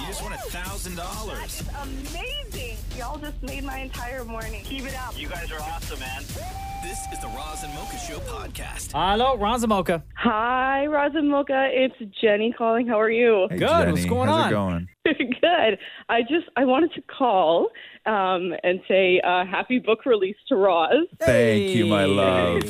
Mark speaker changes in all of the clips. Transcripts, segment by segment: Speaker 1: You just won a thousand dollars.
Speaker 2: It's amazing. Y'all just made my entire morning. Keep it up.
Speaker 3: You guys are awesome, man.
Speaker 1: This is the Roz and Mocha Show podcast.
Speaker 4: Hello, Roz and Mocha.
Speaker 2: Hi, Roz and Mocha. It's Jenny calling. How are you?
Speaker 5: Hey,
Speaker 4: Good, what's
Speaker 5: Jenny,
Speaker 4: going
Speaker 5: how's
Speaker 4: on?
Speaker 5: It going?
Speaker 2: Good. I just I wanted to call um, and say uh, happy book release to Roz.
Speaker 5: Thank you, my love.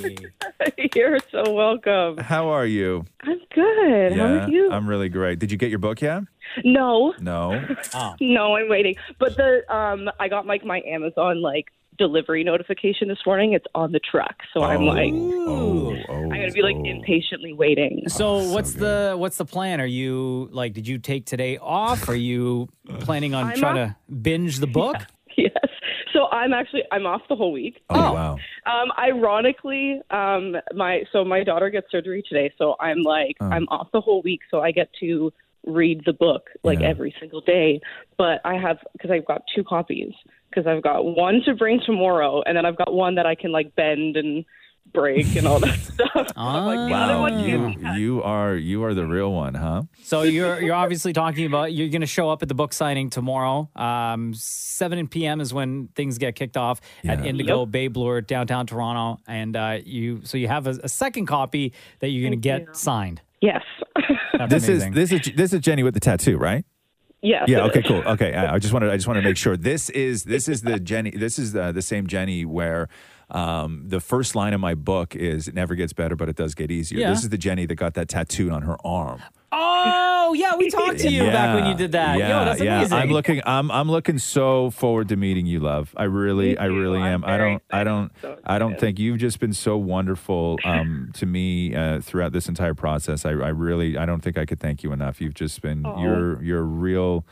Speaker 2: You're so welcome.
Speaker 5: How are you?
Speaker 2: I'm good. How are you?
Speaker 5: I'm really great. Did you get your book yet?
Speaker 2: no,
Speaker 5: No.
Speaker 4: Oh.
Speaker 2: no, I'm waiting. But the um, I got like my Amazon like delivery notification this morning. It's on the truck, so I'm like
Speaker 5: oh, oh,
Speaker 2: I'm gonna be like
Speaker 5: oh.
Speaker 2: impatiently waiting.
Speaker 4: So
Speaker 5: so
Speaker 4: what's the what's the plan? Are you like did you take today off? Are you planning on
Speaker 2: I'm
Speaker 4: trying to binge the book?
Speaker 2: Yes. So I'm actually I'm off the whole week.
Speaker 5: Oh, wow.
Speaker 2: Um, ironically, um, my so my daughter gets surgery today, so I'm like
Speaker 5: Oh.
Speaker 2: I'm off the whole week, so I get to read the book like
Speaker 5: Yeah.
Speaker 2: every single day. But I have because I've got two copies because I've got one to bring tomorrow, and then I've got one that I can like bend and break and all that stuff. I'm like, the other
Speaker 4: Ah.
Speaker 2: one
Speaker 5: you,
Speaker 2: can-
Speaker 5: you are you are the real one, huh?
Speaker 4: So you're you're obviously talking about you're going to show up at the book signing tomorrow. Um, seven p.m. is when things get kicked off at
Speaker 5: Yeah.
Speaker 4: Indigo Bay Bloor downtown Toronto, and uh, you so you have a, a second copy that you're going to get signed.
Speaker 2: Yes.
Speaker 4: That's
Speaker 5: This
Speaker 4: amazing.
Speaker 5: is this is this is Jenny with the tattoo, right?
Speaker 2: yes.
Speaker 5: Yeah.
Speaker 2: it
Speaker 5: Okay.
Speaker 2: is.
Speaker 5: Cool. Okay. I, I just wanted. I just want to make sure. This is this is the Jenny. This is uh, the, the same Jenny where um, the first line of my book is "It never gets better, but it does get easier."
Speaker 4: Yeah.
Speaker 5: This is the Jenny that got that tattooed on her arm.
Speaker 4: oh yeah, we talked to you back when you did that.
Speaker 5: Yeah,
Speaker 4: Yo, that's
Speaker 5: yeah.
Speaker 4: amazing.
Speaker 5: I'm looking. I'm I'm looking so forward to meeting you, love. I really,
Speaker 2: Me
Speaker 5: I really
Speaker 2: too.
Speaker 5: am.
Speaker 2: I'm
Speaker 5: I
Speaker 2: very
Speaker 5: don't, I don't,
Speaker 2: excited. So
Speaker 5: I don't
Speaker 2: excited.
Speaker 5: think you've just been so wonderful um, to me uh, throughout this entire process. I, I really, I don't think I could thank you enough. You've just been. You're you're real.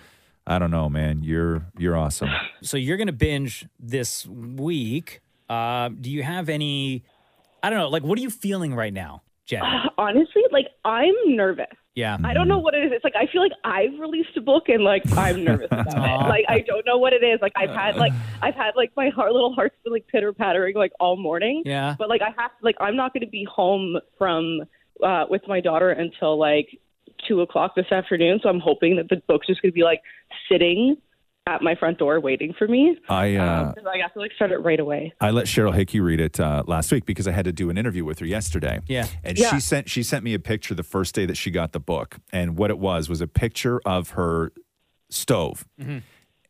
Speaker 5: I don't know, man. You're you're awesome.
Speaker 4: so you're going to binge this week. Uh, do you have any? I don't know. Like, what are you feeling right now, Jen?
Speaker 2: Honestly, like I'm nervous.
Speaker 4: Yeah.
Speaker 2: I don't know what it is. It's like I feel like I've released a book and like I'm nervous about
Speaker 4: Aw.
Speaker 2: it. Like I don't know what it is. Like I've had like I've had like my heart, little heart's been like pitter pattering like all morning.
Speaker 4: Yeah.
Speaker 2: But like I have like I'm not going to be home from uh, with my daughter until like two o'clock this afternoon. So I'm hoping that the book's just going to be like sitting at my front door waiting for me.
Speaker 5: I uh,
Speaker 2: Um, so, like I have to like start it right away.
Speaker 5: I let Cheryl Hickey read it uh, last week because I had to do an interview with her yesterday.
Speaker 4: Yeah.
Speaker 5: And
Speaker 2: Yeah.
Speaker 5: she sent she sent me a picture the first day that she got the book, and what it was was a picture of her stove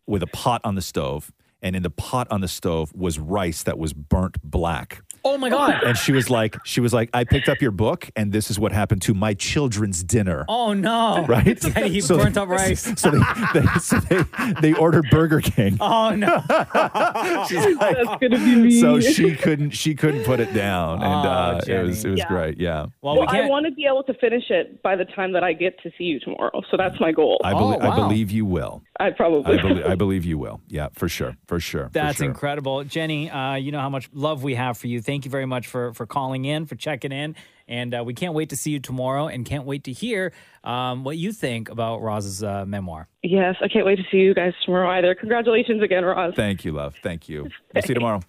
Speaker 5: with a pot on the stove, and in the pot on the stove was rice that was burnt black.
Speaker 4: Oh my god.
Speaker 5: And she was like, she was like, I picked up your book, and this is what happened to my children's dinner.
Speaker 4: Oh no.
Speaker 5: Right?
Speaker 4: And he
Speaker 5: So-
Speaker 4: burnt up rice.
Speaker 5: So, they, they, so they, they ordered Burger King.
Speaker 4: Oh no.
Speaker 5: She's like-
Speaker 2: That's going to be me.
Speaker 5: so she couldn't she couldn't put it down, and
Speaker 4: Oh,
Speaker 5: uh, it was it
Speaker 4: Jenny.
Speaker 5: was
Speaker 2: Yeah.
Speaker 5: great. Yeah.
Speaker 4: Well, we
Speaker 2: well,
Speaker 4: can't.
Speaker 2: I want to be able to finish it by the time that I get to see you tomorrow. So that's my goal.
Speaker 5: I,
Speaker 4: Oh,
Speaker 5: belie-
Speaker 4: wow.
Speaker 5: I believe you will.
Speaker 2: I probably
Speaker 5: I, belie- I believe you will. Yeah, for sure. For sure. for
Speaker 4: That's
Speaker 5: sure.
Speaker 4: incredible, Jenny. Uh, you know how much love we have for you. Thank you very much for for calling in, for checking in, and uh, we can't wait to see you tomorrow, and can't wait to hear um, what you think about Roz's uh, memoir.
Speaker 2: Yes, I can't wait to see you guys tomorrow either. Congratulations again, Roz.
Speaker 5: Thank you, love. Thank you. We'll see you tomorrow.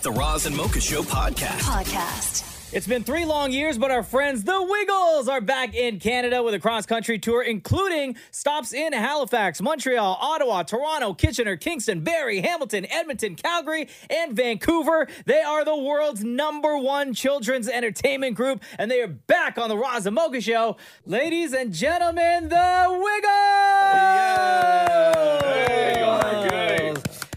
Speaker 1: The Roz and Mocha Show podcast.
Speaker 6: Podcast.
Speaker 4: It's been three long years, but our friends the Wiggles are back in Canada with a cross country tour, including stops in Halifax, Montreal, Ottawa, Toronto, Kitchener, Kingston, Barrie, Hamilton, Edmonton, Calgary, and Vancouver. They are the world's number one children's entertainment group, and they are back on the Raza Mocha Show. Ladies and gentlemen, the Wiggles!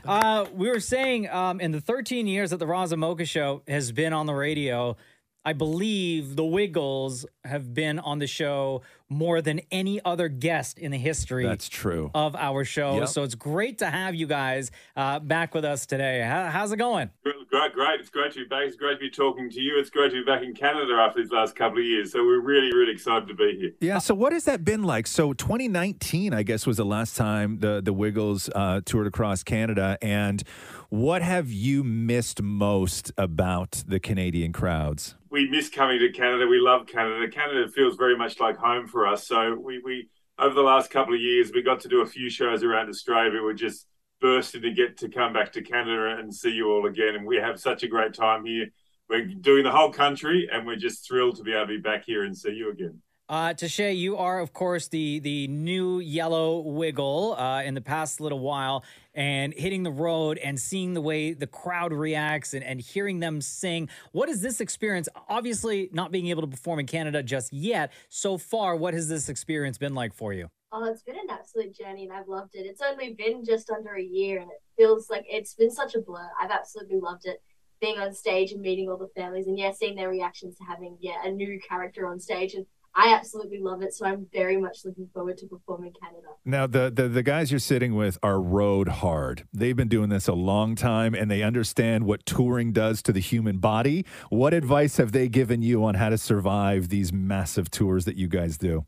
Speaker 4: Uh, we were saying um, in the 13 years that the Raza Mocha Show has been on the radio, I believe the Wiggles have been on the show more than any other guest in the history
Speaker 5: That's true.
Speaker 4: of our show.
Speaker 5: Yep.
Speaker 4: So it's great to have you guys uh, back with us today. How, how's it going?
Speaker 7: Good,
Speaker 8: Great, great. It's great to be back. It's great to be talking to you. It's great to be back in Canada after these last couple of years. So we're really, really excited to be here.
Speaker 5: Yeah. So what has that been like? So 2019, I guess, was the last time the the Wiggles uh, toured across Canada. And what have you missed most about the Canadian crowds?
Speaker 8: we miss coming to Canada. We love Canada. Canada feels very much like home for us. So we, we over the last couple of years, we got to do a few shows around Australia. but We're just bursting to get to come back to Canada and see you all again. And we have such a great time here. We're doing the whole country, and we're just thrilled to be able to be back here and see you again.
Speaker 4: Uh, Tashay, you are of course the the new yellow wiggle uh, in the past little while, and hitting the road and seeing the way the crowd reacts and, and hearing them sing. What is this experience? Obviously, not being able to perform in Canada just yet. So far, what has this experience been like for you?
Speaker 9: Oh, it's been an absolute journey and I've loved it. It's only been just under a year and it feels like it's been such a blur. I've absolutely loved it. Being on stage and meeting all the families and yeah, seeing their reactions to having yeah, a new character on stage and I absolutely love it, so I'm very much looking forward to performing Canada.
Speaker 5: Now the, the the guys you're sitting with are road hard. They've been doing this a long time, and they understand what touring does to the human body. What advice have they given you on how to survive these massive tours that you guys do?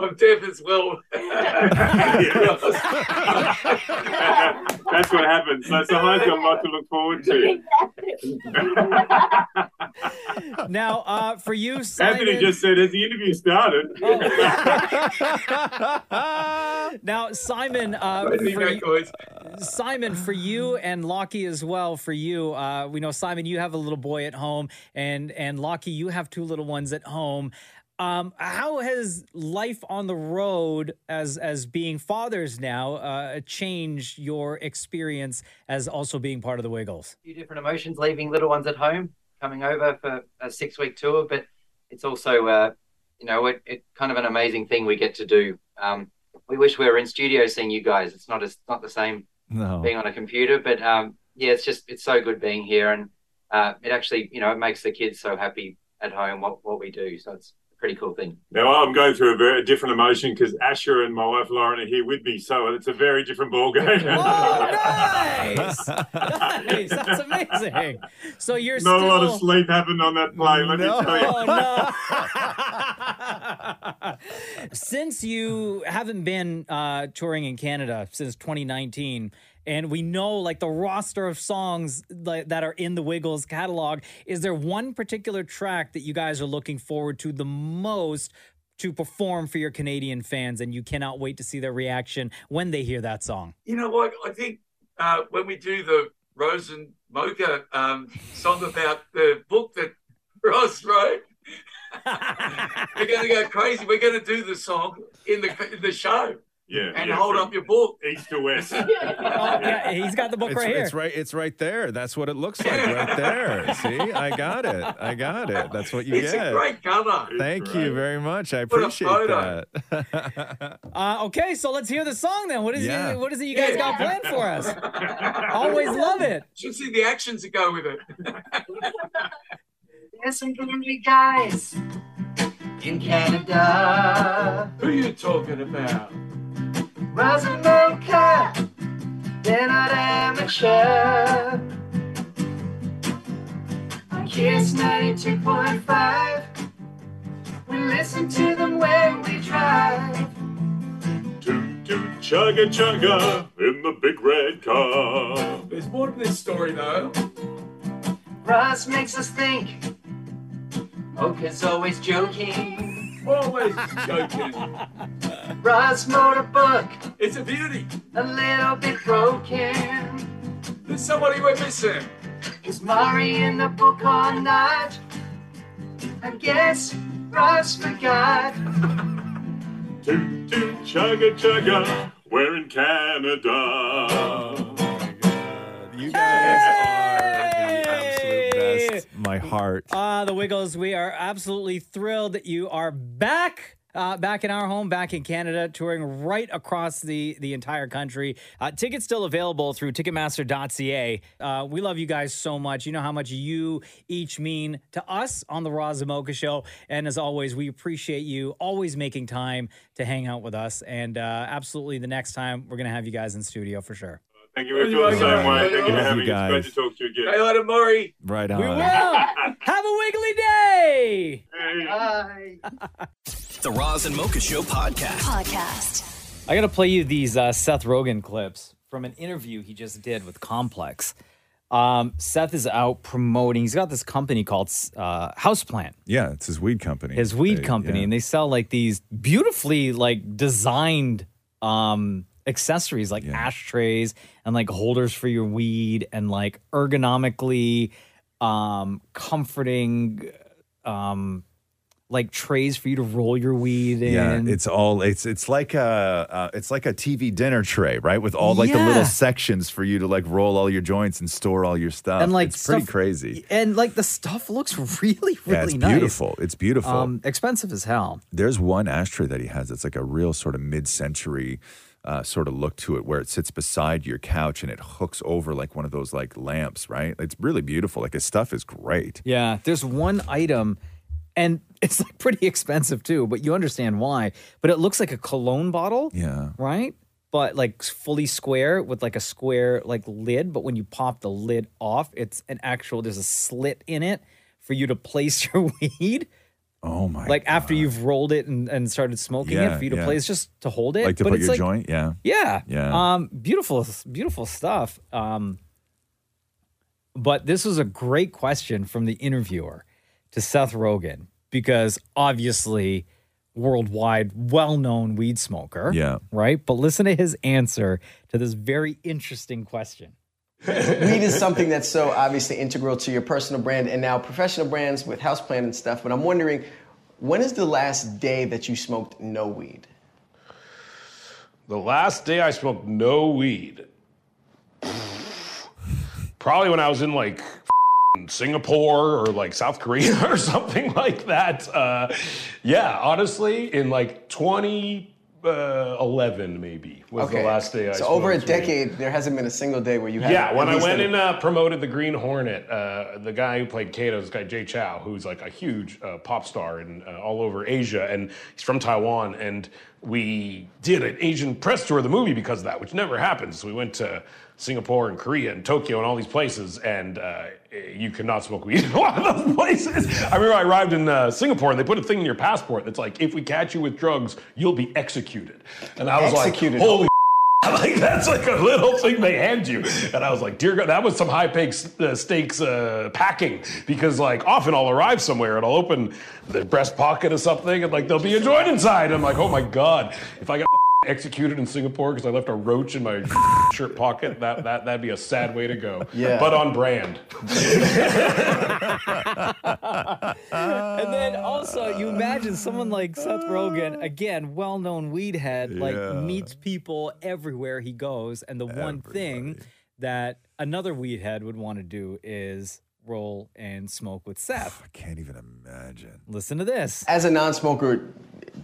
Speaker 10: I'm deaf as well.
Speaker 8: That's what happens. So, so I've got a lot to look forward to.
Speaker 4: Now, uh, for you, Simon,
Speaker 8: Anthony just said, "Has the interview started?"
Speaker 4: now Simon,
Speaker 11: Um,
Speaker 4: uh,
Speaker 10: There you
Speaker 4: for you,
Speaker 10: go, guys.
Speaker 4: Simon, for you and Lockie as well. For you, uh, we know Simon, you have a little boy at home, and and Lockie, you have two little ones at home. Um, how has life on the road, as as being fathers now, uh, changed your experience as also being part of the Wiggles?
Speaker 11: few different emotions leaving little ones at home, coming over for a six week tour. But it's also, uh, you know, it, it kind of an amazing thing we get to do. Um, we wish we were in studio seeing you guys. It's not as not the same
Speaker 10: Oh.
Speaker 5: No.
Speaker 11: being on a computer, but um, yeah, it's just it's so good being here, and uh, it actually, you know, it makes the kids so happy at home what what we do. So it's a pretty cool thing.
Speaker 8: Now um, I'm going through a very different emotion because Asher and my wife Lauren are here with me, so it's a very different ballgame.
Speaker 4: Oh, nice! nice. That's amazing. So you're
Speaker 8: Not a lot
Speaker 4: still.
Speaker 8: of sleep happened on that plane. Let
Speaker 5: No.
Speaker 8: me tell you.
Speaker 4: Oh, no. since you haven't been uh, touring in Canada since 2019, and we know like the roster of songs like, that are in the Wiggles catalog, is there one particular track that you guys are looking forward to the most to perform for your Canadian fans, and you cannot wait to see their reaction when they hear that song?
Speaker 10: You know what? I think uh, when we do the Rose and Mocha um, song about the book that Ross wrote, we're going to go crazy. We're going to do the song in the in the show
Speaker 8: Yeah.
Speaker 10: and
Speaker 8: yeah,
Speaker 10: hold
Speaker 8: from
Speaker 10: up your book.
Speaker 8: East to west.
Speaker 4: Oh, yeah, he's got the book
Speaker 5: It's
Speaker 4: right here.
Speaker 5: it's right it's right there. That's what it looks like right there. See, I got it. I got it. That's what you
Speaker 10: It's
Speaker 5: get.
Speaker 10: a great cover.
Speaker 5: Thank you very much. I
Speaker 10: What a
Speaker 5: appreciate
Speaker 10: photo.
Speaker 5: that.
Speaker 4: Uh, okay, so let's hear the song then. What is
Speaker 5: Yeah.
Speaker 4: it? What is it you guys got planned for us? Always love it.
Speaker 10: Should see the actions that go with it.
Speaker 11: There's some angry guys in Canada.
Speaker 10: Who are you talking about?
Speaker 11: Rise and Mocha, they're not amateur. On Kiss 92.5, we listen to them when we drive.
Speaker 8: Toot toot chugga chugga in the big red car.
Speaker 10: There's more to this story though.
Speaker 11: Ross makes us think, Mocha's always joking.
Speaker 10: Always joking.
Speaker 11: Ross motorbook,
Speaker 10: It's a beauty.
Speaker 11: a little bit broken.
Speaker 10: There's somebody we're missing.
Speaker 11: Is Mari in the book or not? I guess Ross forgot.
Speaker 8: Toot toot chugga chugga. We're in Canada.
Speaker 5: you guys are the absolute best. My heart.
Speaker 4: Ah, the Wiggles. We are absolutely thrilled that you are back. Uh, back in our home, back in Canada, touring right across the the entire country. Uh, tickets still available through Ticketmaster.ca. Uh, we love you guys so much. You know how much you each mean to us on the Raw Zamoka Show, and as always, we appreciate you always making time to hang out with us. And uh, absolutely, the next time we're gonna have you guys in studio for sure.
Speaker 6: Thank you. We feel the same way. Thank you for
Speaker 5: Love you
Speaker 6: having us. Great
Speaker 5: guys.
Speaker 6: to talk to you again.
Speaker 7: Kayla Mori.
Speaker 5: Right
Speaker 4: We will.
Speaker 5: on.
Speaker 4: Have a wiggly day.
Speaker 1: The Roz and Mocha Show podcast.
Speaker 12: Podcast.
Speaker 4: I got to play you these uh, Seth Rogen clips from an interview he just did with Complex. Um, Seth is out promoting. He's got this company called uh, Houseplant,
Speaker 10: Yeah, it's his weed company.
Speaker 4: his weed
Speaker 10: They-
Speaker 4: company,
Speaker 10: yeah.
Speaker 4: and they sell like these beautifully like designed um, accessories, like ashtrays and like holders for your weed, and like ergonomically um, comforting, um, like trays for you to roll your weed in.
Speaker 10: Yeah, it's all it's it's like a uh, it's like a TV dinner tray, right? With all like the
Speaker 4: Yeah.
Speaker 10: little sections for you to like roll all your joints and store all your stuff.
Speaker 4: And, like,
Speaker 10: it's pretty
Speaker 4: stuff-
Speaker 10: crazy.
Speaker 4: and like the stuff looks really really
Speaker 10: yeah, it's
Speaker 4: nice
Speaker 10: beautiful. It's beautiful.
Speaker 4: um expensive as hell
Speaker 10: There's one ashtray that he has that's like a real sort of mid-century uh, sort of look to it, where it sits beside your couch and it hooks over like one of those like lamps, right? It's really beautiful. Like his stuff is great.
Speaker 4: yeah there's one item and it's like pretty expensive too but you understand why but it looks like a cologne bottle
Speaker 10: Yeah.
Speaker 4: right but like fully square with like a square like lid but when you pop the lid off it's an actual there's a slit in it for you to place your weed
Speaker 10: oh my
Speaker 4: like after you've rolled it and, and started smoking it
Speaker 10: Yeah,
Speaker 4: for you to
Speaker 10: yeah.
Speaker 4: play it's just to hold it
Speaker 10: like to
Speaker 4: but
Speaker 10: put
Speaker 4: it's
Speaker 10: your joint. Yeah.
Speaker 4: Yeah.
Speaker 10: Yeah.
Speaker 4: Um, beautiful, beautiful stuff. Um, but this was a great question from the interviewer to Seth Rogen because obviously worldwide well-known weed smoker.
Speaker 10: Yeah.
Speaker 4: Right? But listen to his answer to this very interesting question.
Speaker 13: weed is something that's so obviously integral to your personal brand and now professional brands with houseplant and stuff. But I'm wondering, when is the last day that you smoked no weed?
Speaker 14: The last day I smoked no weed, probably when I was in like Singapore or like South Korea or something like that. Uh, yeah, honestly, in like 2011 maybe was the last day I
Speaker 13: so
Speaker 14: smoked
Speaker 13: over a
Speaker 14: weed.
Speaker 13: decade, there hasn't been a single day where you have.
Speaker 14: Yeah, when I went and uh, promoted the Green Hornet, uh, the guy who played Kato, this guy Jay Chow, who's like a huge uh, pop star in uh, all over Asia, and he's from Taiwan, and we did an Asian press tour of the movie because of that, which never happens. We went to Singapore and Korea and Tokyo and all these places, and uh, you cannot smoke weed in one of those places. I remember I arrived in uh, Singapore, and they put a thing in your passport that's like, if we catch you with drugs, you'll be executed. And I was
Speaker 13: Executed.
Speaker 14: like, holy like that's like a little thing they hand you, and I was like, "Dear God, that was some high stakes, uh, stakes uh, packing." Because like often I'll arrive somewhere and I'll open the breast pocket of something, and like there'll be a joint inside. I'm like, "Oh my God, if I got executed in Singapore because I left a roach in my shirt pocket, that that that'd be a sad way to go."
Speaker 4: Yeah.
Speaker 14: but on brand.
Speaker 4: and then also you imagine someone like Seth Rogen, again, well-known weed head,
Speaker 15: Yeah.
Speaker 4: like meets people everywhere he goes, and the one thing that another weed head would want to do is roll and smoke with Seth. I
Speaker 10: can't even imagine.
Speaker 4: Listen to this.
Speaker 13: As a non-smoker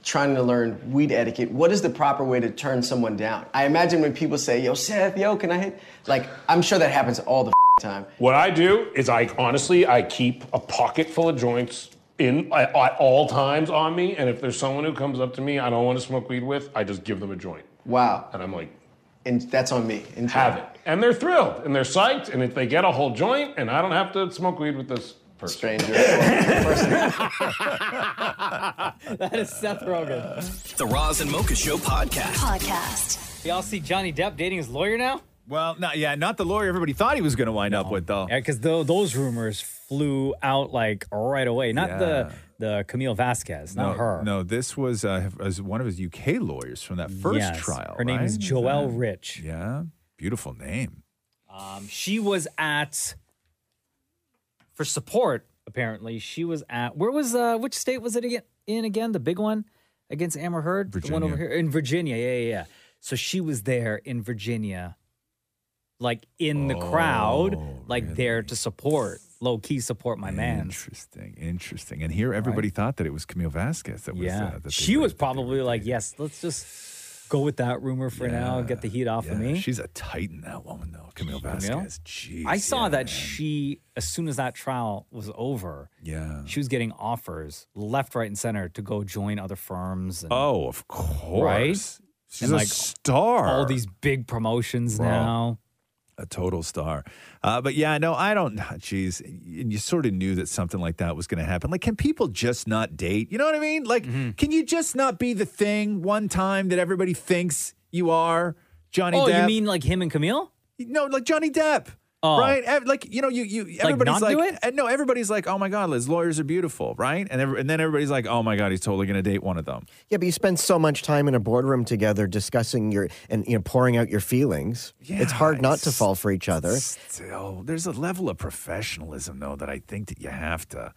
Speaker 13: trying to learn weed etiquette, what is the proper way to turn someone down? I imagine when people say, "Yo, Seth, yo, can I hit?" Like, I'm sure that happens all the time.
Speaker 14: What I do is I honestly I keep a pocket full of joints in at, at all times on me, and if there's someone who comes up to me I don't want to smoke weed with, I just give them a joint.
Speaker 13: Wow.
Speaker 14: And I'm like,
Speaker 13: and that's on me. And
Speaker 14: have it, and they're thrilled and they're psyched, and if they get a whole joint, and I don't have to smoke weed with this person.
Speaker 13: stranger.
Speaker 4: That is Seth Rogen.
Speaker 1: The Roz and Mocha Show podcast.
Speaker 4: Podcast. Y'all see Johnny Depp dating his lawyer now?
Speaker 5: Well, not yeah, not the lawyer everybody thought he was going to wind up with though.
Speaker 4: Yeah, because those rumors flew out like right away. Not the the Camille Vasquez, not
Speaker 5: no,
Speaker 4: her.
Speaker 5: No, this was uh, as one of his UK lawyers from that first
Speaker 4: Yes.
Speaker 5: trial.
Speaker 4: Her name is
Speaker 5: right?
Speaker 4: Joelle Rich.
Speaker 5: Yeah, beautiful name.
Speaker 4: Um, she was at for support. Apparently, she was at where was uh which state was it again? In again, the big one against Amber Heard, the one over here in Virginia. Yeah, yeah, yeah. So she was there in Virginia, like in the
Speaker 5: Oh,
Speaker 4: crowd, like there to support, low key support my man.
Speaker 5: Interesting, interesting. And here, everybody thought that it was Camille Vasquez that was.
Speaker 4: Yeah,
Speaker 5: Uh, that
Speaker 4: she was probably like, yes, let's just go with that rumor for now and get the heat off of me.
Speaker 5: She's a titan, that woman though, Camille Vasquez. Jeez,
Speaker 4: I saw that she, as soon as that trial was over,
Speaker 5: yeah,
Speaker 4: she was getting offers left, right, and center to go join other firms. And,
Speaker 5: Oh, of course.
Speaker 4: right?
Speaker 5: She's a star.
Speaker 4: All these big promotions
Speaker 5: Bro.
Speaker 4: now.
Speaker 5: A total star. Uh, but yeah, no, I don't. Geez, and you sort of knew that something like that was going to happen. Like, can people just not date? You know what I mean? Like,
Speaker 4: Mm-hmm.
Speaker 5: can you just not be the thing one time that everybody thinks you are? Johnny
Speaker 4: oh,
Speaker 5: Depp.
Speaker 4: you mean like him and Camille?
Speaker 5: No, like Johnny Depp.
Speaker 4: Oh.
Speaker 5: Right? Ev- Like, you know, you, you,
Speaker 4: Like,
Speaker 5: everybody's
Speaker 4: not do
Speaker 5: uh, no, everybody's like, oh my God, Liz, lawyers are beautiful, right? And, every, and then everybody's like, oh my God, he's totally going to date one of them.
Speaker 15: Yeah, but you spend so much time in a boardroom together discussing your and you know pouring out your feelings. it's hard not to fall for each other.
Speaker 5: Still, there's a level of professionalism, though, that I think that you have to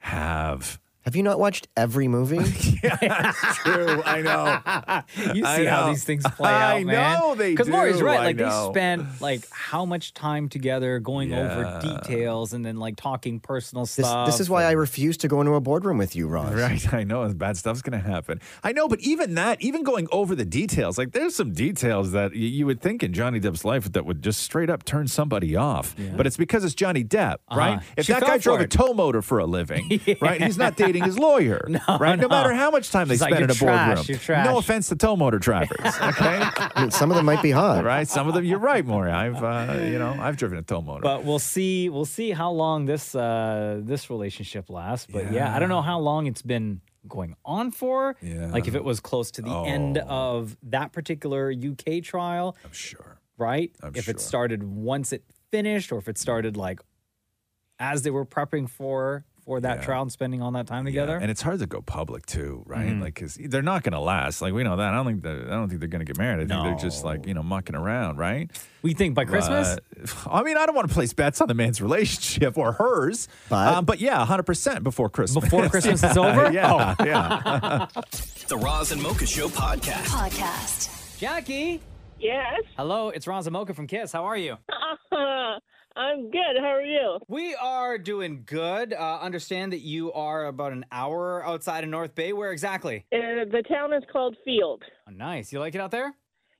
Speaker 5: have.
Speaker 15: Have you not watched every movie?
Speaker 5: True, I know.
Speaker 4: You see
Speaker 15: I
Speaker 4: how
Speaker 15: know.
Speaker 4: these things play
Speaker 15: I
Speaker 4: out, man.
Speaker 15: know they
Speaker 4: Because Lori's
Speaker 15: do,
Speaker 4: right.
Speaker 15: I
Speaker 4: Like
Speaker 15: know.
Speaker 4: they spent like how much time together going
Speaker 15: Yeah.
Speaker 4: over details and then like talking personal
Speaker 15: This,
Speaker 4: stuff.
Speaker 15: this is why I refuse to go into a boardroom with you, Ross.
Speaker 5: Right, I know. Bad stuff's going to happen. I know, but even that, even going over the details, like there's some details that y- you would think in Johnny Depp's life that would just straight up turn somebody off. But it's because it's Johnny Depp, right?
Speaker 10: Uh-huh.
Speaker 5: If
Speaker 10: She
Speaker 5: that
Speaker 10: fell
Speaker 5: guy drove
Speaker 10: for
Speaker 5: a
Speaker 10: it.
Speaker 5: tow motor for a living, right? He's not dating his lawyer, right? No,
Speaker 15: no.
Speaker 5: matter how much time
Speaker 15: She's
Speaker 5: they
Speaker 15: like,
Speaker 5: spend in a
Speaker 15: "You're trash,
Speaker 5: boardroom.
Speaker 15: you're trash."
Speaker 5: No offense to tow motor drivers, okay?
Speaker 15: some of them might be hot,
Speaker 5: right? Some of them, you're right, Maury. I've, uh, you know, I've driven a tow motor.
Speaker 4: But we'll see. We'll see how long this uh, this relationship lasts. But yeah. I don't know how long it's been going on for.
Speaker 5: Yeah. Oh.
Speaker 4: Like if it was close to the end of that particular UK trial. I'm
Speaker 5: sure.
Speaker 4: Right. if it started once it finished, or if it started like as they were prepping for for that trial and spending all that time together.
Speaker 5: And it's hard to go public too, right?
Speaker 4: Mhm.
Speaker 5: Like, cause they're not going to last. Like we know that. I don't think they're, I don't think they're going to get married. I think they're just like you know mucking around, right?
Speaker 4: We think by Christmas?
Speaker 5: I mean, I don't want to place bets on the man's relationship or hers, but, um, but yeah, hundred percent before Christmas.
Speaker 4: Before Christmas is over?
Speaker 5: yeah,
Speaker 4: Oh.
Speaker 5: yeah.
Speaker 1: The Roz and Mocha Show podcast.
Speaker 4: Podcast. Jackie.
Speaker 16: Yes.
Speaker 4: Hello, it's Ron Zamoka from Kiss. How are you?
Speaker 16: I'm good. How are you?
Speaker 4: We are doing good. Uh, understand that you are about an hour outside of North Bay. Where exactly?
Speaker 16: Uh, the town is called Field.
Speaker 4: Oh, nice. You like it out there?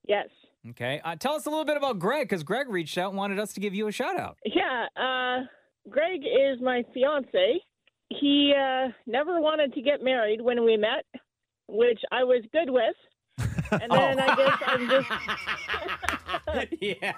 Speaker 16: Yes.
Speaker 4: Okay. Uh, tell us a little bit about Greg because Greg reached out and wanted us to give you a shout out.
Speaker 16: Yeah. Uh, Greg is my fiance. He uh, never wanted to get married when we met, which I was good with. And then I guess I'm just.
Speaker 4: yeah.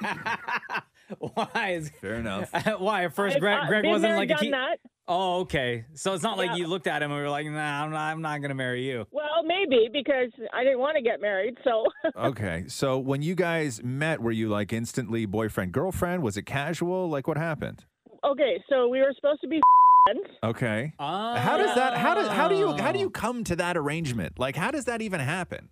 Speaker 4: Why is
Speaker 5: fair enough?
Speaker 4: Why at first
Speaker 16: I've,
Speaker 4: Greg,
Speaker 16: uh,
Speaker 4: Greg
Speaker 16: been
Speaker 4: wasn't
Speaker 16: there,
Speaker 4: like a
Speaker 16: done
Speaker 4: key-
Speaker 16: that.
Speaker 4: Oh, okay. So it's not like
Speaker 16: Yeah.
Speaker 4: you looked at him and were like, "Nah, I'm not, I'm not gonna marry you."
Speaker 16: Well, maybe because I didn't want to get married. So
Speaker 5: okay. So when you guys met, were you like instantly boyfriend girlfriend? Was it casual? Like what happened?
Speaker 16: okay, so we were supposed to be friends.
Speaker 5: Okay. how does that? How does? How do you? How
Speaker 4: Um.
Speaker 5: do you come to that arrangement? Like how does that even happen?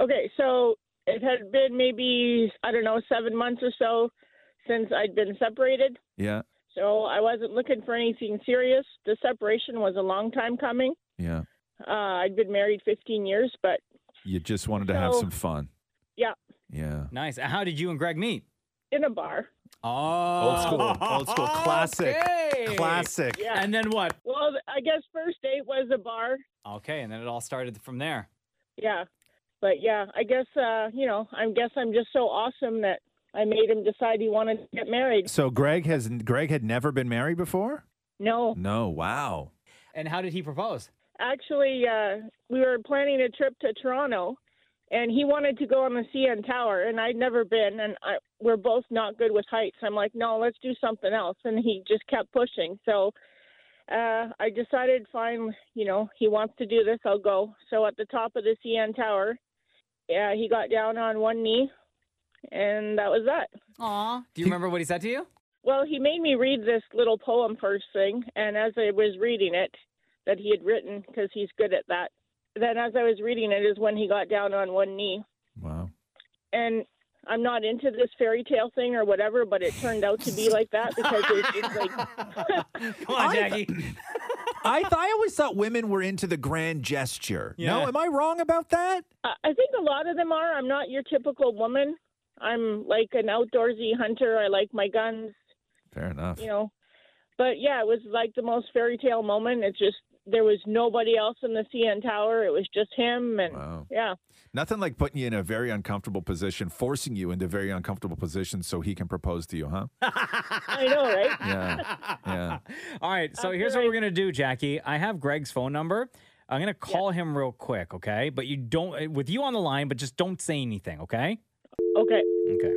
Speaker 16: Okay, so it had been maybe, I don't know, seven months or so since I'd been separated.
Speaker 5: Yeah.
Speaker 16: So I wasn't looking for anything serious. The separation was a long time coming.
Speaker 5: Yeah.
Speaker 16: Uh, I'd been married 15 years, but
Speaker 5: You just wanted to have
Speaker 16: So-
Speaker 5: some fun.
Speaker 16: yeah,
Speaker 5: Yeah.
Speaker 4: Nice. And How did you and Greg meet?
Speaker 16: in a bar.
Speaker 4: Oh,
Speaker 5: Old school. Old school. Classic.
Speaker 16: Okay.
Speaker 5: Classic.
Speaker 16: Yeah.
Speaker 4: And then what?
Speaker 16: Well, I guess first date was a bar.
Speaker 4: Okay, and then it all started from there.
Speaker 16: Yeah. But yeah, I guess, uh, you know, I guess I'm just so awesome that I made him decide he wanted to get married.
Speaker 5: So Greg has Greg had never been married before?
Speaker 16: No.
Speaker 5: No, wow.
Speaker 4: And how did he propose?
Speaker 16: actually uh, we were planning a trip to Toronto, and he wanted to go on the CN Tower, and I'd never been, and I, we're both not good with heights. I'm like, no, let's do something else, and he just kept pushing. So uh, I decided, fine, you know, he wants to do this, I'll go. So at the top of the CN Tower, yeah, he got down on one knee, and that was that.
Speaker 4: Aw. Do you remember what he said to you?
Speaker 16: Well, he made me read this little poem first thing, and as I was reading it, that he had written because he's good at that. Then, as I was reading it, is when he got down on one knee.
Speaker 5: Wow.
Speaker 16: And I'm not into this fairy tale thing or whatever, but it turned out to be like that because it's just like,
Speaker 4: Come on, Jackie.
Speaker 5: I th- I always thought women were into the grand gesture. No,
Speaker 16: Yeah.
Speaker 5: am I wrong about that?
Speaker 16: I I think a lot of them are. I'm not your typical woman. I'm like an outdoorsy hunter. I like my guns,
Speaker 5: Fair enough.
Speaker 16: you know. But yeah, it was like the most fairy tale moment. It's just there was nobody else in the CN Tower. It was just him, and yeah.
Speaker 5: Nothing like putting you in a very uncomfortable position, forcing you into very uncomfortable positions so he can propose to you, huh?
Speaker 16: I know, right?
Speaker 5: Yeah. Yeah.
Speaker 4: All right, so here's what we're gonna do, Jackie. I have Greg's phone number. I'm gonna call him real quick, okay? But you don't with you on the line, but just don't say anything, okay?
Speaker 16: Okay.
Speaker 4: Okay.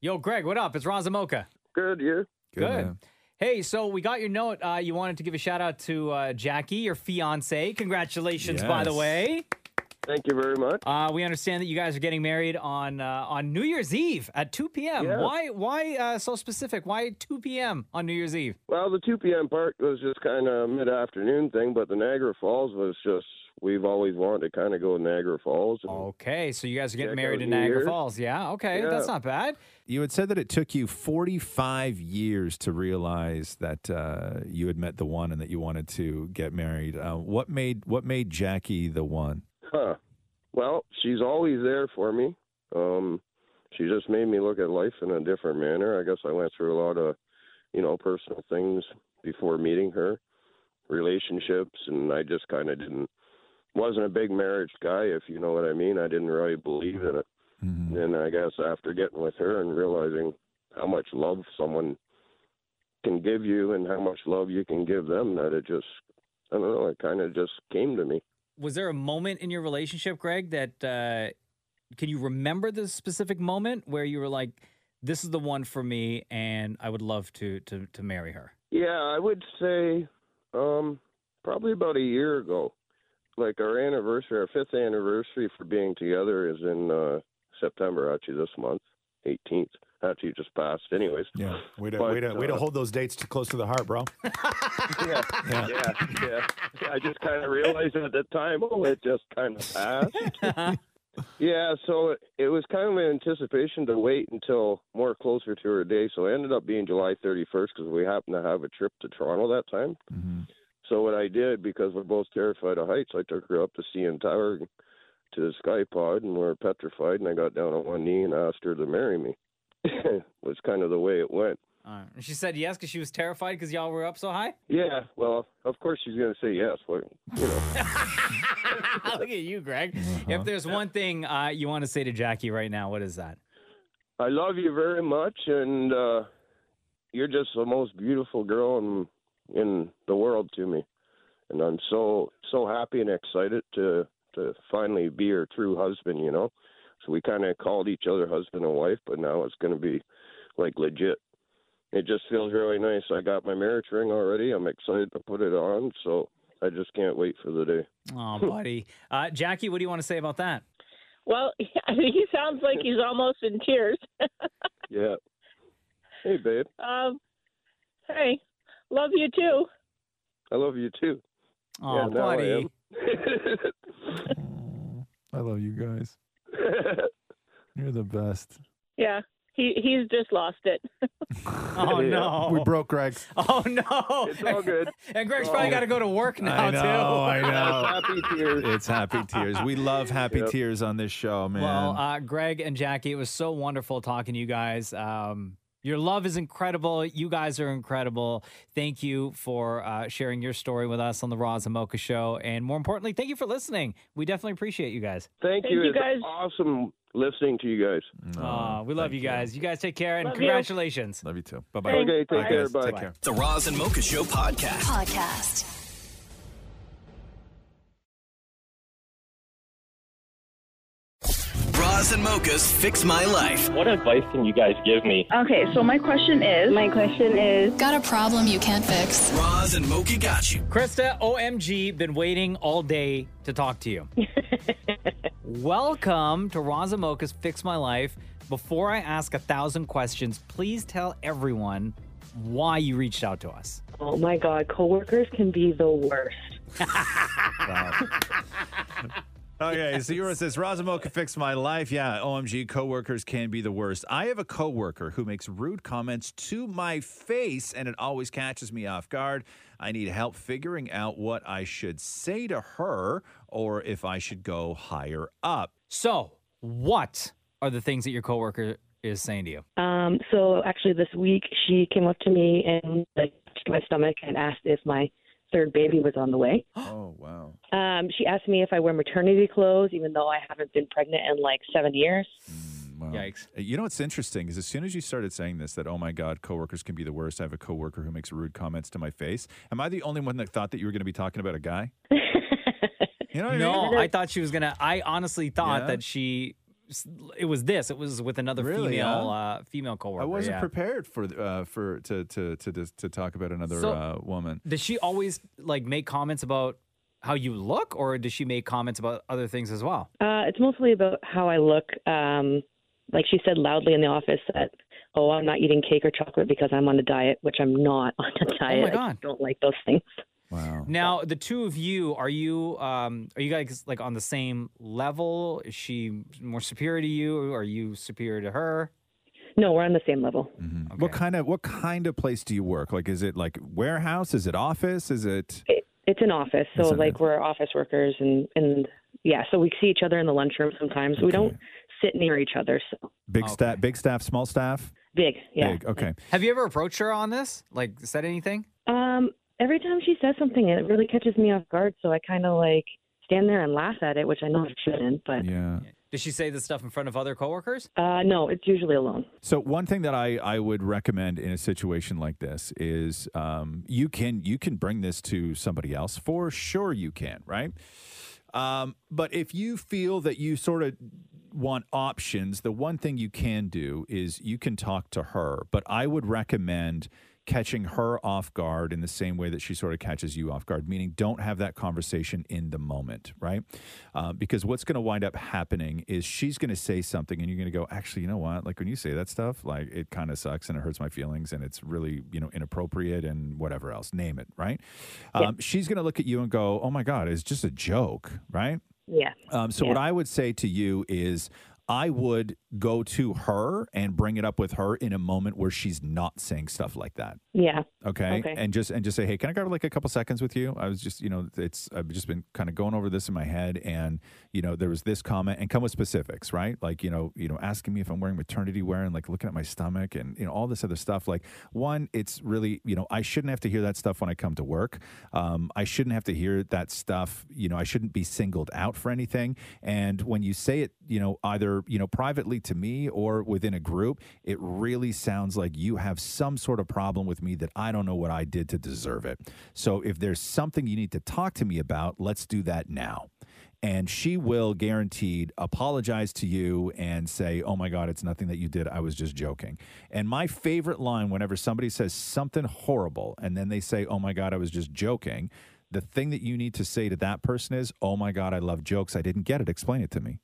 Speaker 4: Yo, Greg, what up? It's Ron Zamoka.
Speaker 17: Good, you?
Speaker 4: Good. Hey, so we got your note. Uh, you wanted to give a shout out to uh, Jackie, your fiance. Congratulations, by the
Speaker 17: Yes.
Speaker 4: way.
Speaker 17: Thank you very much.
Speaker 4: Uh, we understand that you guys are getting married on uh, on New Year's Eve at 2 p.m.
Speaker 17: Yeah.
Speaker 4: Why why uh, so specific? Why 2 p.m. on New Year's Eve?
Speaker 17: Well, the 2 p.m. part was just kind of mid afternoon thing, but the Niagara Falls was just, we've always wanted to kind of go to Niagara Falls. and-
Speaker 4: Okay, so you guys are getting
Speaker 17: Check
Speaker 4: married
Speaker 17: out
Speaker 4: in
Speaker 17: New
Speaker 4: Niagara
Speaker 17: Year's.
Speaker 4: Falls. Yeah, okay, that's
Speaker 17: Yeah.
Speaker 4: not bad.
Speaker 5: You had said that it took you 45 years to realize that uh, you had met the one and that you wanted to get married. Uh, what made what made Jackie the one?
Speaker 17: Huh. Well, she's always there for me. Um, she just made me look at life in a different manner. I guess I went through a lot of, you know, personal things before meeting her, relationships, and I just kind of didn't wasn't a big marriage guy, if you know what I mean. I didn't really believe in it. Then I guess after getting with her and realizing how much love someone can give you and how much love you can give them, that it just I don't know, it kind of just came to me.
Speaker 4: Was there a moment in your relationship, Greg, that uh, can you remember the specific moment where you were like, "This is the one for me, and I would love to to to marry her."
Speaker 17: Yeah, I would say um, probably about a year ago. Like our anniversary, our fifth anniversary for being together is in uh, September, actually this month, 18th. Actually, just passed, anyways.
Speaker 18: Yeah, way to,
Speaker 17: But,
Speaker 18: way, to, way
Speaker 17: uh,
Speaker 18: to hold those dates too close to the heart, bro.
Speaker 17: Yeah, yeah, yeah. I just kind of realized at the time, oh, it just kind of passed. yeah, so it, it was kind of an anticipation to wait until more closer to her day. So it ended up being July 31st because we happened to have a trip to Toronto that time. So what I did, because we're both terrified of heights, I took her up to CN Tower to the sky pod, and we were petrified. And I got down on one knee and asked her to marry me. was kind of the way it went.
Speaker 4: Uh, she said yes because she was terrified because y'all were up so high.
Speaker 17: Yeah, well, of course she's going to say yes. What, you know.
Speaker 4: Look at you, Greg. If there's one thing uh, you want to say to Jackie right now, what is that?
Speaker 17: I love you very much, and uh, you're just the most beautiful girl in in the world to me. And I'm so so happy and excited to to finally be her true husband. You know, so we kind of called each other husband and wife, but now it's going to be like legit. It just feels really nice. I got my marriage ring already. I'm excited to put it on, so I just can't wait for the day.
Speaker 4: Oh, buddy. Uh, Jackie, what do you want to say about that?
Speaker 16: Well, he sounds like he's almost in tears.
Speaker 17: Yeah. Hey, babe.
Speaker 16: Um, hey, love you too.
Speaker 17: I love you too.
Speaker 4: Oh,
Speaker 17: Yeah, now I
Speaker 4: buddy.
Speaker 17: am.
Speaker 18: I love you guys. You're the best.
Speaker 16: Yeah, he he's just lost it.
Speaker 4: Oh, no.
Speaker 18: We broke Greg.
Speaker 4: Oh, no. It's all good. and Greg's probably got to go to work now,
Speaker 5: I know,
Speaker 4: too.
Speaker 5: I know.
Speaker 17: happy tears.
Speaker 5: It's happy tears. We love happy tears on this show, man.
Speaker 4: Well, uh, Greg and Jackie, it was so wonderful talking to you guys. Um, your love is incredible. You guys are incredible. Thank you for uh, sharing your story with us on the Roz and Mocha Show. And more importantly, thank you for listening. We definitely appreciate you guys.
Speaker 17: Thank, you. It's awesome listening to you guys.
Speaker 4: Aw, Uh, we love you guys. You. guys take care and
Speaker 17: Love you.
Speaker 4: congratulations.
Speaker 5: Love you too.
Speaker 4: Bye-bye.
Speaker 17: Okay, take
Speaker 4: Bye,
Speaker 17: care.
Speaker 4: guys.
Speaker 17: Bye.
Speaker 4: Take care.
Speaker 1: The Roz and Mocha Show podcast.
Speaker 12: Podcast.
Speaker 1: Roz and Mocha's Fix My Life.
Speaker 19: What advice can you guys give me?
Speaker 12: Okay, so my question is. My question is. Got a problem you can't fix?
Speaker 1: Roz and Mocha got you.
Speaker 4: Krista, OMG, been waiting all day to talk to you. Welcome to Raza Mocha's Fix My Life. Before I ask a thousand questions, please tell everyone why you reached out to us.
Speaker 20: Oh my God, coworkers can be the worst.
Speaker 5: Okay, so yours says Rosamo can fix my life. Yeah, OMG, coworkers can be the worst. I have a coworker who makes rude comments to my face, and it always catches me off guard. I need help figuring out what I should say to her, or if I should go higher up.
Speaker 4: So, what are the things that your coworker is saying to you?
Speaker 20: Um, so actually, this week she came up to me and like touched my stomach and asked if my third baby was on the way.
Speaker 5: Oh, wow.
Speaker 20: Um, she asked me if I wear maternity clothes, even though I haven't been pregnant in like seven years.
Speaker 5: Yikes. Uh, You know what's interesting is as soon as you started saying this, that, oh my God, coworkers can be the worst. I have a coworker who makes rude comments to my face. Am I the only one that thought that you were going to be talking about a guy? You know what I
Speaker 4: no,
Speaker 5: mean?
Speaker 4: I thought she was gonna. I honestly thought
Speaker 5: Oh, Yeah.
Speaker 4: that she it was this. It was with another
Speaker 5: Really,
Speaker 4: female
Speaker 5: huh?
Speaker 4: uh, female coworker.
Speaker 5: I wasn't
Speaker 4: yeah.
Speaker 5: prepared for uh, for to to to dis- to talk about another
Speaker 4: So-
Speaker 5: uh, woman.
Speaker 4: Does she always like make comments about how you look, or does she make comments about other things as well?
Speaker 20: Uh, it's mostly about how I look. Um, like she said loudly in the office that, oh, I'm not eating cake or chocolate because I'm on a diet, which I'm not on a diet. I
Speaker 4: Oh God.
Speaker 20: don't like those things.
Speaker 4: Now, the two of you are you um, are you guys like on the same level? Is she more superior to you, or are you superior to her?
Speaker 20: No, we're on the same level.
Speaker 5: What kind of what kind of place do you work? Like, is it like warehouse? Is it office? Is it?
Speaker 20: It's an office, so
Speaker 5: It's an-
Speaker 20: like we're office workers, and and yeah, so we see each other in the lunchroom sometimes. We don't sit near each other. So
Speaker 5: Big staff, big staff, small staff.
Speaker 20: big, yeah.
Speaker 5: Big. Okay.
Speaker 4: Have you ever approached her on this? Like, said anything?
Speaker 20: Um, every time she says something, it really catches me off guard. So I kind of like stand there and laugh at it, which I know I shouldn't, but
Speaker 5: yeah.
Speaker 4: Does she say this stuff in front of other coworkers?
Speaker 20: Uh, no, it's usually alone.
Speaker 5: So one thing that I, I would recommend in a situation like this is um, you can you can bring this to somebody else for sure you can right, um, but if you feel that you sort of want options, the one thing you can do is you can talk to her. But I would recommend catching her off guard in the same way that she sort of catches you off guard, meaning don't have that conversation in the moment, right? Uh, because what's going to wind up happening is she's going to say something and you're going to go, actually, you know what? Like when you say that stuff, like it kind of sucks and it hurts my feelings and it's really, you know, inappropriate and whatever else, name it, right? Um, She's going to look at you and go, oh my God, it's just a joke, right?
Speaker 20: Yeah.
Speaker 5: Um, so what I would say to you is, I would go to her and bring it up with her in a moment where she's not saying stuff like that.
Speaker 20: Yeah.
Speaker 5: Okay?
Speaker 20: Okay.
Speaker 5: and just and just say, hey, can I grab like a couple seconds with you? I was just, you know, it's I've just been kind of going over this in my head, and you know, there was this comment, and come with specifics, right? Like, you know, you know, asking me if I'm wearing maternity wear and like looking at my stomach and you know all this other stuff. Like, one, it's really, you know, I shouldn't have to hear that stuff when I come to work. Um, I shouldn't have to hear that stuff. You know, I shouldn't be singled out for anything. And when you say it, you know, either you know privately to me or within a group, it really sounds like you have some sort of problem with me that I don't know what I did to deserve it. So if there's something you need to talk to me about, let's do that now. And she will guaranteed apologize to you and say, Oh my God, it's nothing that you did. I was just joking. And my favorite line whenever somebody says something horrible and then they say, Oh my God, I was just joking, the thing that you need to say to that person is, Oh my God, I love jokes. I didn't get it. Explain it to me.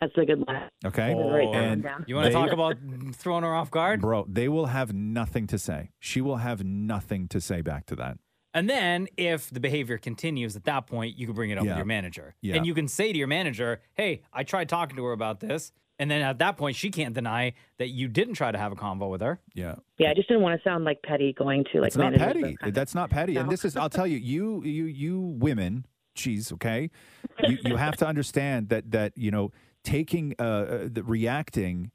Speaker 20: That's a good laugh.
Speaker 5: Okay.
Speaker 4: Or-
Speaker 5: And
Speaker 4: you want to
Speaker 5: they-
Speaker 4: talk about throwing her off guard?
Speaker 5: Bro, they will have nothing to say. She will have nothing to say back to that.
Speaker 4: And then if the behavior continues at that point, you can bring it up
Speaker 5: Yeah.
Speaker 4: with your manager.
Speaker 5: Yeah.
Speaker 4: And you can say to your manager, hey, I tried talking to her about this. And then at that point, she can't deny that you didn't try to have a convo with her.
Speaker 5: Yeah.
Speaker 20: Yeah, I just didn't want to sound like petty going to like
Speaker 5: it's not
Speaker 20: managers,
Speaker 5: petty. That's not petty. And this is I'll tell you, you you you women, geez, okay? You you have to understand that that, you know, taking uh, uh the reacting,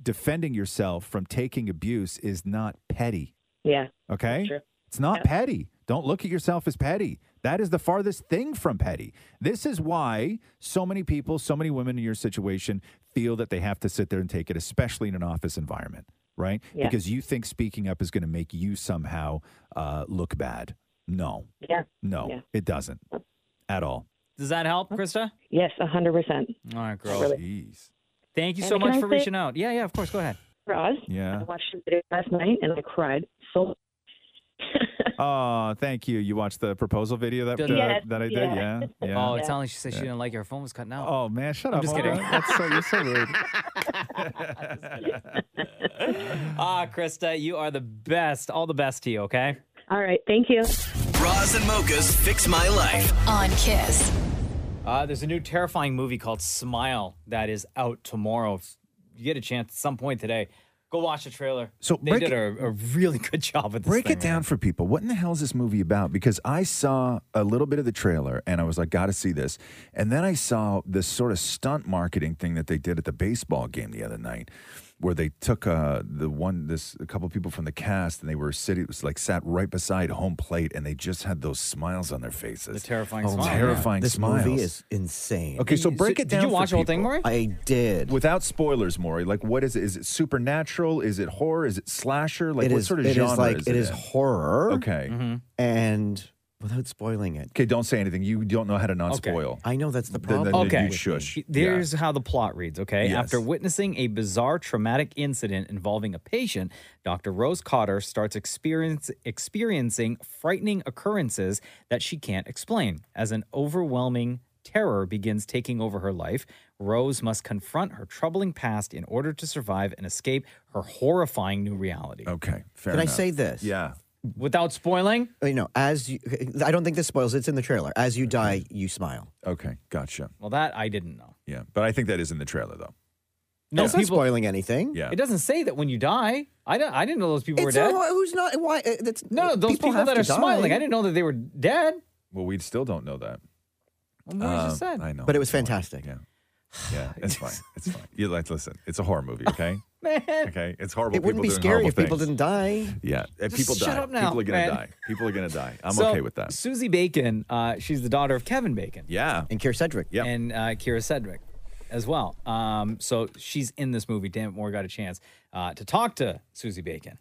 Speaker 5: defending yourself from taking abuse is not petty.
Speaker 20: but- Yeah.
Speaker 5: Okay? It's not petty. Don't look at yourself as petty. That is the farthest thing from petty. This is why so many people, so many women in your situation feel that they have to sit there and take it, especially in an office environment, right?
Speaker 20: Yeah.
Speaker 5: Because you think speaking up is going to make you somehow uh, look bad. No,
Speaker 20: Yeah.
Speaker 5: no,
Speaker 20: Yeah.
Speaker 5: it doesn't at all.
Speaker 4: Does that help, Krista?
Speaker 20: Yes, hundred percent.
Speaker 4: All right, girl.
Speaker 5: Jeez.
Speaker 4: Thank you
Speaker 20: And
Speaker 4: so
Speaker 20: can
Speaker 4: much
Speaker 20: I
Speaker 4: for
Speaker 20: say-
Speaker 4: reaching out. Yeah, yeah, of course. Go ahead.
Speaker 20: Roz,
Speaker 5: Yeah.
Speaker 20: I watched the video last night and I cried so.
Speaker 5: oh, thank you. You watched the proposal video that
Speaker 4: Did-
Speaker 5: uh,
Speaker 4: Yes,
Speaker 5: that I did.
Speaker 4: yeah.
Speaker 5: Yeah. yeah.
Speaker 4: Oh, it sounded like she said she didn't like it. Her phone was cutting out.
Speaker 5: Oh man, shut
Speaker 4: I'm
Speaker 5: up.
Speaker 4: just
Speaker 5: Hold
Speaker 4: kidding.
Speaker 5: on. That's so, you're so rude.
Speaker 4: ah, Krista, you are the best. All the best to you, okay?
Speaker 20: All right, thank you.
Speaker 1: Roz and Mocha's Fix My Life.
Speaker 12: On Kiss.
Speaker 4: Uh, there's a new terrifying movie called Smile that is out tomorrow. If you get a chance at some point today, go watch the trailer.
Speaker 10: So
Speaker 4: they
Speaker 10: break
Speaker 4: did
Speaker 10: it-
Speaker 4: a, a really good job with this.
Speaker 10: Break
Speaker 4: thing,
Speaker 10: it down for people. What in the hell is this movie about? Because I saw a little bit of the trailer and I was like, gotta see this. And then I saw this sort of stunt marketing thing that they did at the baseball game the other night. Where they took uh, the one, this a couple people from the cast, and they were sitting, it was like sat right beside home plate, and they just had those smiles on their faces. The
Speaker 4: terrifying
Speaker 10: oh, Terrifying
Speaker 15: this
Speaker 10: smiles.
Speaker 15: movie is insane.
Speaker 10: Okay, so break it down. for people.
Speaker 15: I did.
Speaker 10: Without spoilers, Maury. Like, what is it? Is it supernatural? Is it horror? Is it slasher? Like,
Speaker 15: It
Speaker 10: what
Speaker 15: is-
Speaker 10: sort of
Speaker 15: it is
Speaker 10: genre
Speaker 15: like-
Speaker 10: is
Speaker 15: it
Speaker 10: it?
Speaker 5: Mm-hmm.
Speaker 15: is
Speaker 10: in?
Speaker 15: horror.
Speaker 10: Okay.
Speaker 15: and
Speaker 21: without spoiling it.
Speaker 5: Okay, don't say anything. You don't know how to non-spoil.
Speaker 21: I know that's the
Speaker 5: Then-
Speaker 21: problem.
Speaker 5: then
Speaker 4: Okay.
Speaker 5: you shush. Yeah.
Speaker 4: There's how the plot reads, okay?
Speaker 5: Yes.
Speaker 4: After witnessing a bizarre traumatic incident involving a patient, Dr. Rose Cotter starts experience, experiencing frightening occurrences that she can't explain. As an overwhelming terror begins taking over her life, Rose must confront her troubling past in order to survive and escape her horrifying new reality.
Speaker 5: Okay, fair
Speaker 21: Can I say this?
Speaker 5: Yeah.
Speaker 4: Without spoiling?
Speaker 15: Oh,
Speaker 21: You know, as you, I don't think this spoils. It's in the trailer. As you die, you smile.
Speaker 5: Okay, gotcha.
Speaker 4: Well, that I didn't know.
Speaker 5: Yeah, but I think that is in the trailer though.
Speaker 4: No,
Speaker 21: it's
Speaker 4: people-
Speaker 21: not spoiling anything.
Speaker 5: Yeah.
Speaker 4: It doesn't say that when you die. I, don't, I didn't know those people
Speaker 21: It's
Speaker 4: were
Speaker 21: a-
Speaker 4: dead.
Speaker 21: who's not? Why? uh, That's,
Speaker 4: no, those people,
Speaker 21: have
Speaker 4: that
Speaker 21: to
Speaker 4: are smiling.
Speaker 21: die.
Speaker 4: I didn't know that they were dead.
Speaker 5: Well, we still don't know that.
Speaker 4: Well, Maurice just
Speaker 5: Um,
Speaker 4: said.
Speaker 5: I know.
Speaker 21: But it was fantastic.
Speaker 5: Yeah. Yeah, it's fine. It's fine. You like listen. It's a horror movie, okay?
Speaker 4: Man.
Speaker 5: Okay, it's horrible.
Speaker 21: It wouldn't
Speaker 5: people
Speaker 21: be
Speaker 5: doing
Speaker 21: scary
Speaker 5: horrible
Speaker 21: if people
Speaker 5: things.
Speaker 21: didn't die.
Speaker 5: Yeah, and
Speaker 4: Just
Speaker 5: people
Speaker 4: shut
Speaker 5: die.
Speaker 4: up now,
Speaker 5: people are gonna
Speaker 4: man.
Speaker 5: die. People are gonna die. I'm
Speaker 4: So,
Speaker 5: okay with that.
Speaker 4: Susie Bacon, uh, she's the daughter of Kevin Bacon.
Speaker 5: Yeah.
Speaker 21: And Kier Cedric.
Speaker 5: Yeah.
Speaker 4: And uh, Kira Cedric as well. Um, so she's in this movie. Damn it, Moore got a chance uh, to talk to Susie Bacon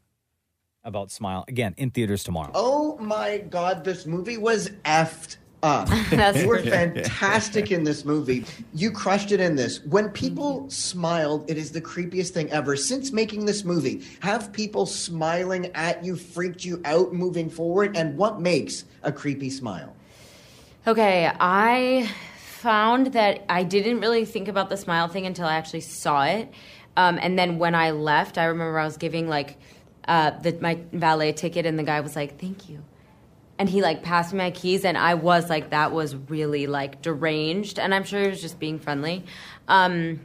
Speaker 4: about Smile again in theaters tomorrow.
Speaker 15: Oh my God, this movie was effed up.
Speaker 4: That's-
Speaker 15: you were fantastic in this movie. You crushed it in this. When people smiled, it is the creepiest thing ever. Since making this movie, have people smiling at you freaked you out moving forward? And what makes a creepy smile?
Speaker 22: Okay, I found that I didn't really think about the smile thing until I actually saw it. Um, and then when I left, I remember I was giving like uh, the, my valet ticket, and the guy was like, "Thank you," and he like passed me my keys, and I was like, "That was really like deranged," and I'm sure he was just being friendly. Um,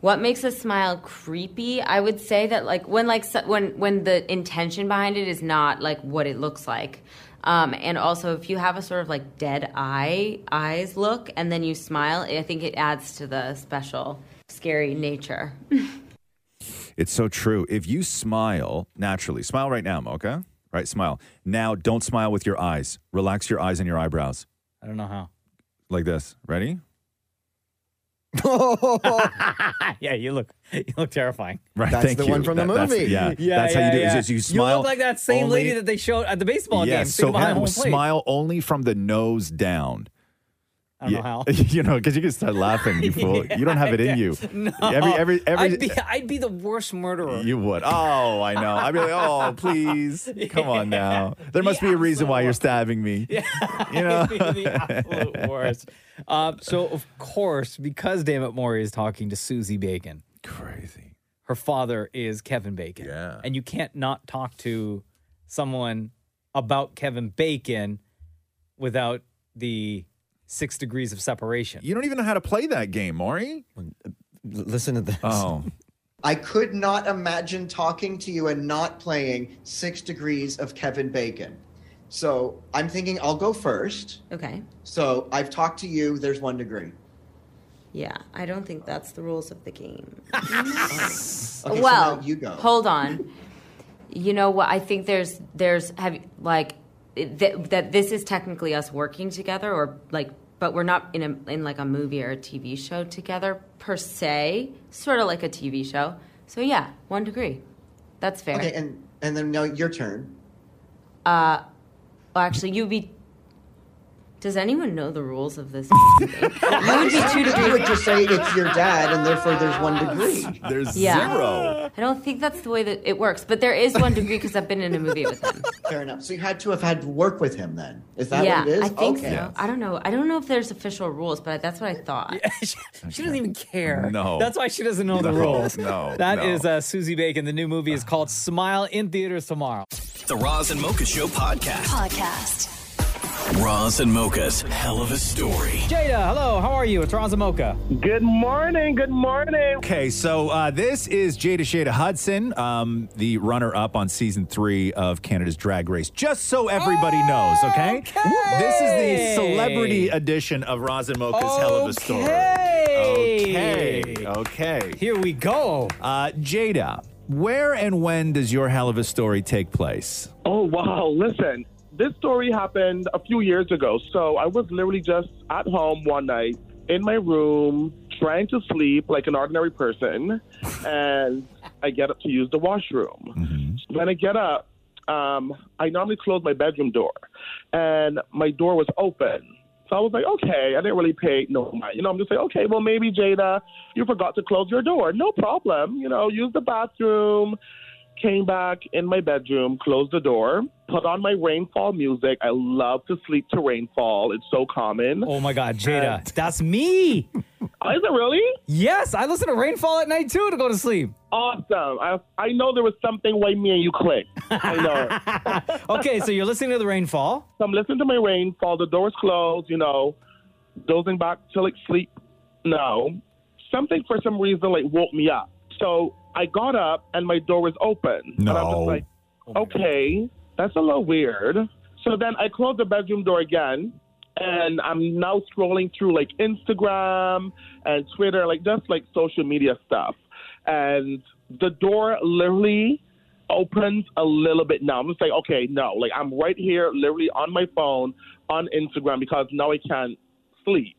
Speaker 22: what makes a smile creepy? I would say that like when like so, when when the intention behind it is not like what it looks like. Um, and also, if you have a sort of like dead eye eyes look, and then you smile, I think it adds to the special scary nature.
Speaker 5: It's so true. If you smile naturally, smile right now, Mocha. Right, smile. Now don't smile with your eyes. Relax your eyes and your eyebrows.
Speaker 4: I don't know how.
Speaker 5: Like this. Ready?
Speaker 4: yeah, you look you look terrifying.
Speaker 5: Right. thank you. That- that's- yeah. That's how you do it. Is just you smile.
Speaker 4: look like that same
Speaker 5: only-
Speaker 4: lady that they showed at the baseball game.
Speaker 5: Yes,
Speaker 4: sitting
Speaker 5: so
Speaker 4: behind
Speaker 5: Adam,
Speaker 4: home plate.
Speaker 5: smile only from the nose down.
Speaker 4: I don't know how.
Speaker 5: you know, because you can start laughing, you fool. you don't have it in you.
Speaker 4: No.
Speaker 5: Every every every
Speaker 4: I'd be, I'd be the worst murderer.
Speaker 5: you would. Oh, I know. I'd be like, oh, please, come on now. There must be a reason why you're stabbing me.
Speaker 4: Yeah,
Speaker 5: You know?
Speaker 4: I'd be the absolute worst. Uh, so of course, because Dammit Maury is talking to Susie Bacon,
Speaker 5: crazy.
Speaker 4: Her father is Kevin Bacon. Yeah, and you can't not talk to someone about Kevin Bacon without the six degrees of separation.
Speaker 5: You don't even know how to play that game, Maury.
Speaker 21: Listen to this.
Speaker 5: Oh,
Speaker 15: I could not imagine talking to you and not playing Six Degrees of Kevin Bacon. So I'm thinking I'll go first.
Speaker 22: Okay.
Speaker 15: So I've talked to you, there's one degree.
Speaker 22: Yeah, I don't think that's the rules of the game.
Speaker 15: Okay, so
Speaker 22: well,
Speaker 15: now you go.
Speaker 22: hold on. You know what? I think there's there's have like it- that that this is technically us working together, or like, but we're not in a in like a movie or a TV show together per se. Sort of like a TV show. So yeah, one degree. That's fair.
Speaker 15: Okay, and and then now your turn.
Speaker 22: Uh, well, actually, you'd be. Does anyone know the rules of this?
Speaker 15: You would, just say it's your dad, and therefore there's one degree.
Speaker 5: There's
Speaker 22: Yeah. I don't think that's the way that it works, but there is one degree because I've been in a movie with him.
Speaker 15: Fair enough. So you had to have had to work with him then. Is that
Speaker 22: yeah,
Speaker 15: what it is?
Speaker 22: I think
Speaker 15: okay.
Speaker 22: so. I don't know. I don't know if there's official rules, but that's what I thought.
Speaker 4: she, doesn't even care.
Speaker 5: No.
Speaker 4: That's why she doesn't know the
Speaker 5: No,
Speaker 4: rules.
Speaker 5: no,
Speaker 4: That
Speaker 5: no.
Speaker 4: is uh, Susie Bacon. The new movie is called Smile in theaters tomorrow.
Speaker 1: The Roz and Mocha Show podcast.
Speaker 10: Podcast.
Speaker 1: Roz and Mocha's hell of a story.
Speaker 4: Jada, hello. How are you? It's Roz and Mocha.
Speaker 23: Good morning. Good morning.
Speaker 5: Okay, so uh, this is Jada Shada Hudson, um, the runner-up on season three of Canada's Drag Race. Just so everybody knows, okay? This is the celebrity edition of Roz and Mocha's Hell of a Story. Okay. Okay.
Speaker 4: Here we go.
Speaker 5: Uh, Jada, where and when does your Hell of a Story take place?
Speaker 23: Oh, wow. Listen, this story happened a few years ago. So I was literally just at home one night in my room trying to sleep like an ordinary person. and I get up to use the washroom. When I get up, um, I normally close my bedroom door. and my door was open. So I was like, okay, I didn't really pay no mind. You know, I'm just like, okay, well, maybe Jada, you forgot to close your door. No problem. You know, use the bathroom. Came back in my bedroom, closed the door, put on my rainfall music. I love to sleep to rainfall. It's so common.
Speaker 4: Oh my God, Jada, that's me. Is
Speaker 23: Oh, it really?
Speaker 4: Yes, I listen to Rainfall at night too to go to sleep.
Speaker 23: Awesome. I, I know there was something why me and you clicked. I know.
Speaker 4: okay, so you're listening to the rainfall.
Speaker 23: So I'm listening to my rainfall. The door's closed, you know, dozing back to like sleep. No. Something for some reason like woke me up. So I got up and my door was open.
Speaker 5: No.
Speaker 23: And I was like, okay, that's a little weird. So then I closed the bedroom door again. And I'm now scrolling through like Instagram and Twitter, like just like social media stuff. And the door literally opens a little bit now. I'm just like, okay, no, like I'm right here, literally on my phone, on Instagram because now I can't sleep.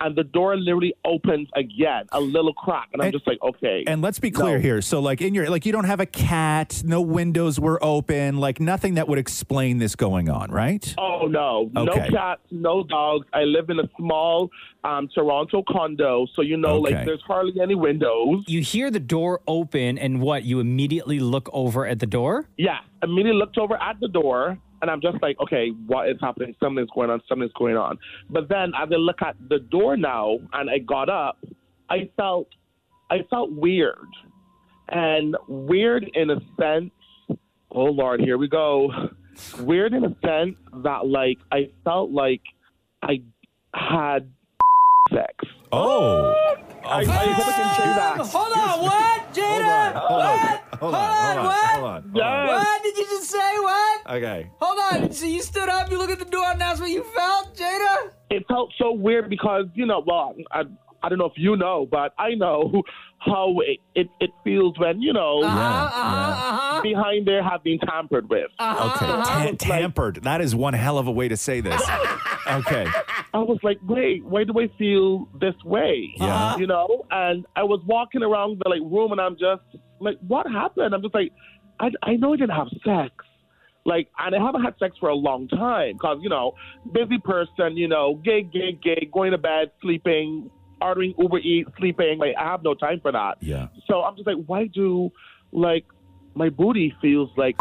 Speaker 23: And the door literally opens again, a little crack, and I'm just like, okay.
Speaker 5: And let's be clear here. So, like in your like, you don't have a cat. No windows were open. Like nothing that would explain this going on, right?
Speaker 23: Oh no,
Speaker 5: Okay.
Speaker 23: no cats, no dogs. I live in a small um, Toronto condo, so you know,
Speaker 4: Okay.
Speaker 23: like there's hardly any windows.
Speaker 4: You hear the door open, and what? You immediately look over at the door.
Speaker 23: Yeah, immediately looked over at the door, and I'm just like, okay, what is happening? Something's going on. Something's going on. But then as I look at the door now, and I got up, I felt, I felt weird, and weird in a sense. Oh Lord, here we go. Weird in a sense that like I felt like I had sex.
Speaker 5: Oh.
Speaker 23: I, I hope I can say that.
Speaker 4: Hold on, what, Jada? what?
Speaker 5: Hold
Speaker 4: on, what?
Speaker 23: Yes.
Speaker 4: What did you just say? What?
Speaker 5: Okay.
Speaker 4: Hold on. So you stood up, you look at the door, and that's what you felt, Jada?
Speaker 23: it felt so weird because you know well i i don't know if you know but i know how it it, it feels when you know
Speaker 5: uh-huh,
Speaker 23: Uh-huh, behind there have been tampered with
Speaker 5: Okay. Tam- tampered. That is one hell of a way to say this. okay.
Speaker 23: i was like wait why do i feel this way
Speaker 5: Yeah.
Speaker 23: you know and i was walking around the like room and i'm just like what happened i'm just like i i know i didn't have sex like and I haven't had sex for a long time because you know busy person you know gig gig gig going to bed sleeping ordering Uber Eats sleeping like I have no time for that
Speaker 5: yeah
Speaker 23: so I'm just like why do like my booty feels like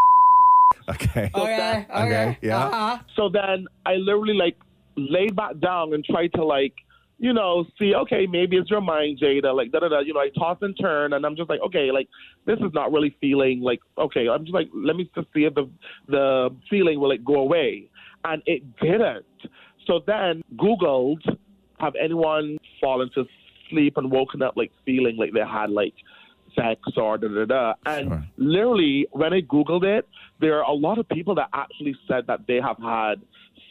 Speaker 5: okay
Speaker 23: okay
Speaker 5: okay, yeah. Uh-huh.
Speaker 23: so then I literally like laid back down and tried to like you know see okay maybe it's your mind Jada like da da da you know I toss and turn and I'm just like okay like this is not really feeling like okay I'm just like let me just see if the the feeling will like go away and it didn't so then Googled have anyone fallen to sleep and woken up like feeling like they had like sex or da da da. And literally, when I Googled it, there are a lot of people that actually said that they have had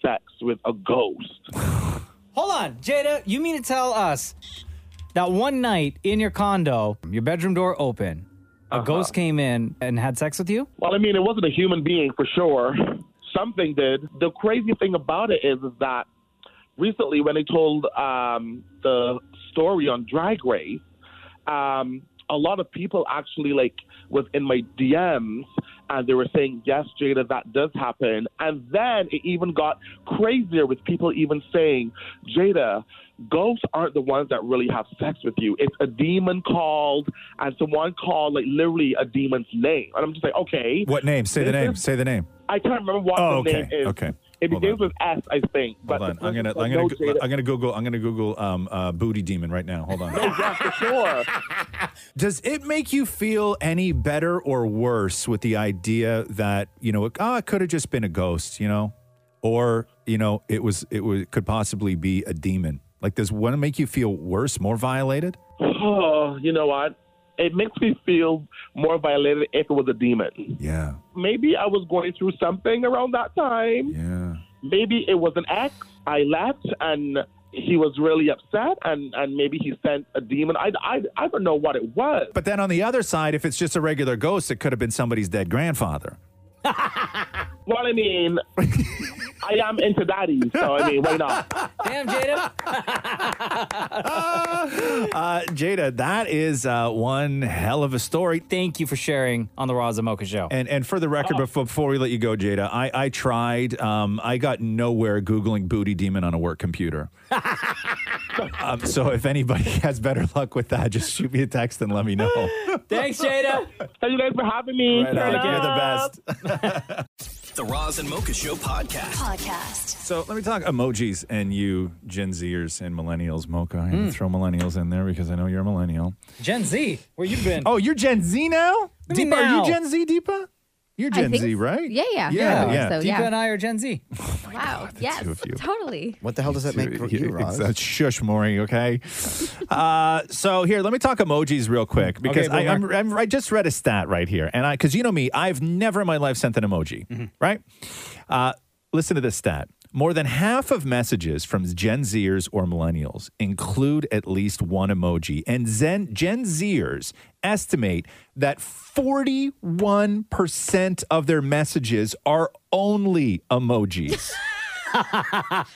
Speaker 23: sex with a ghost.
Speaker 4: Hold on, Jada. You mean to tell us that one night in your condo, your bedroom door open, a
Speaker 23: Uh-huh.
Speaker 4: ghost came in and had sex with you?
Speaker 23: Well, I mean, it wasn't a human being for sure. Something did. The crazy thing about it is, is that recently when they told um, the story on Drag Race, um, a lot of people actually like was in my DMs and they were saying, yes, Jada, that does happen. And then it even got crazier with people even saying, Jada, ghosts aren't the ones that really have sex with you. It's a demon called, and someone called like literally a demon's name. And I'm just like, okay.
Speaker 5: What name? Say the
Speaker 23: this
Speaker 5: name.
Speaker 23: is-
Speaker 5: Say the name.
Speaker 23: I can't remember what
Speaker 5: Oh,
Speaker 23: the
Speaker 5: okay,
Speaker 23: name is.
Speaker 5: okay.
Speaker 23: It
Speaker 5: Hold
Speaker 23: begins with S, I think. But
Speaker 5: Hold on.
Speaker 23: the
Speaker 5: I'm gonna
Speaker 23: person
Speaker 5: I'm
Speaker 23: said,
Speaker 5: gonna
Speaker 23: no,
Speaker 5: go,
Speaker 23: Jada.
Speaker 5: I'm gonna Google I'm gonna Google um uh, booty demon right now. Hold on.
Speaker 23: Yeah, for sure.
Speaker 5: Does it make you feel any better or worse with the idea that you know oh it could have just been a ghost you know, or you know it was it was could possibly be a demon? Like does one make you feel worse, more violated?
Speaker 23: Oh, you know what? It makes me feel more violated if it was a demon.
Speaker 5: Yeah.
Speaker 23: Maybe I was going through something around that time.
Speaker 5: Yeah.
Speaker 23: Maybe it was an ex. I left and he was really upset and, and maybe he sent a demon. I, I, I don't know what it was.
Speaker 5: But then on the other side, if it's just a regular ghost, it could have been somebody's dead grandfather.
Speaker 23: Well, I mean, I am into daddies, so I mean, why not?
Speaker 4: Damn, Jada.
Speaker 5: Uh, Jada, that is uh, one hell of a story.
Speaker 4: Thank you for sharing on the Raza Mocha Show.
Speaker 5: And and for the record, before, before we let you go, Jada, I, I tried. Um, I got nowhere Googling booty demon on a work computer. um, so if anybody has better luck with that, just shoot me a text and let me know.
Speaker 4: Thanks, Jada.
Speaker 23: Thank you guys for having me.
Speaker 5: Right on. You're the best.
Speaker 1: The Roz and Mocha Show podcast. Podcast.
Speaker 5: So let me talk emojis and you Gen Zers and millennials, Mocha. I had to
Speaker 4: Mm.
Speaker 5: throw millennials in there because I know you're a millennial.
Speaker 4: Gen Z, where you been?
Speaker 5: Oh, you're Gen Z now? Deepa, are
Speaker 4: now.
Speaker 5: you Gen Z, Deepa? You're
Speaker 4: I
Speaker 5: Gen
Speaker 4: think
Speaker 5: Z,
Speaker 4: so.
Speaker 5: right?
Speaker 4: Yeah,
Speaker 5: Yeah, Oh
Speaker 4: yeah. Yeah, I
Speaker 5: yeah.
Speaker 4: think so, Deepa yeah. and I are Gen Z.
Speaker 24: wow. yes. Totally.
Speaker 5: What the hell does that make for you,
Speaker 24: Roz?
Speaker 5: uh, shush, Maury, okay? uh, so here, let me talk emojis real quick because
Speaker 18: Okay,
Speaker 5: I, I'm, I'm, I just read a stat right here. And I, because you know me, I've never in my life sent an emoji, right? Uh, listen to this stat. More than half of messages from Gen Zers or millennials include at least one emoji. And Zen, Gen Zers estimate that 41% of their messages are only emojis.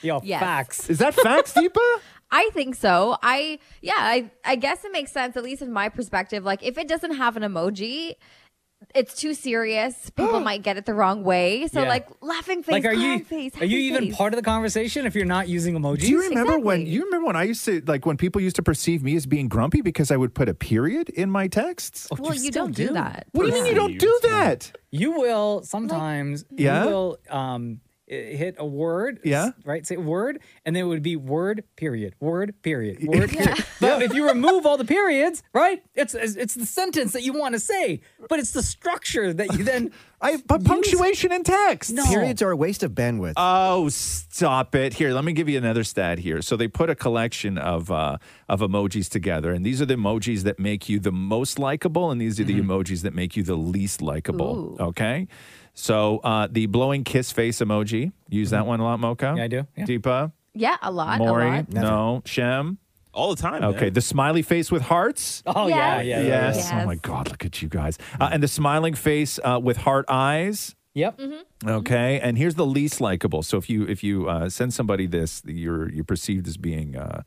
Speaker 4: Yo,
Speaker 24: Yes.
Speaker 4: facts.
Speaker 5: Is that facts, Deepa?
Speaker 24: I think so. I yeah, I I guess it makes sense at least in my perspective. Like if it doesn't have an emoji, it's too serious. People might get it the wrong way. So
Speaker 4: Yeah.
Speaker 24: like laughing face,
Speaker 4: Like, are
Speaker 24: clown
Speaker 4: you
Speaker 24: face,
Speaker 4: are you
Speaker 24: happy
Speaker 4: even
Speaker 24: face.
Speaker 4: part of the conversation if you're not using emojis?
Speaker 5: Do you remember when you remember when I used to like when people used to perceive me as being grumpy because I would put a period in my texts?
Speaker 24: well, you, don't do, that.
Speaker 5: What do you mean you don't do that?
Speaker 4: You will sometimes.
Speaker 5: Yeah?
Speaker 4: You will um, i- hit a word.
Speaker 5: Yeah?
Speaker 4: s- Right. Say word, and then it would be word period, word period, word. Period. But if you remove all the periods, right, it's it's it's the sentence that you want to say, but it's the structure that you then.
Speaker 5: I but punctuation in text.
Speaker 4: No.
Speaker 15: Periods are a waste of bandwidth.
Speaker 5: Oh, stop it. Here, let me give you another stat here. So they put a collection of uh, of emojis together, and these are the emojis that make you the most likable, and these are the emojis that make you the least likable. Okay. So uh, the blowing kiss face emoji, use that one a lot, Mocha. Mm-hmm. Yeah, I do. Deepa.
Speaker 24: Yeah, a lot.
Speaker 5: Maury,
Speaker 24: a lot.
Speaker 5: no, Shem. All the time. Okay,
Speaker 18: man.
Speaker 5: the smiley face with hearts.
Speaker 24: Oh, yeah,
Speaker 18: yeah, yeah,
Speaker 5: yes.
Speaker 18: yeah.
Speaker 5: Oh my God, look at you guys. Uh, and the smiling face uh, with heart eyes.
Speaker 4: Yep.
Speaker 24: Mm-hmm.
Speaker 5: Okay, and here's the least likable. So if you if you uh, send somebody this, you're you're perceived as being uh,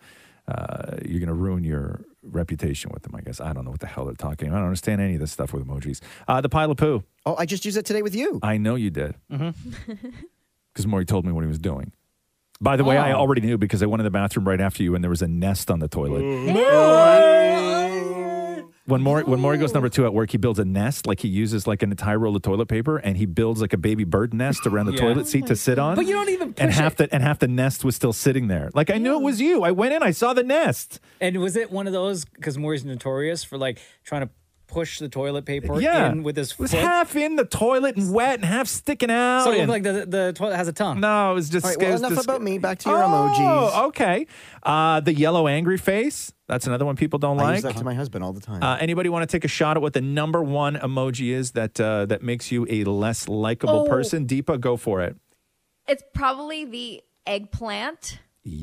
Speaker 5: uh, you're going to ruin your reputation with them. I guess I don't know what the hell they're talking. about. I don't understand any of this stuff with emojis. Uh, the pile of poo.
Speaker 15: Oh, I just used it today with you.
Speaker 5: I know you did because Maury told me what he was doing. By the way, I
Speaker 15: Oh.
Speaker 5: already knew because I went in the bathroom right after you, and there was a nest on the toilet. When Maury, when Maury goes number two at work, he builds a nest, like he uses like an entire roll of toilet paper, and he builds like a baby bird nest around the
Speaker 4: Yeah.
Speaker 5: toilet seat to sit on.
Speaker 4: But you don't even
Speaker 5: and
Speaker 4: push
Speaker 5: half the and half the nest was still sitting there. Like I knew it was you. I went in, I saw the nest.
Speaker 4: And was it one of those? Because Maury's notorious for like trying to push the toilet paper
Speaker 5: Yeah.
Speaker 4: in with his
Speaker 5: It was
Speaker 4: foot.
Speaker 5: half in the toilet and wet and half sticking out.
Speaker 4: so it looked
Speaker 5: and-
Speaker 4: like the, the toilet has a tongue.
Speaker 5: No, it was just.
Speaker 15: All right, well,
Speaker 5: it was
Speaker 15: enough
Speaker 5: just-
Speaker 15: about me. Back to your
Speaker 5: oh,
Speaker 15: emojis.
Speaker 5: okay. Uh, the yellow angry face. That's another one people don't
Speaker 15: I
Speaker 5: like.
Speaker 15: use that to my husband all the time.
Speaker 5: Uh, anybody want to take a shot at what the number one emoji is that uh, that makes you a less likable
Speaker 24: Oh.
Speaker 5: person? Deepa, go for it.
Speaker 24: It's probably the eggplant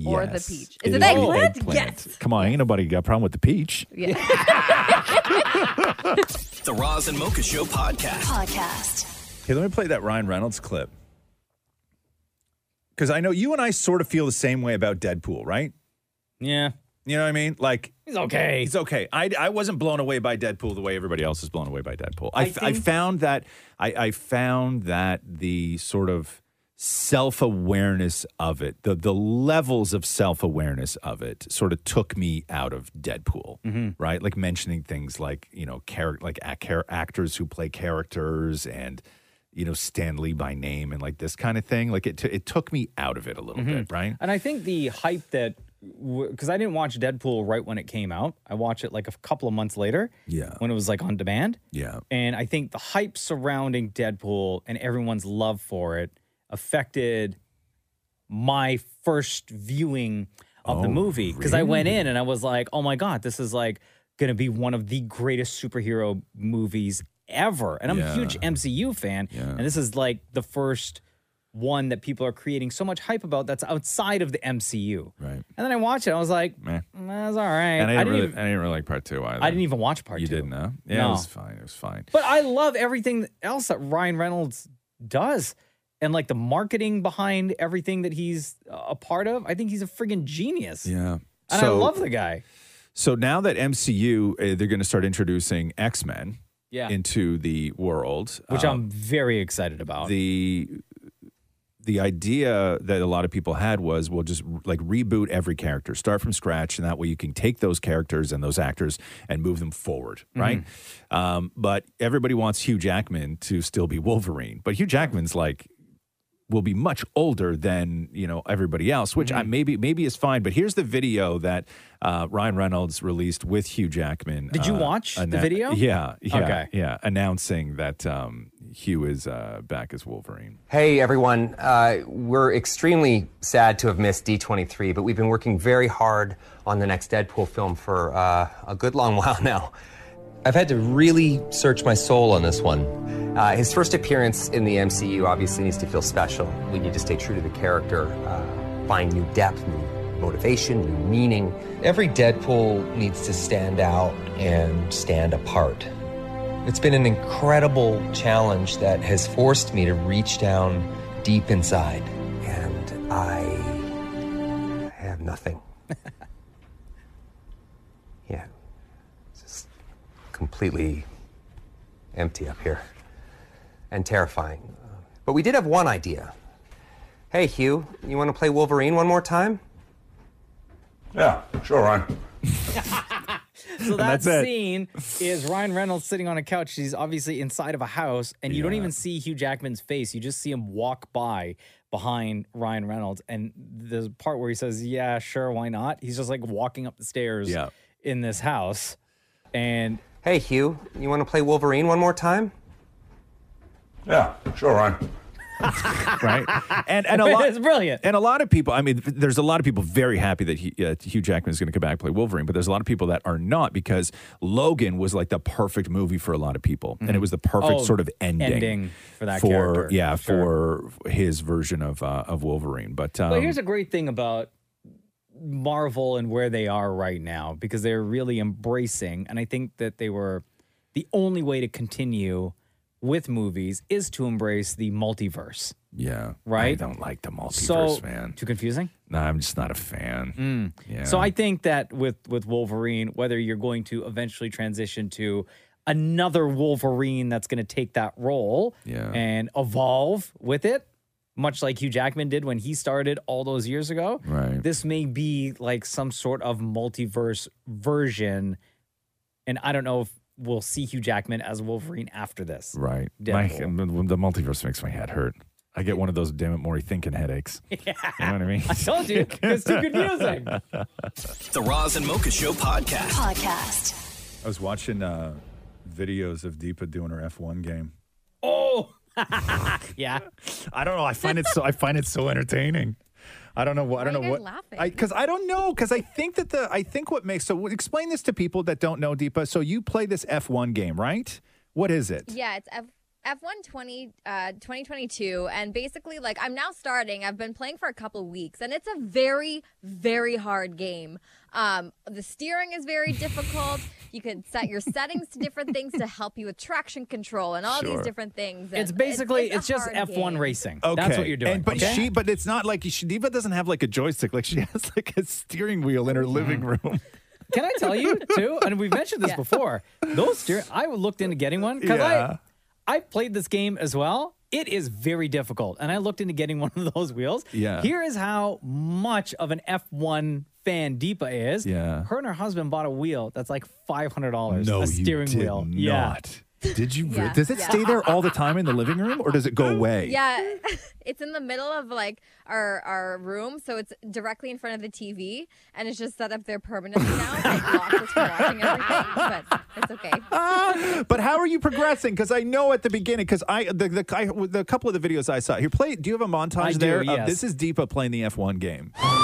Speaker 24: or the
Speaker 5: Yes.
Speaker 24: peach. Is it,
Speaker 5: the
Speaker 24: eggplant?
Speaker 5: eggplant. Come on, ain't nobody got a problem with the peach.
Speaker 24: Yes. Yeah.
Speaker 1: The Roz and Mocha Show podcast. Podcast.
Speaker 5: Okay, let me play that Ryan Reynolds clip. Because I know you and I sort of feel the same way about Deadpool, right?
Speaker 4: Yeah.
Speaker 5: You know what I mean? Like,
Speaker 4: He's okay.
Speaker 5: He's okay. I, I wasn't blown away by Deadpool the way everybody else is blown away by Deadpool. I,
Speaker 4: I
Speaker 5: f- I
Speaker 4: think-
Speaker 5: found that I, I found that the sort of self awareness of it, the the levels of self awareness of it, sort of took me out of Deadpool.
Speaker 4: Mm-hmm.
Speaker 18: Mhm.
Speaker 5: Right, like mentioning things like you know character, like ac- char- actors who play characters and. You know Stan Lee by name and like this kind of thing. Like it, t- it took me out of it a little
Speaker 4: Mhm.
Speaker 5: bit, right?
Speaker 4: And I think the hype that because I didn't watch Deadpool right when it came out, I watched it like a couple of months later.
Speaker 5: Yeah.
Speaker 4: when it was like on demand.
Speaker 5: Yeah.
Speaker 4: And I think the hype surrounding Deadpool and everyone's love for it affected my first viewing of the
Speaker 18: Oh,
Speaker 4: movie because I went
Speaker 18: really?
Speaker 4: in and I was like, "Oh my god, this is like going to be one of the greatest superhero movies ever." And I'm a huge MCU fan, and this is like the first one that people are creating so much hype about that's outside of the MCU.
Speaker 5: Right. And
Speaker 4: then I watched it, I was like,
Speaker 5: Meh.
Speaker 4: "That's all right."
Speaker 5: and I didn't, really,
Speaker 4: even,
Speaker 5: I didn't really like part two either.
Speaker 4: I didn't even watch part
Speaker 5: you
Speaker 4: two.
Speaker 5: didn't know? Yeah,
Speaker 4: No.
Speaker 5: it was fine. It was fine.
Speaker 4: But I love everything else that Ryan Reynolds does. and like the marketing behind everything that he's uh, a part of. I think he's a friggin' genius.
Speaker 5: Yeah.
Speaker 4: And I love the guy.
Speaker 5: So now that MCU, uh, they're going to start introducing X Men
Speaker 4: Yeah.
Speaker 5: into the world,
Speaker 4: Which
Speaker 5: Um,
Speaker 4: I'm very excited about.
Speaker 5: the the idea that a lot of people had was we'll just like reboot every character, start from scratch, and that way you can take those characters and those actors and move them forward,
Speaker 4: Mm-hmm.
Speaker 5: right? Um, but everybody wants Hugh Jackman to still be Wolverine, but Hugh Jackman's like will be much older than you know everybody else, which
Speaker 4: Mm-hmm.
Speaker 5: I maybe maybe is fine. But here's the video that uh, Ryan Reynolds released with Hugh Jackman.
Speaker 4: Did you
Speaker 5: uh,
Speaker 4: watch the
Speaker 5: annou-
Speaker 4: video?
Speaker 5: Yeah, yeah,
Speaker 4: Okay.
Speaker 5: yeah. Announcing that um, Hugh is uh, back as Wolverine.
Speaker 2: Hey everyone, uh, we're extremely sad to have missed D23, but we've been working very hard on the next Deadpool film for uh, a good long while now. I've had to really search my soul on this one. Uh, his first appearance in the MCU obviously needs to feel special. We need to stay true to the character, uh, find new depth, new motivation, new meaning. Every Deadpool needs to stand out and stand apart. It's been an incredible challenge that has forced me to reach down deep inside, and I have nothing. yeah, it's just completely empty up here and terrifying. But we did have one idea. Hey, Hugh, you want to play Wolverine one more time? Yeah, sure, Ryan.
Speaker 4: So
Speaker 2: And
Speaker 4: that
Speaker 2: that's it.
Speaker 4: scene is Ryan Reynolds sitting on a couch. He's obviously inside of a house, and you don't even see Hugh Jackman's face. You just see him walk by behind Ryan Reynolds. And the part where he says, Yeah, sure, why not? He's just like walking up the stairs
Speaker 2: Yeah.
Speaker 4: in this house. And
Speaker 2: hey, Hugh, you want to play Wolverine one more time?
Speaker 5: Yeah, sure, Ryan. right, and and a lot
Speaker 4: It's brilliant.
Speaker 5: And a lot of people. I mean, there's a lot of people very happy that he, uh, Hugh Jackman is going to come back and play Wolverine, but there's a lot of people that are not because Logan was like the perfect movie for a lot of people, and it was the perfect
Speaker 4: Oh,
Speaker 5: sort of ending,
Speaker 4: ending for that
Speaker 5: for
Speaker 4: character,
Speaker 5: yeah
Speaker 4: for
Speaker 5: for his version of uh, of Wolverine. But um,
Speaker 4: But here's a great thing about Marvel and where they are right now because they're really embracing, and I think that they were the only way to continue with movies is to embrace the multiverse.
Speaker 5: yeah,
Speaker 4: Right?
Speaker 5: I don't like the multiverse,
Speaker 4: So-
Speaker 5: man.
Speaker 4: Too confusing.
Speaker 5: No, I'm just not a fan.
Speaker 4: Mm.
Speaker 5: Yeah.
Speaker 4: So I think that with with Wolverine, whether you're going to eventually transition to another Wolverine that's going to take that role
Speaker 5: Yeah.
Speaker 4: and evolve with it, much like Hugh Jackman did when he started all those years ago.
Speaker 5: Right.
Speaker 4: This may be like some sort of multiverse version, and I don't know if we'll see Hugh Jackman as Wolverine after this.
Speaker 5: Right. My,
Speaker 4: Deadpool.
Speaker 5: the multiverse makes my head hurt. I get one of those damn it, Maury thinking headaches.
Speaker 4: Yeah.
Speaker 5: You know what I mean?
Speaker 4: I told you, it's too confusing.
Speaker 1: The Roz and Mocha Show podcast.
Speaker 12: Podcast.
Speaker 5: I was watching uh, videos of Deepa doing her F1 game.
Speaker 4: Oh. yeah.
Speaker 5: I don't know. I find it so. I find it so entertaining. I don't know what. I don't know what. Because I, don't know. Because I think that the. I think what makes. So explain this to people that don't know Deepa. So you play this F1 game, right? What is it?
Speaker 24: Yeah, it's F F120 uh 2022 and basically like I'm now starting. I've been playing for a couple weeks and it's a very very hard game. Um the steering is very difficult. You can set your settings to different things to help you with traction control and all
Speaker 5: Sure.
Speaker 24: these different things. and
Speaker 4: It's basically it's,
Speaker 24: a
Speaker 4: just
Speaker 24: hard
Speaker 4: F1
Speaker 24: game.
Speaker 4: racing.
Speaker 5: Okay.
Speaker 4: That's what you're doing.
Speaker 5: And, but
Speaker 4: okay?
Speaker 5: she. But it's not like she, Deepa doesn't have like a joystick. Like she has like a steering wheel in her
Speaker 4: Mm-hmm.
Speaker 5: living room.
Speaker 4: Can I tell you too? And we've mentioned this before. Those steer- I looked into getting one because
Speaker 5: Yeah.
Speaker 4: I I played this game as well. It is very difficult, and I looked into getting one of those wheels.
Speaker 5: Yeah.
Speaker 4: Here is how much of an F1 fan Deepa is.
Speaker 5: Yeah.
Speaker 4: Her and her husband bought a wheel that's like five hundred dollars.
Speaker 5: No,
Speaker 4: a
Speaker 5: you
Speaker 4: steering
Speaker 5: did
Speaker 4: wheel.
Speaker 5: not. Did you?
Speaker 24: Yeah,
Speaker 5: Does it
Speaker 24: yeah.
Speaker 5: stay there all the time in the living room, or does it go away?
Speaker 24: Yeah, it's in the middle of like our our room, so it's directly in front of the TV, and it's just set up there permanently now. so It blocks us from watching everything, but it's okay.
Speaker 5: Ah, but how are you progressing? Because I know at the beginning, because I the the, I, the couple of the videos I saw here. Play. Do you have a montage
Speaker 4: I do,
Speaker 5: there?
Speaker 4: yes.
Speaker 5: this is Deepa playing the F one game.
Speaker 24: Oh,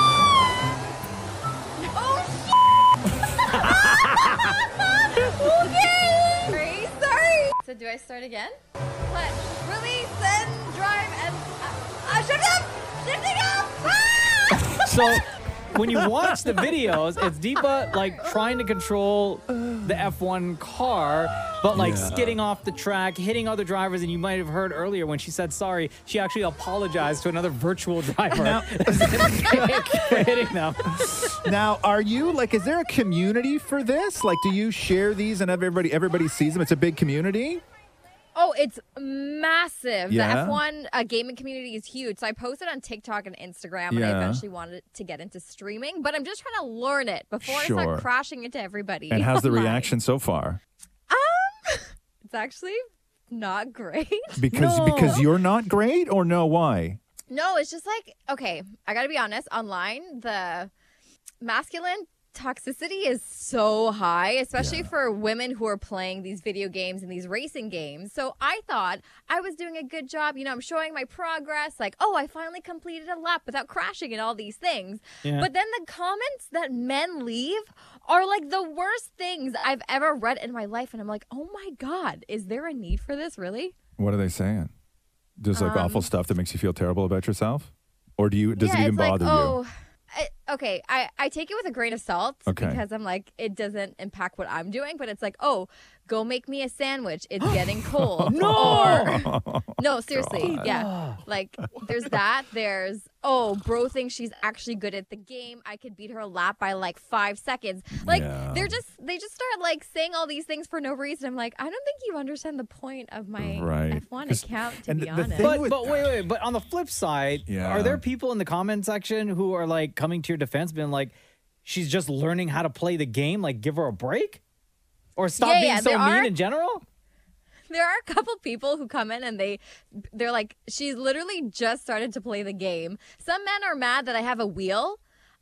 Speaker 24: okay, sorry, sorry. So do I start again? What? Release and drive and uh, uh, shift up, shifting up. Ah!
Speaker 4: So when you watch the videos, it's Deepa like trying to control the F1 car, but like
Speaker 3: Yeah.
Speaker 4: skidding off the track, hitting other drivers. And you might have heard earlier when she said sorry, she actually apologized to another virtual driver for hitting them.
Speaker 5: Now, are you like? Is there a community for this? Like, do you share these and everybody everybody sees them? It's a big community.
Speaker 24: Oh, it's massive.
Speaker 5: Yeah.
Speaker 24: The F1 uh, gaming community is huge. So I posted on TikTok and Instagram, and I
Speaker 5: Yeah.
Speaker 24: eventually wanted to get into streaming, but I'm just trying to learn it before I
Speaker 5: Sure.
Speaker 24: start crashing into everybody.
Speaker 5: And how's the
Speaker 24: online.
Speaker 5: reaction so far?
Speaker 24: It's actually not great.
Speaker 5: Because because you're not great, or no? Why?
Speaker 24: No, it's just like, okay, I gotta be honest, online, the masculine toxicity is so high, especially for women who are playing these video games and these racing games. So I thought I was doing a good job. You know, I'm showing my progress, like, oh, I finally completed a lap without crashing and all these things.
Speaker 25: Yeah.
Speaker 24: But then the comments that men leave are like the worst things I've ever read in my life. And I'm like, oh my God, is there a need for this, really?
Speaker 5: What are they saying? Just like
Speaker 24: Um,
Speaker 5: awful stuff that makes you feel terrible about yourself, or do you? Does
Speaker 24: yeah,
Speaker 5: it even
Speaker 24: it's
Speaker 5: bother
Speaker 24: like, oh, I, okay, I, I take it with a grain of salt
Speaker 5: Okay.
Speaker 24: because I'm like, it doesn't impact what I'm doing, but it's like, oh, go make me a sandwich. It's getting cold.
Speaker 3: No!
Speaker 24: Or- no, seriously.
Speaker 3: God.
Speaker 24: Yeah. Like, there's that. There's, oh, bro thinks she's actually good at the game. I could beat her lap by like five seconds. Like,
Speaker 3: Yeah.
Speaker 24: they're just, they just start like saying all these things for no reason. I'm like, I don't think you understand the point of my
Speaker 4: Right.
Speaker 24: F1 account, to be honest.
Speaker 4: but, but wait, wait. But on the flip side,
Speaker 24: Yeah.
Speaker 4: are there people in the comment section who are like coming to your defense, being like, "She's just learning how to play the game. Like, give her a break, or stop
Speaker 24: Yeah,
Speaker 4: being
Speaker 24: yeah,
Speaker 4: so
Speaker 24: there
Speaker 4: mean
Speaker 24: are-
Speaker 4: in general."
Speaker 24: there are a couple people who come in and they they're like she's literally just started to play the game some men are mad that i have a wheel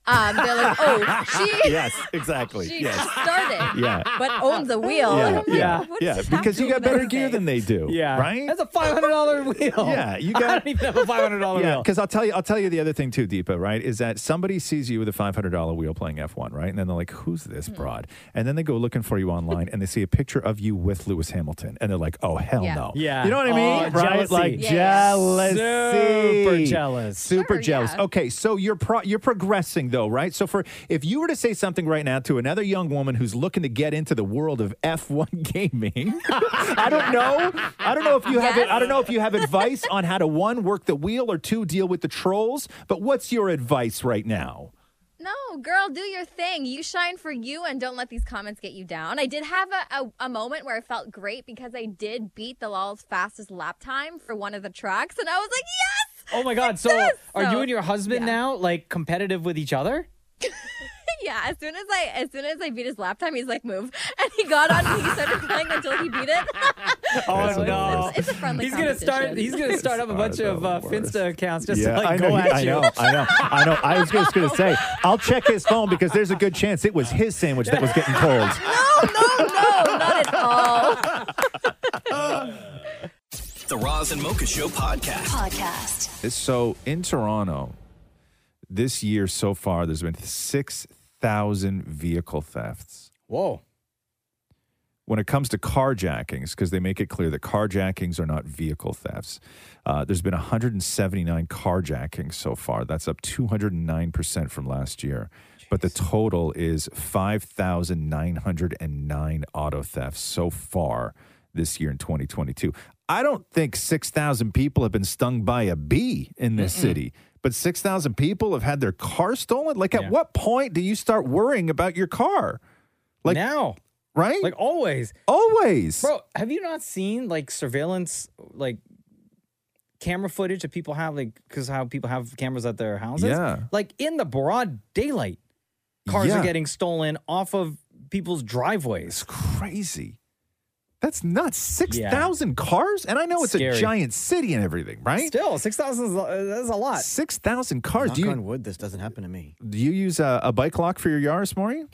Speaker 24: um, they're like oh
Speaker 5: you?
Speaker 24: she
Speaker 5: yes, exactly.
Speaker 24: she
Speaker 5: yes.
Speaker 24: just started
Speaker 5: Yeah.
Speaker 24: but owns a wheel
Speaker 5: Yeah,
Speaker 24: Like,
Speaker 5: yeah,
Speaker 24: what
Speaker 5: yeah.
Speaker 24: does that
Speaker 5: Because you
Speaker 24: do
Speaker 5: got
Speaker 24: with
Speaker 5: better gear than they do.
Speaker 4: Yeah.
Speaker 5: right.
Speaker 4: That's a five hundred dollar wheel.
Speaker 5: Yeah, you got.
Speaker 4: I don't even have a five hundred dollar
Speaker 5: Yeah,
Speaker 4: wheel.
Speaker 5: because I'll tell you, I'll tell you the other thing too, Deepa. Right, is that somebody sees you with a five hundred dollar wheel playing F one, right? And then they're like, "Who's this broad?" And then they go looking for you online, and they see a picture of you with Lewis Hamilton, and they're like, "Oh hell
Speaker 3: Yeah.
Speaker 5: no!"
Speaker 3: Yeah.
Speaker 5: you know what I mean?
Speaker 3: Oh,
Speaker 5: right?
Speaker 3: jealousy.
Speaker 5: Like
Speaker 3: Yeah, yeah.
Speaker 5: jealousy,
Speaker 3: Super jealous.
Speaker 5: super jealous. Okay, so you're pro- you're progressing though, right? So for if you were to say something right now to another young woman who's looking to get into the world of F one gaming, I don't know. I don't know if you have it. I don't know if you have advice on how to one work the wheel or two deal with the trolls. But what's your advice right now?
Speaker 24: No, girl, do your thing. You shine for you and don't let these comments get you down. I did have a, a, a moment where I felt great because I did beat the LOL's fastest lap time for one of the tracks, and I was like, yes!
Speaker 4: Oh my god. So, are you
Speaker 24: So,
Speaker 4: and your husband now like competitive with each other?
Speaker 24: yeah, as soon as I as soon as I beat his lap time, he's like, move. And he got on and he started playing until he beat it.
Speaker 4: Oh
Speaker 3: That's the
Speaker 4: no!
Speaker 3: worst. It's a friendly
Speaker 4: He's gonna start.
Speaker 3: competition.
Speaker 4: He's gonna start up a bunch of uh, Finsta accounts just to like
Speaker 5: I know.
Speaker 4: go
Speaker 5: he-
Speaker 4: at
Speaker 5: I
Speaker 4: you.
Speaker 5: know. I know. I know. I was just going to say, I'll check his phone because there's a good chance it was his sandwich that was getting cold.
Speaker 24: no, not at all.
Speaker 1: The Roz and Mocha Show podcast. Podcast.
Speaker 5: So in Toronto, this year so far, there's been 6,000 vehicle thefts.
Speaker 4: Whoa.
Speaker 5: When it comes to carjackings, because they make it clear that carjackings are not vehicle thefts, uh, there's been 179 carjackings so far. That's up 209% from last year. But the total is 5,909 auto thefts so far this year in 2022. I don't think 6,000 people have been stung by a bee in this city, but 6,000 people have had their car stolen. Like, at what point do you start worrying about your car? Like,
Speaker 4: now.
Speaker 5: Right?
Speaker 4: Like, always.
Speaker 5: Always.
Speaker 4: Bro, have you not seen like surveillance, like camera footage that people have, like, because how people have cameras at their houses?
Speaker 5: Yeah.
Speaker 4: Like, in the broad daylight, cars
Speaker 5: Yeah.
Speaker 4: are getting stolen off of people's driveways. It's
Speaker 5: crazy. That's nuts. 6,000 cars? And I know it's
Speaker 4: Scary.
Speaker 5: a giant city and everything, right?
Speaker 4: Still, 6,000 is a- that's a lot.
Speaker 5: 6,000 cars.
Speaker 15: Knock
Speaker 5: Do
Speaker 15: on
Speaker 5: you,
Speaker 15: wood, this doesn't happen to me.
Speaker 5: do you use a, a bike lock for your Yaris, Maury?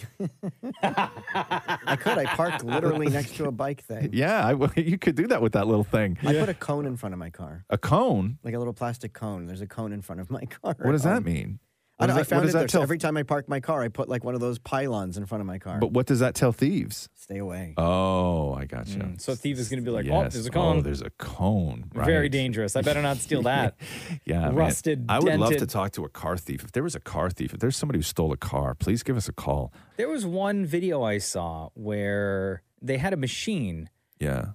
Speaker 15: I could. I park literally next to a bike thing.
Speaker 5: Yeah, I, you could do that with that little thing.
Speaker 15: I put a cone in front of my car,
Speaker 5: a cone?
Speaker 15: like a little plastic cone. There's a cone in front of my car.
Speaker 5: What does that
Speaker 15: Um,
Speaker 5: mean?
Speaker 15: I,
Speaker 5: does
Speaker 15: I
Speaker 5: that-
Speaker 15: found
Speaker 5: what does
Speaker 15: it
Speaker 5: that
Speaker 15: there. So
Speaker 5: tell-
Speaker 15: every time I park my car, I put like one of those pylons in front of my car.
Speaker 5: But what does that tell thieves?
Speaker 15: Stay away.
Speaker 5: Oh, I got gotcha. you.
Speaker 4: Mm, So a thief is going to be like, oh,
Speaker 5: yes.
Speaker 4: there's a cone.
Speaker 5: Oh, there's a cone. Right.
Speaker 4: Very dangerous. I better not steal that.
Speaker 5: yeah, man.
Speaker 4: Rusted,
Speaker 5: I would love to
Speaker 4: dented.
Speaker 5: talk to a car thief. If there was a car thief, if there's somebody who stole a car, please give us a call.
Speaker 4: There was one video I saw where they had a machine
Speaker 5: Yeah.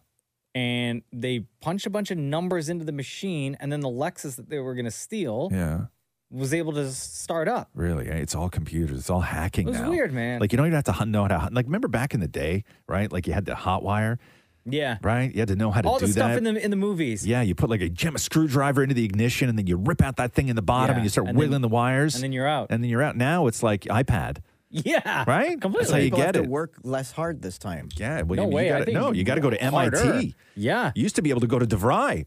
Speaker 4: and they punched a bunch of numbers into the machine, and then the Lexus that they were going to steal
Speaker 5: Yeah.
Speaker 4: was able to s- start up.
Speaker 5: Really, eh? it's all computers. It's all hacking
Speaker 4: It was
Speaker 5: now.
Speaker 4: weird, man.
Speaker 5: Like you don't even have to hun- know how to. hun- Like remember back in the day, right? Like you had the hot wire,
Speaker 4: Yeah.
Speaker 5: right? You had to know how to
Speaker 4: All
Speaker 5: do
Speaker 4: the stuff
Speaker 5: that.
Speaker 4: in the in the movies.
Speaker 5: yeah, you put like a gem, a screwdriver into the ignition, and then you rip out that thing in the bottom,
Speaker 4: Yeah,
Speaker 5: and you start
Speaker 4: and then-
Speaker 5: wiggling the wires,
Speaker 4: and then you're out.
Speaker 5: and then you're out. Now it's like iPad.
Speaker 4: Yeah.
Speaker 5: Right? Completely. That's how you
Speaker 15: People
Speaker 5: get
Speaker 15: have
Speaker 5: it.
Speaker 15: to work less hard this time.
Speaker 5: Yeah. Well,
Speaker 15: No
Speaker 5: you,
Speaker 15: way,
Speaker 5: You
Speaker 15: I
Speaker 5: gotta,
Speaker 15: think
Speaker 5: no, you got to go to
Speaker 15: harder.
Speaker 5: MIT.
Speaker 4: Yeah.
Speaker 5: You used to be able to go to DeVry.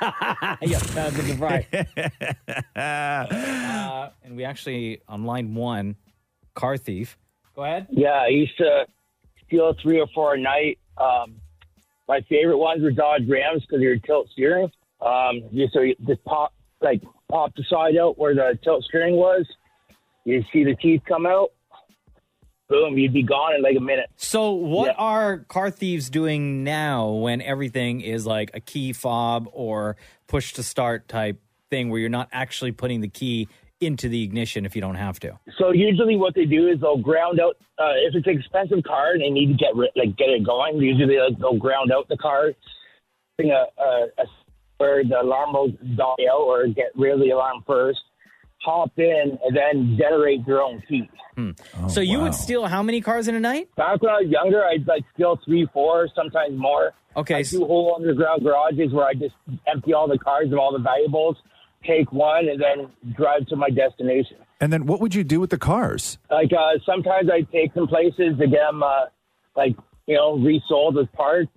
Speaker 4: yeah, that was uh, and we actually on line one, car thief. Go ahead.
Speaker 3: Yeah, I used to steal three or four a night. Um, my favorite ones were Dodge Rams because they were tilt steering. Um, you so you just pop like pop the side out where the tilt steering was. You see the teeth come out. Boom, you'd be gone in like a minute.
Speaker 4: So, what are car thieves doing now when everything is like a key fob or push to start type thing where you're not actually putting the key into the ignition if you don't have to?
Speaker 3: So usually what they do is they'll ground out uh, if it's an expensive car and they need to get rid, like get it going. Usually they'll, they'll ground out the car, bring a, a, a where the alarm will die out or get rid of the alarm first, hop in and then generate your own heat.
Speaker 4: Hmm.
Speaker 5: Oh,
Speaker 4: so, you would steal how many cars in a night?
Speaker 3: Back when I was younger, I'd like steal three, four, sometimes more.
Speaker 4: Okay,
Speaker 3: I do whole underground garages where I just empty all the cars of all the valuables, take one, and then drive to my destination.
Speaker 5: And then what would you do with the cars?
Speaker 3: Like uh, sometimes I take them places to get them, uh, like you know, resold as parts,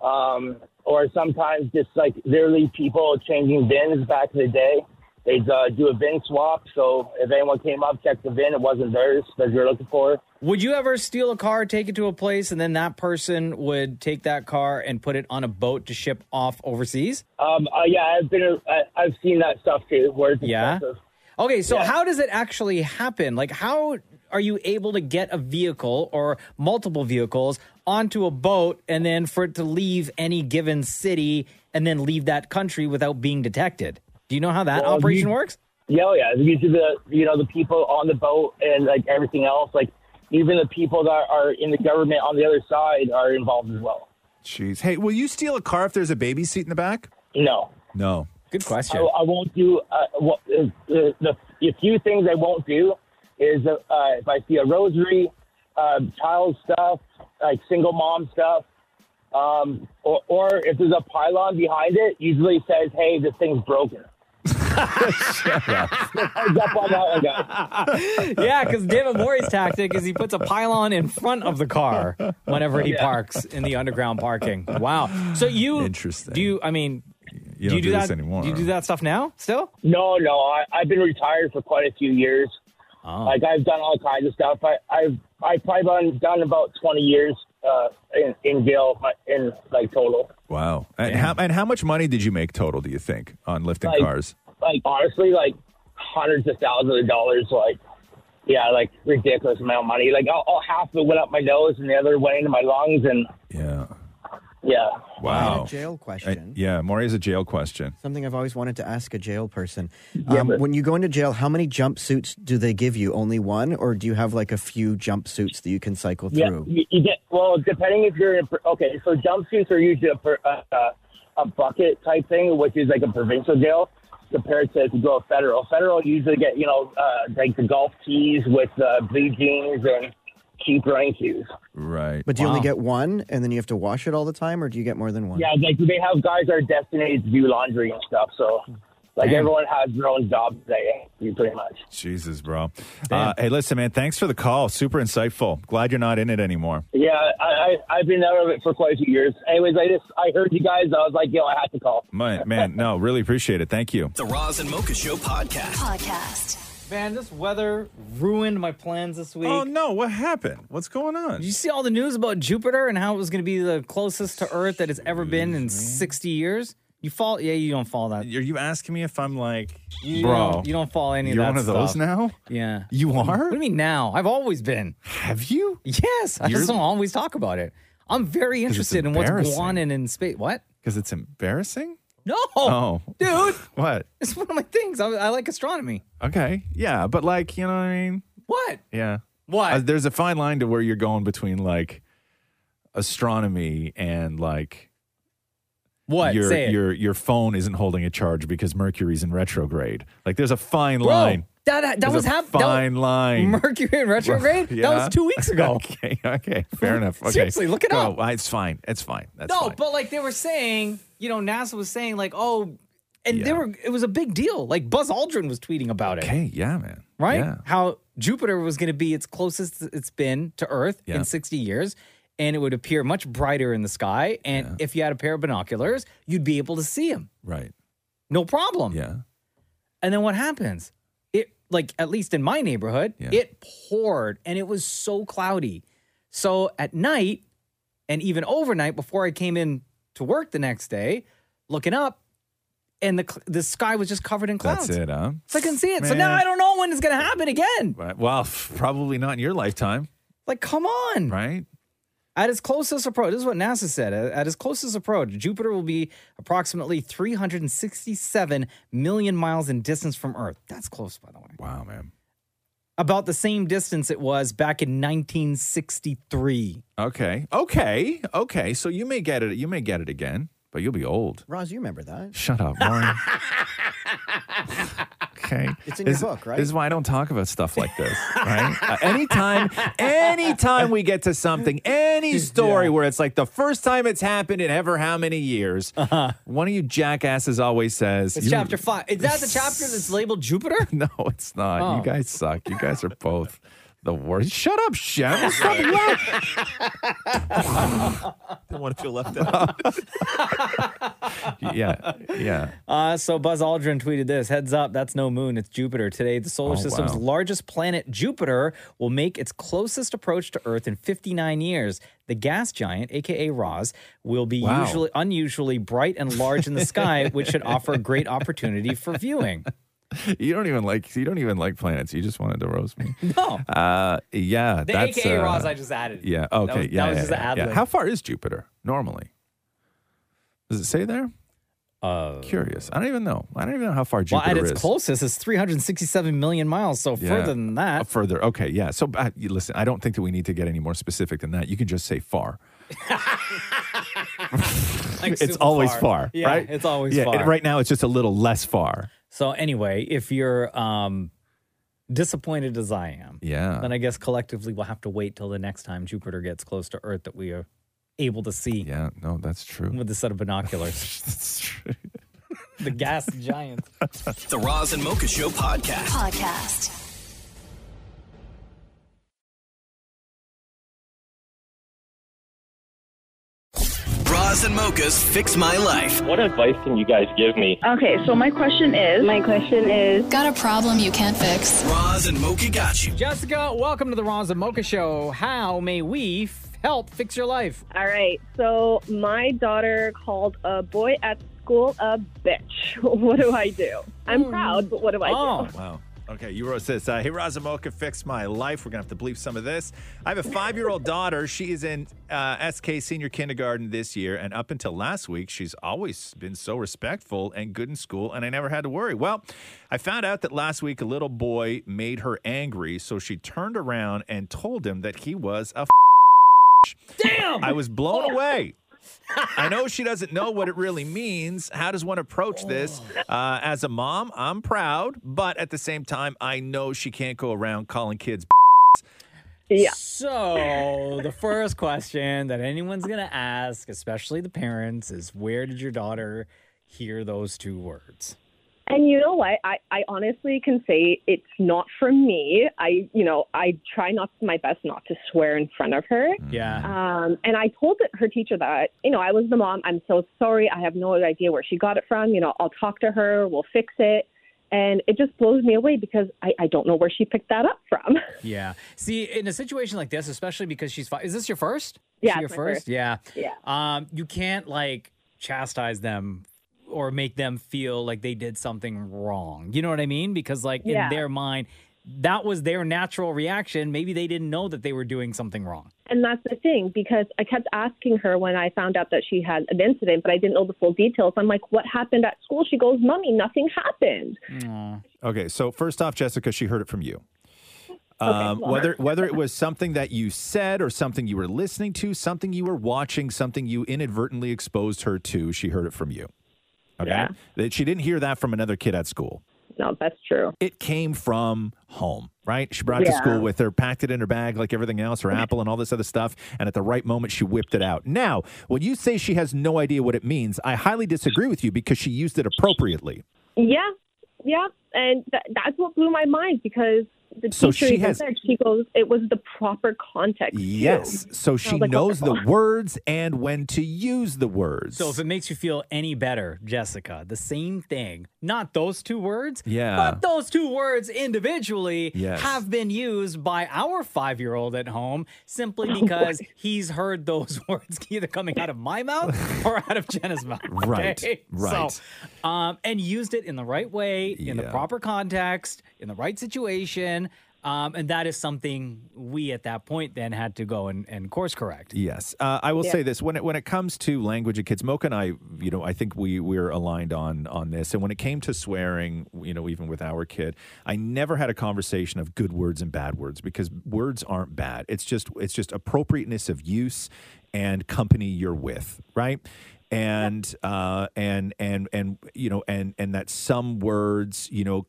Speaker 3: um, or sometimes just like literally people changing bins. Back in the day, they'd uh, do a bin swap. So if anyone came up, checked the bin, it wasn't theirs that you're looking for.
Speaker 4: Would you ever steal a car, take it to a place, and then that person would take that car and put it on a boat to ship off overseas?
Speaker 3: Um, uh, yeah, I've been, I, I've seen that stuff too. Where it's
Speaker 4: Yeah.
Speaker 3: expensive.
Speaker 4: Okay, so how does it actually happen? Like, how are you able to get a vehicle or multiple vehicles onto a boat and then for it to leave any given city and then leave that country without being detected? Do you know how that
Speaker 3: Well,
Speaker 4: operation
Speaker 3: you-
Speaker 4: works?
Speaker 3: Yeah, oh, yeah. These are the you know the people on the boat and like everything else. Like even the people that are in the government on the other side are involved as well.
Speaker 5: Jeez. Hey, will you steal a car if there's a baby seat in the back?
Speaker 3: No.
Speaker 5: No.
Speaker 4: Good
Speaker 3: I, I won't do. Uh, what, uh, the, the a few things I won't do is uh, uh, if I see a rosary, uh, child stuff, like single mom stuff, um, or, or if there's a pylon behind it, usually says, "Hey, this thing's broken." Heads up on that one, guys.
Speaker 4: yeah, because David Morey's tactic is he puts a pylon in front of the car whenever he
Speaker 3: Yeah.
Speaker 4: parks in the underground parking. Wow. So you
Speaker 5: Interesting.
Speaker 4: Do you? I mean,
Speaker 3: You
Speaker 4: do
Speaker 3: don't
Speaker 4: you do,
Speaker 3: do
Speaker 4: that
Speaker 3: this anymore,
Speaker 4: Do you do
Speaker 3: huh?
Speaker 4: that stuff now? Still?
Speaker 3: No, no. I, I've been retired for quite a few years. Like I've done all kinds of stuff. I, I've I've probably done, done about twenty years uh, in in jail my- in like total.
Speaker 5: Wow. And how, and how much money did you make total, do you think, on lifting
Speaker 3: Like-
Speaker 5: cars?
Speaker 3: Like honestly, like hundreds of thousands of dollars. Like yeah, like ridiculous amount of money. Like all, all half of it went up my nose and the other went into my lungs. And
Speaker 5: yeah,
Speaker 3: yeah.
Speaker 5: Wow.
Speaker 15: a jail
Speaker 5: Uh, yeah, Maury is a jail question.
Speaker 15: Something I've always wanted to ask a jail person. Um, when you go into jail, how many jumpsuits do they give you? Only one, or do you have like a few jumpsuits that you can cycle through?
Speaker 3: Yeah, you, you get well depending if you're in, a- okay. So jumpsuits are usually a, per- a, a- a bucket type thing, which is like a provincial jail compared to if you go federal. Federal you usually get you know uh, like the golf tees with uh, blue jeans and cheap running shoes.
Speaker 5: Right.
Speaker 15: But do you only
Speaker 3: Wow.
Speaker 15: get one, and then you have to wash it all the time, or do you get more than one?
Speaker 3: Yeah, like they have guys that are designated to do laundry and stuff. So like
Speaker 5: Damn.
Speaker 3: everyone has their own job today, pretty much.
Speaker 5: Jesus, bro. Uh, hey, listen, man, thanks for the call. Super insightful. Glad you're not in it anymore.
Speaker 3: Yeah, I, I I've been out of it for quite a few years. Anyways, I just I heard you guys. I was like, yo, I had to call.
Speaker 5: Man, man no, really appreciate it. Thank you.
Speaker 1: The Roz and Mocha Show podcast.
Speaker 4: Podcast. Man, this weather ruined my plans this week.
Speaker 5: Oh, no. What happened? What's going on?
Speaker 4: Did you see all the news about Jupiter and how it was going to be the closest to Earth that it's ever been in 60 years? You fall, yeah, you don't fall that.
Speaker 5: Mm-hmm. Are you asking me if I'm like,
Speaker 4: you
Speaker 5: bro?
Speaker 4: don't- you don't fall any of
Speaker 5: you're
Speaker 4: that
Speaker 5: one of those
Speaker 4: stuff.
Speaker 5: now.
Speaker 4: Yeah.
Speaker 5: You are.
Speaker 4: What do you mean now? I've always been.
Speaker 5: Have you?
Speaker 4: Yes. I
Speaker 5: You're-
Speaker 4: just don't always talk about it. I'm very
Speaker 5: 'Cause it's
Speaker 4: interested in what's going
Speaker 5: embarrassing.
Speaker 4: on in, in space. What?
Speaker 5: Because it's embarrassing.
Speaker 4: No.
Speaker 5: Oh,
Speaker 4: Dude,
Speaker 5: what?
Speaker 4: it's one of my things. I, I like astronomy.
Speaker 5: Okay, yeah, but like, you know what I mean?
Speaker 4: What?
Speaker 5: Yeah.
Speaker 4: What?
Speaker 5: Uh, there's a fine line to where you're going between like astronomy and like
Speaker 4: What?
Speaker 5: your
Speaker 4: Say it.
Speaker 5: your your phone isn't holding a charge because Mercury's in retrograde. Like, there's a fine
Speaker 4: Bro,
Speaker 5: line.
Speaker 4: that- Uh, that
Speaker 5: There's
Speaker 4: was
Speaker 5: a
Speaker 4: hap- that was-
Speaker 5: fine line.
Speaker 4: Mercury in retrograde? That
Speaker 5: Yeah.
Speaker 4: was two weeks ago.
Speaker 5: okay, okay, fair enough. Okay,
Speaker 4: Seriously, look it
Speaker 5: Go. Uh, It's fine. It's fine. That's
Speaker 4: no,
Speaker 5: fine.
Speaker 4: but like they were saying, you know, NASA was saying like, oh, and they were it was a big deal. Like Buzz Aldrin was tweeting about it.
Speaker 5: Okay, yeah, man.
Speaker 4: Right?
Speaker 5: Yeah.
Speaker 4: How Jupiter was going to be its closest it's been to Earth
Speaker 5: Yeah.
Speaker 4: in 60 years and it would appear much brighter in the sky and if you had a pair of binoculars, you'd be able to see him.
Speaker 5: Right.
Speaker 4: No problem.
Speaker 5: Yeah.
Speaker 4: And then what happens? It like at least in my neighborhood, it poured and it was so cloudy. So at night and even overnight before I came in to work the next day, looking up and the cl- the sky was just covered in clouds.
Speaker 5: That's it, huh?
Speaker 4: So I couldn't see it. So now
Speaker 5: Man.
Speaker 4: I don't know when it's going to happen again.
Speaker 5: Right. Well, probably not in your lifetime.
Speaker 4: Like, come on.
Speaker 5: Right?
Speaker 4: At its closest approach, this is what NASA said. At at its closest approach, Jupiter will be approximately 367 million miles in distance from Earth. That's close, by the way.
Speaker 5: Wow, man.
Speaker 4: About the same distance it was back in 1963.
Speaker 5: Okay. Okay. Okay. So you may get it. You may get it again, but you'll be old.
Speaker 15: Roz, you remember that?
Speaker 5: Shut up, Warren. okay.
Speaker 15: It's in your
Speaker 5: This-
Speaker 15: book, right?
Speaker 5: This is why I don't talk about stuff like this, right? Uh, anytime, anytime we get to something, any story where it's like the first time it's happened in ever how many years, one of you jackasses always says,
Speaker 4: Uh-huh. It's
Speaker 5: "You-
Speaker 4: chapter five. Is that the chapter that's labeled Jupiter?
Speaker 5: No, it's not.
Speaker 4: Oh.
Speaker 5: You guys suck. You guys are both the worst. Shut up, Shem. Stop laughing.
Speaker 4: I
Speaker 5: want to feel left out. yeah. Yeah.
Speaker 4: Uh, so Buzz Aldrin tweeted this: "Heads up, that's no moon; it's Jupiter. Today, the solar
Speaker 5: Oh,
Speaker 4: system's
Speaker 5: wow.
Speaker 4: largest planet, Jupiter, will make its closest approach to Earth in 59 years. The gas giant, aka Roz, will be
Speaker 26: Wow.
Speaker 4: usually unusually bright and large in the sky, which should offer a great opportunity for viewing."
Speaker 5: You don't even like you don't even like planets. You just wanted to roast me.
Speaker 4: No.
Speaker 5: Uh yeah.
Speaker 4: The
Speaker 5: that's,
Speaker 4: AKA
Speaker 5: uh,
Speaker 4: Roz I just added.
Speaker 5: Yeah.
Speaker 4: That
Speaker 5: Okay.
Speaker 4: was-
Speaker 5: yeah.
Speaker 4: that was
Speaker 5: yeah,
Speaker 4: just an
Speaker 5: yeah,
Speaker 4: ad
Speaker 5: yeah.
Speaker 4: lib.
Speaker 5: How far is Jupiter normally? Does it say there?
Speaker 4: Uh
Speaker 5: curious. I don't even know. I don't even know how far
Speaker 4: well,
Speaker 5: Jupiter
Speaker 4: at its
Speaker 5: is.
Speaker 4: closest, it's 367 million miles. So
Speaker 5: Yeah.
Speaker 4: further than that,
Speaker 5: Uh, further. Okay, yeah. So uh, you- listen, I don't think that we need to get any more specific than that. You can just say far.
Speaker 4: Like
Speaker 5: it's
Speaker 4: super
Speaker 5: always
Speaker 4: far.
Speaker 5: far,
Speaker 4: Yeah,
Speaker 5: right?
Speaker 4: it's always
Speaker 5: yeah,
Speaker 4: far.
Speaker 5: and right now, it's just a little less far.
Speaker 4: So anyway, if you're um, disappointed as I am,
Speaker 1: Uh.
Speaker 5: Yeah.
Speaker 4: then I guess collectively we'll have to wait till the next time Jupiter gets close to Earth that we are able to see.
Speaker 5: Yeah, no, that's true.
Speaker 4: With a set of binoculars.
Speaker 5: that's true.
Speaker 4: The gas giant.
Speaker 1: The Roz and Mocha Show podcast.
Speaker 27: Podcast.
Speaker 1: Roz and Mocha's Fix My Life.
Speaker 10: What advice can you guys give me?
Speaker 27: Okay, so my question is. My question is. Got a problem you can't fix?
Speaker 1: Roz and Mocha got you.
Speaker 4: Jessica, welcome to the Roz and Mocha Show. How may we f- help fix your life?
Speaker 25: All right. So my daughter called a boy at school a bitch. What do I do? I'm proud, but what do I
Speaker 4: Oh.
Speaker 25: do?
Speaker 5: wow. Okay, you wrote this. Uh, hey, Razamoka, fix my life. We're going to have to bleep some of this. I have a five year old daughter. She is in uh, SK senior kindergarten this year. And up until last week, she's always been so respectful and good in school, and I never had to worry. Well, I found out that last week a little boy made her angry. So she turned around and told him that he was a. Damn! I was blown away. I know she doesn't know what it really means. How does one approach this? Uh, as a mom, I'm proud, but at the same time, I know she can't go around calling kids.
Speaker 25: Yeah.
Speaker 4: So, the first question that anyone's going to ask, especially the parents, is where did your daughter hear those two words?
Speaker 25: And you know what? I, I honestly can say it's not from me. I, you know, I try not my best not to swear in front of her.
Speaker 4: Yeah.
Speaker 25: Um, and I told it- her teacher that, you know, I was the mom. I'm so sorry. I have no idea where she got it from. You know, I'll talk to her. We'll fix it. And it just blows me away because I, I don't know where she picked that up from.
Speaker 4: Yeah. See, in a situation like this, especially because she's five, is this your first? Is
Speaker 25: Yeah,
Speaker 4: she your
Speaker 25: it's my
Speaker 4: first?
Speaker 25: first.
Speaker 4: Yeah.
Speaker 25: Yeah.
Speaker 4: Um, you can't like chastise them or make them feel like they did something wrong. You know what I mean? Because like
Speaker 6: Yeah.
Speaker 4: in their mind, that was their natural reaction. Maybe they didn't know that they were doing something wrong.
Speaker 25: And that's the thing because I kept asking her when I found out that she had an incident, but I didn't know the full details. I'm like, what happened at school? She goes, Mommy, nothing happened.
Speaker 5: Okay, so first off, Jessica, she heard it from you. Um,
Speaker 25: well-
Speaker 5: whether whether it was something that you said or something you were listening to, something you were watching, something you inadvertently exposed her to, she heard it from you. Okay, that she didn't hear that from another kid at school.
Speaker 25: No, that's true.
Speaker 5: It came from home, right? She brought it to
Speaker 7: Yeah.
Speaker 5: school with her, packed it in her bag like everything else, her apple and all this other stuff. And at the right moment, she whipped it out. Now, when you say she has no idea what it means, I highly disagree with you because she used it appropriately.
Speaker 25: Yeah, yeah. And th- that's what blew my mind because the
Speaker 5: So
Speaker 25: teacher
Speaker 5: she
Speaker 25: even
Speaker 5: has-
Speaker 25: said, she goes, it was the proper context. too."
Speaker 5: Yes. So she
Speaker 25: was like,
Speaker 5: knows
Speaker 25: what
Speaker 5: the words and when to use the words.
Speaker 4: So if it makes you feel any better, Jessica, the same thing, not those two words,
Speaker 5: Yeah.
Speaker 4: but those two words individually
Speaker 5: Yes.
Speaker 4: have been used by our five year old at home simply because he's heard those words either coming out of my mouth or out of Jenna's mouth.
Speaker 5: Right,
Speaker 4: okay?
Speaker 5: right.
Speaker 4: So, um, and used it in the right way, in the proper context, in the right situation. Um, and that is something we at that point then had to go and, and course correct.
Speaker 5: Yes, uh, I will
Speaker 4: Yeah.
Speaker 5: say this when it when it comes to language and kids, Mocha and I, you know, I think we we're aligned on on this. And when it came to swearing, you know, even with our kid, I never had a conversation of good words and bad words because words aren't bad. It's just it's just appropriateness of use and company you're with, right? And uh, and and and you know, and and that some words, you know,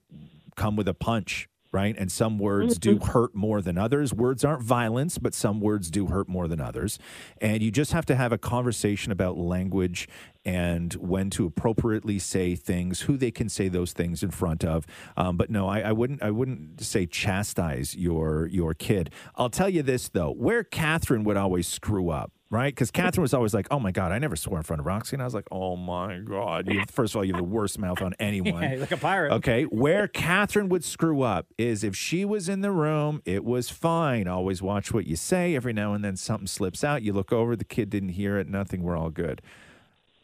Speaker 5: come with a punch. Right. And some words
Speaker 4: Mm-hmm.
Speaker 5: do
Speaker 7: Mhm.
Speaker 5: hurt more than others. Words aren't violence, but some words do hurt more than others. And you just have to have a conversation about language and when to appropriately say things, who they can say those things in front of. Um, but no, I, I wouldn't. I wouldn't say chastise your your kid. I'll tell you this though, where Catherine would always screw up. Right, because Catherine was always like, "Oh my God, I never swore in front of Roxy," and I was like, "Oh my God, you, first of all, you have the worst mouth on anyone,
Speaker 4: Yeah, like a pirate.
Speaker 5: Okay, where Catherine would screw up is if she was in the room, it was fine. Always watch what you say. Every now and then something slips out. You look over, the kid didn't hear it, nothing, we're all good.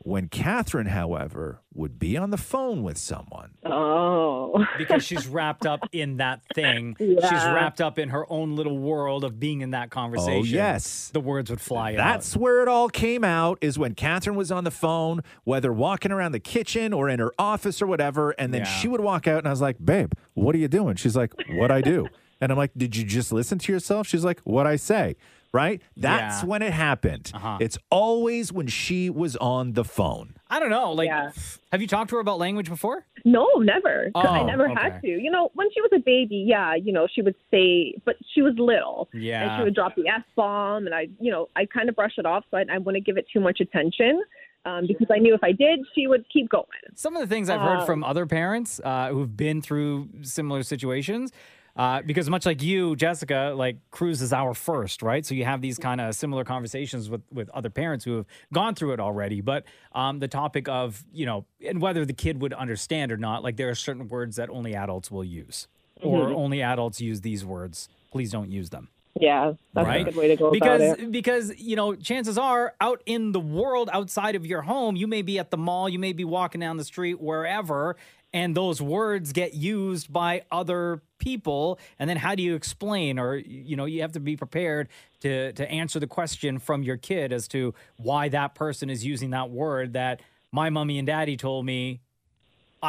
Speaker 5: When Catherine, however, would be on the phone with someone,
Speaker 25: Oh.
Speaker 4: because she's wrapped up in that thing. She's
Speaker 5: Yeah.
Speaker 4: wrapped up in her own little world of being in that conversation.
Speaker 5: oh, yes.
Speaker 4: The words would fly
Speaker 5: that's where it all came out is when Catherine was on the phone, whether walking around the kitchen or in her office or whatever. And then
Speaker 4: Yeah.
Speaker 5: she would walk out, and I was like, babe, what are you doing? She's like, what I do. And I'm like, did you just listen to yourself? She's like, what I say. Right? That's
Speaker 4: Yeah.
Speaker 5: when it happened.
Speaker 4: Uh-huh.
Speaker 5: It's always when she was on the phone.
Speaker 4: out. I don't know. Like, have you talked to her about language before?
Speaker 25: No, never. I
Speaker 5: Oh,
Speaker 25: never
Speaker 5: okay.
Speaker 25: had to. You know, when she was a baby, yeah, you know, she would say, but she was little.
Speaker 4: Yeah.
Speaker 25: And she would drop the F bomb, and I, you know, I kind of brush it off, so I, I wouldn't give it too much attention um, because I knew if I did, she would keep going.
Speaker 4: Some of the things I've heard
Speaker 25: Um,
Speaker 4: from other parents uh, who've been through similar situations. Uh, because much like you, Jessica, like Cruz is our first, right? So you have these kind of similar conversations with with other parents who have gone through it already. But um, the topic of you know, and whether the kid would understand or not, like there are certain words that only adults will use, or
Speaker 25: Mhm.
Speaker 4: only adults use these words. Please don't use them.
Speaker 25: Yeah, that's
Speaker 4: Right?
Speaker 25: a good way to go
Speaker 4: because
Speaker 25: about it.
Speaker 4: because you know chances are out in the world outside of your home you may be at the mall you may be walking down the street wherever and those words get used by other people and then how do you explain or you know you have to be prepared to to answer the question from your kid as to why that person is using that word that my mommy and daddy told me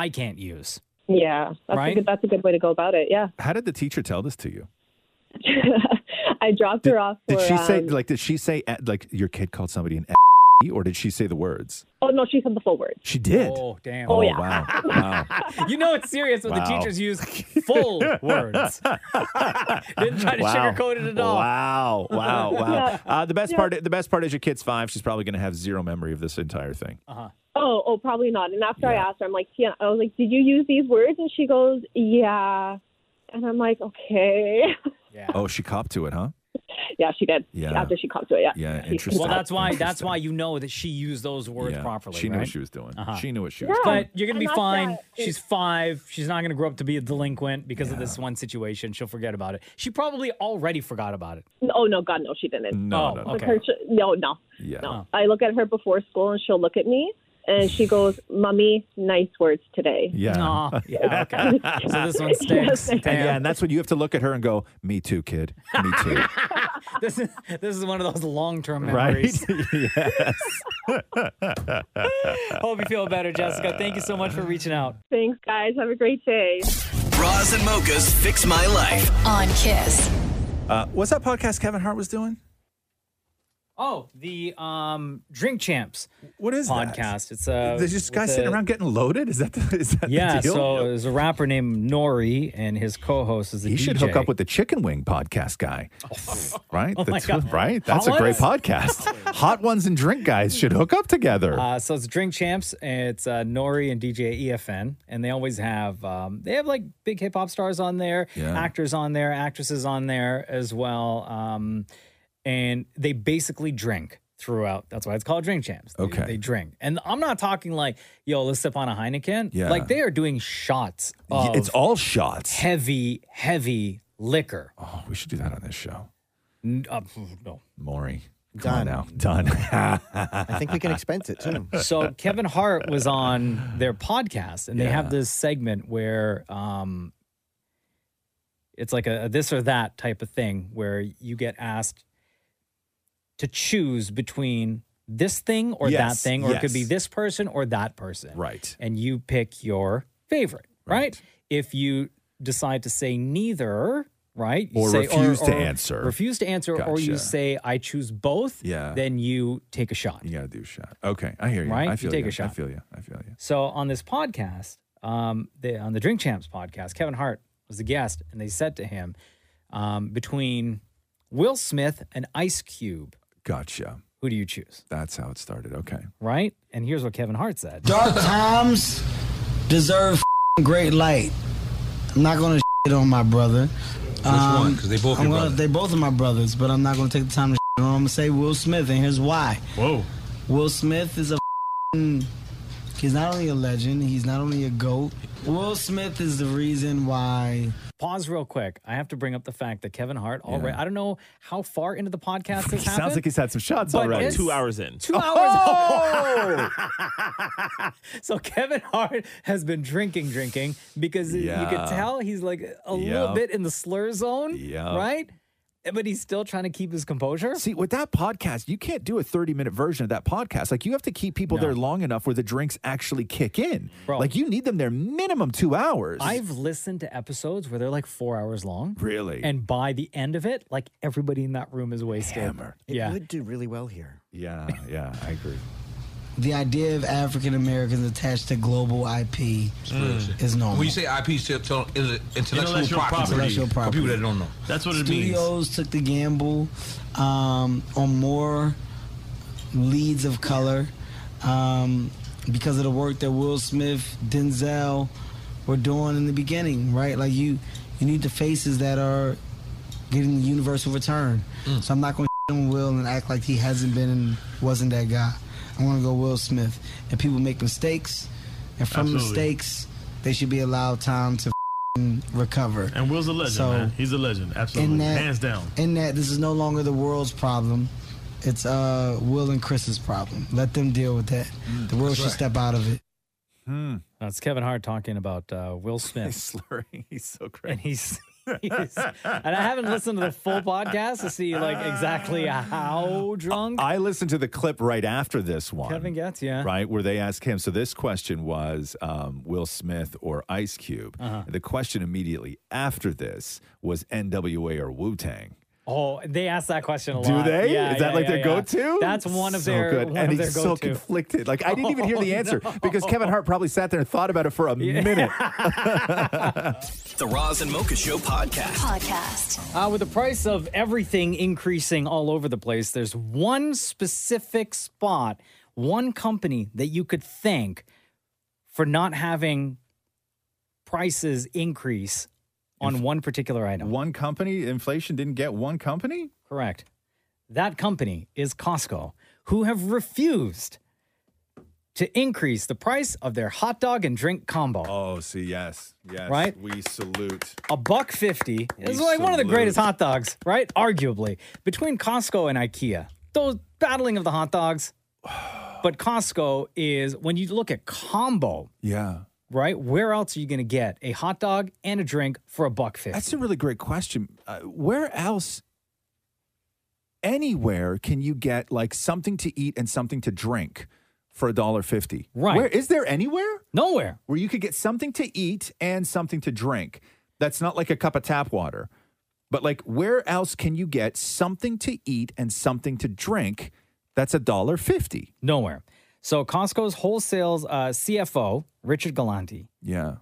Speaker 4: I can't use
Speaker 25: Yeah, that's
Speaker 4: Right?
Speaker 25: a good. That's a good way to go about it. Yeah,
Speaker 5: How did the teacher tell this to you?
Speaker 25: I dropped her off. For,
Speaker 5: Did she say,
Speaker 25: um,
Speaker 5: like, did she say, uh, like, your kid called somebody an or did she say the words?
Speaker 25: Oh no, she said the full word.
Speaker 5: She did.
Speaker 4: Oh, damn.
Speaker 5: Oh,
Speaker 4: Oh, yeah.
Speaker 5: wow. wow.
Speaker 4: you know it's serious when the
Speaker 5: Wow.
Speaker 4: teachers use full words didn't try to sugarcoat it at all
Speaker 5: Wow, wow, wow.
Speaker 4: Yeah.
Speaker 5: Uh, the best
Speaker 25: Yeah.
Speaker 5: part, the best part is your kid's five. She's probably going to have zero memory of this entire thing.
Speaker 4: Uh-huh,
Speaker 25: Oh, oh, probably not. And after I asked her, I'm like, Tiana, I was like, did you use these words? And she goes, yeah. And I'm like, okay.
Speaker 5: Oh, she copped to it, huh?
Speaker 25: yeah, she did.
Speaker 5: Yeah.
Speaker 25: After she comes to it, yeah.
Speaker 5: Yeah,
Speaker 25: She-
Speaker 5: interesting.
Speaker 4: Well, that's why that's why you know that she used those words
Speaker 5: Yeah.
Speaker 4: properly.
Speaker 5: She knew
Speaker 4: right?
Speaker 5: what she was doing. She knew what she
Speaker 4: Yeah.
Speaker 5: was doing.
Speaker 4: Uh-huh. But you're gonna
Speaker 25: And
Speaker 4: be
Speaker 25: that's
Speaker 4: fine.
Speaker 25: that is-
Speaker 4: She's five. She's not gonna grow up to be a delinquent because of this one situation. She'll forget about it. She probably already forgot about it.
Speaker 25: Oh, no, God, no, she didn't.
Speaker 4: No, Oh, no, no.
Speaker 25: Like
Speaker 4: okay.
Speaker 25: her- she- no, no.
Speaker 5: Yeah.
Speaker 25: No. I look at her before school and she'll look at me and she goes, "Mummy, nice words today."
Speaker 5: Yeah.
Speaker 4: yeah. Okay. so this one stinks.
Speaker 5: And
Speaker 4: Damn.
Speaker 5: yeah, and that's when you have to look at her and go, "Me too, kid. Me too."
Speaker 4: this is this is one of those long term
Speaker 5: right?
Speaker 4: memories.
Speaker 5: yes.
Speaker 4: Hope you feel better, Jessica. Thank you so much for reaching out.
Speaker 25: Thanks, guys. Have a great day.
Speaker 1: Bras and mochas fix my life.
Speaker 12: On Kiss.
Speaker 5: Uh, what's that podcast Kevin Hart was doing?
Speaker 4: Oh, the um Drink Champs.
Speaker 5: What is that?
Speaker 4: podcast? It's uh,
Speaker 5: There's just
Speaker 4: with
Speaker 5: guys sitting
Speaker 4: the-
Speaker 5: around getting loaded. Is that the, is that
Speaker 4: Yeah,
Speaker 5: the deal?
Speaker 4: so there's a rapper named Nori, and his co-host is the
Speaker 5: he should hook
Speaker 4: DJ.
Speaker 5: up with the chicken wing podcast guy, right?
Speaker 4: Oh
Speaker 5: The
Speaker 4: my
Speaker 5: two-
Speaker 4: God.
Speaker 5: Right, that's
Speaker 4: Hot
Speaker 5: a great
Speaker 4: Ones?
Speaker 5: podcast. Hot ones and drink guys should hook up together.
Speaker 4: Uh, so it's Drink Champs. and It's uh, Nori and DJ EFN, and they always have um, they have like big hip hop stars on there,
Speaker 6: Yeah.
Speaker 4: actors on there, actresses on there as well, um, and they basically drink throughout. That's why it's called Drink Champs. They-
Speaker 5: Okay.
Speaker 4: they drink, and I'm not talking like yo, let's sip on a Heineken.
Speaker 5: Yeah.
Speaker 4: like they are doing shots.
Speaker 5: Y-
Speaker 4: Of
Speaker 5: it's all shots.
Speaker 4: heavy, heavy liquor.
Speaker 5: Oh, we should do that on this show.
Speaker 4: N- uh, no.
Speaker 5: Maury.
Speaker 4: Done.
Speaker 5: Come on now. Done. I
Speaker 15: think we can expense it too.
Speaker 4: So Kevin Hart was on their podcast, and they have this segment where um, it's like a, a this or that type of thing, where you get asked to choose between this thing or that
Speaker 5: Yes,
Speaker 4: thing, or it could be
Speaker 5: yes.
Speaker 4: this person or that person,
Speaker 5: Right.
Speaker 4: And you pick your favorite, right? If you decide to say neither, right, you
Speaker 5: Or
Speaker 4: say-
Speaker 5: refuse to answer.
Speaker 4: refuse to answer, or you
Speaker 5: Gotcha.
Speaker 4: say I choose both,
Speaker 5: Yeah.
Speaker 4: then you take a shot. You
Speaker 5: got to do a shot. Okay, I hear you.
Speaker 4: Right?
Speaker 5: I
Speaker 4: You
Speaker 5: feel
Speaker 4: take a
Speaker 5: you.
Speaker 4: shot.
Speaker 5: I feel you. I feel you.
Speaker 4: So on this podcast, um, they, on the Drink Champs podcast, Kevin Hart was the guest, and they said to him, um, between Will Smith and Ice Cube,
Speaker 5: gotcha.
Speaker 4: Who do you choose?
Speaker 5: That's how it started. Okay.
Speaker 4: Right? And here's what Kevin Hart said.
Speaker 7: Dark times deserve f***ing great light. I'm not gonna shit on my brother. Which
Speaker 28: one? 'Cause they both
Speaker 7: I'm
Speaker 28: your
Speaker 7: gonna,
Speaker 28: brother.
Speaker 7: They both are my brothers, but I'm not gonna take the time to shit on. 'em. I'm gonna say Will Smith, and here's why. Whoa. Will Smith is a. f***ing- He's not only a legend. He's not only a goat. Will Smith is the reason why.
Speaker 4: Pause real quick. I have to bring up the fact that Kevin Hart already, I don't know how far into the podcast this happened.
Speaker 28: Sounds like he's had some shots
Speaker 4: but
Speaker 28: already.
Speaker 4: it's- Two hours. so Kevin Hart has been drinking, drinking because you
Speaker 5: Yeah.
Speaker 4: could tell he's like a little
Speaker 5: Yeah.
Speaker 4: bit in the slur zone,
Speaker 5: Yeah.
Speaker 4: right? But he's still trying to keep his composure.
Speaker 5: See, with that podcast, you can't do a 30 minute version of that podcast. Like, you have to keep people there long enough where the drinks actually kick in. Like, you need them there minimum two hours.
Speaker 4: I've listened to episodes where they're like four hours long.
Speaker 5: Really?
Speaker 4: And by the end of it, like everybody in that room is wasted.
Speaker 15: It
Speaker 4: Yeah.
Speaker 15: would do really well here.
Speaker 5: Yeah, yeah, I agree.
Speaker 7: The idea of African Americans attached to global IP is normal.
Speaker 29: Mm. When you say IP, still tell- is it intellectual,
Speaker 7: Intellectual
Speaker 29: property,
Speaker 7: Intellectual
Speaker 29: for people that don't know.
Speaker 7: Studios took the gamble um, on more leads of color um, because of the work that Will Smith, Denzel were doing in the beginning, right? Like you, you need the faces that are getting the universal return. So I'm not going to on Will and act like he hasn't been and wasn't that guy. I want to go Will Smith, and people make mistakes, and from
Speaker 30: Absolutely.
Speaker 7: mistakes, they should be allowed time to recover.
Speaker 30: And Will's a legend,
Speaker 7: So-
Speaker 30: man. He's a legend, absolutely,
Speaker 7: that-
Speaker 30: hands down.
Speaker 7: In that this is no longer the world's problem. It's uh, Will and Chris's problem. Let them deal with that. the world
Speaker 4: that's
Speaker 7: should
Speaker 4: right.
Speaker 7: step out of it.
Speaker 4: That's Kevin Hart talking about uh, Will
Speaker 5: Hmm.
Speaker 4: Smith.
Speaker 5: He's slurring. He's so crazy.
Speaker 4: And he's. he's- and I haven't listened to the full podcast to see like exactly
Speaker 5: Ah.
Speaker 4: how drunk
Speaker 5: I listened to the clip right after this one.
Speaker 4: Kevin gets. Yeah,
Speaker 5: Right, where they ask him. So this question was um, Will Smith or Ice Cube.
Speaker 4: Uh-huh.
Speaker 5: The question immediately after this was NWA or Wu Tang.
Speaker 4: Oh, they ask that question a
Speaker 5: Do
Speaker 4: lot.
Speaker 5: they?
Speaker 4: Yeah,
Speaker 5: Is that
Speaker 4: yeah,
Speaker 5: like
Speaker 4: yeah,
Speaker 5: their
Speaker 4: yeah.
Speaker 5: go-to?
Speaker 4: That's one of
Speaker 5: So
Speaker 4: their.
Speaker 5: good.
Speaker 4: One
Speaker 5: and
Speaker 4: of
Speaker 5: he's
Speaker 4: their
Speaker 5: so
Speaker 4: go-to.
Speaker 5: conflicted. Like I didn't even hear the
Speaker 4: Oh,
Speaker 5: answer
Speaker 4: no.
Speaker 5: because Kevin Hart probably sat there and thought about it for a minute.
Speaker 1: The Roz and Mocha Show podcast.
Speaker 12: Podcast.
Speaker 4: Uh, with the price of everything increasing all over the place, there's one specific spot, one company that you could thank for not having prices increase on one particular item.
Speaker 5: One company, inflation didn't get one company?
Speaker 4: Correct. That company is Costco, who have refused to increase the price of their hot dog and drink combo.
Speaker 5: Oh, see, yes, yes.
Speaker 4: Right?
Speaker 5: We salute.
Speaker 4: a buck fifty is
Speaker 5: We
Speaker 4: like one of the
Speaker 5: salute.
Speaker 4: greatest hot dogs, right? Arguably, between Costco and IKEA, those battling of the hot dogs But Costco is when you look at combo,
Speaker 5: Yeah.
Speaker 4: right? Where else are you going to get a hot dog and a drink for a buck fifty?
Speaker 5: That's a really great question. Uh, where else, anywhere, can you get like something to eat and something to drink for a dollar fifty?
Speaker 4: Right.
Speaker 5: Where is there anywhere?
Speaker 4: Nowhere
Speaker 5: where you could get something to eat and something to drink. That's not like a cup of tap water, but like where else can you get something to eat and something to drink? That's a dollar fifty.
Speaker 4: Nowhere. So Costco's wholesales uh, CFO Richard Galanti
Speaker 5: Yeah.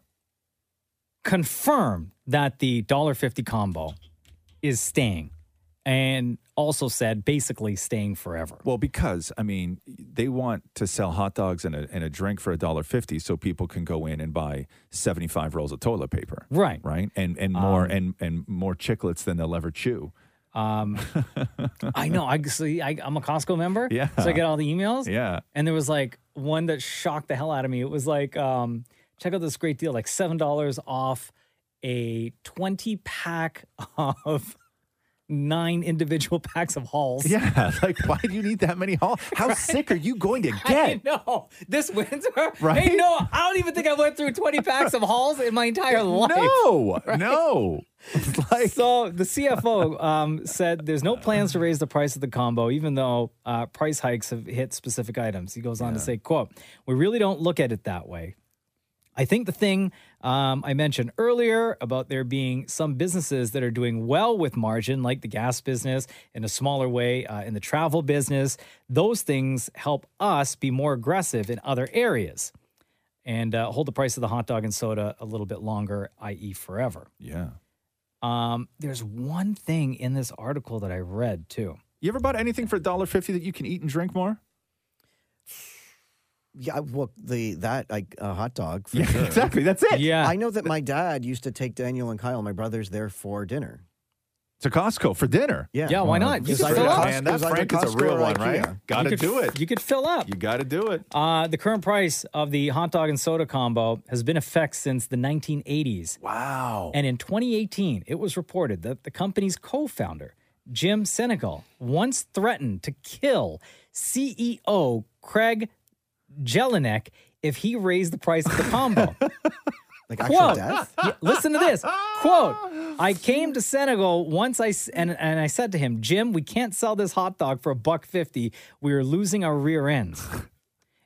Speaker 4: confirmed that the $1.50 combo is staying and also said basically staying forever.
Speaker 5: Well, because I mean, they want to sell hot dogs and a, and a drink for a dollar fifty, so people can go in and buy seventy five rolls of toilet paper,
Speaker 4: Right.
Speaker 5: right, and and more
Speaker 4: Um,
Speaker 5: and and more chiclets than they'll ever chew.
Speaker 4: Um, I know. I see. I, I'm a Costco member.
Speaker 5: Yeah.
Speaker 4: So I get all the emails.
Speaker 5: Yeah.
Speaker 4: And there was like one that shocked the hell out of me. It was like, um, check out this great deal, like seven dollars off a 20 pack of nine individual packs of halls.
Speaker 5: Yeah, like why do you need that many halls? How sick are you going to
Speaker 4: I
Speaker 5: get?
Speaker 4: know this winter.
Speaker 5: Right?
Speaker 4: Hey, no, I don't even think I went through 20 packs of halls in my entire life.
Speaker 5: No,
Speaker 4: Right?
Speaker 5: no.
Speaker 4: so the CFO um, said there's no plans to raise the price of the combo, even though uh, price hikes have hit specific items. He goes on to say, "quote We really don't look at it that way. I think the thing um, I mentioned earlier about there being some businesses that are doing well with margin, like the gas business in a smaller way, uh, in the travel business, those things help us be more aggressive in other areas." And uh, hold the price of the hot dog and soda a little bit longer, i.e., forever.
Speaker 5: Yeah.
Speaker 4: Um, there's one thing in this article that I read too.
Speaker 5: You ever bought anything for $1.50 that you can eat and drink more?
Speaker 15: Yeah, well, the that like a hot dog. For
Speaker 5: Yeah,
Speaker 15: sure.
Speaker 5: exactly. That's it.
Speaker 4: Yeah.
Speaker 15: I know that my dad used to take Daniel and Kyle, my brothers, there for dinner.
Speaker 5: To Costco for dinner.
Speaker 15: Yeah.
Speaker 4: Yeah, why
Speaker 15: Wow.
Speaker 4: not?
Speaker 15: It
Speaker 4: You
Speaker 15: was
Speaker 4: can
Speaker 15: either
Speaker 4: fill up.
Speaker 15: Costco-
Speaker 5: Man,
Speaker 15: it
Speaker 5: that
Speaker 15: was either
Speaker 5: Frank is a
Speaker 15: Costco
Speaker 5: real
Speaker 15: or
Speaker 5: one,
Speaker 15: IKEA.
Speaker 5: right? Gotta
Speaker 4: You could-
Speaker 5: do it.
Speaker 4: You could fill up.
Speaker 5: You got to do it.
Speaker 4: Uh, the current price of the hot dog and soda combo has been in effect since the 1980s.
Speaker 5: Wow.
Speaker 4: And in 2018, it was reported that the company's co founder, Jim Senegal, once threatened to kill CEO Craig Jelinek if he raised the price of the combo.
Speaker 15: Like actual
Speaker 4: Quote,
Speaker 15: death?
Speaker 4: Yeah, listen to this. Quote, I came to Senegal once I s- and, and I said to him, Jim, we can't sell this hot dog for a buck fifty. We are losing our rear ends.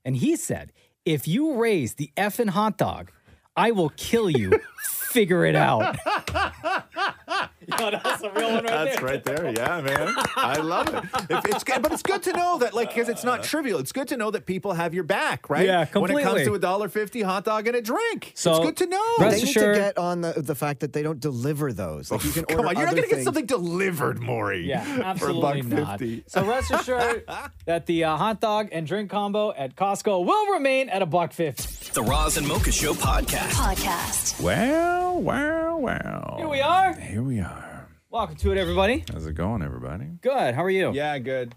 Speaker 4: and he said, if you raise the effing hot dog, I will kill you. Figure it out. that's a real one right
Speaker 5: That's right there. Yeah, man. I love it. If it's good, but it's good to know that, like, because it's not trivial. It's good to know that people have your back, right?
Speaker 15: Yeah,
Speaker 5: When it comes
Speaker 15: completely.
Speaker 5: to a dollar fifty hot dog and a drink,
Speaker 15: So,
Speaker 5: it's good to know.
Speaker 15: They need to get on the, the fact that they don't deliver those. Like you can
Speaker 5: Come
Speaker 15: order
Speaker 5: on, you're not
Speaker 15: other
Speaker 5: going to get
Speaker 15: things.
Speaker 5: something delivered, Maury.
Speaker 4: Yeah,
Speaker 5: for a
Speaker 4: absolutely
Speaker 5: buck
Speaker 4: not.
Speaker 5: 50.
Speaker 4: So rest assured that the uh, hot dog and drink combo at Costco will remain at a buck fifty.
Speaker 1: The Roz and Mocha Show podcast.
Speaker 4: Podcast.
Speaker 5: Well, well, well.
Speaker 4: Here we are.
Speaker 5: Here we are.
Speaker 4: Welcome to it, everybody.
Speaker 5: How's it going, everybody?
Speaker 4: Good. How are you?
Speaker 5: Yeah, good.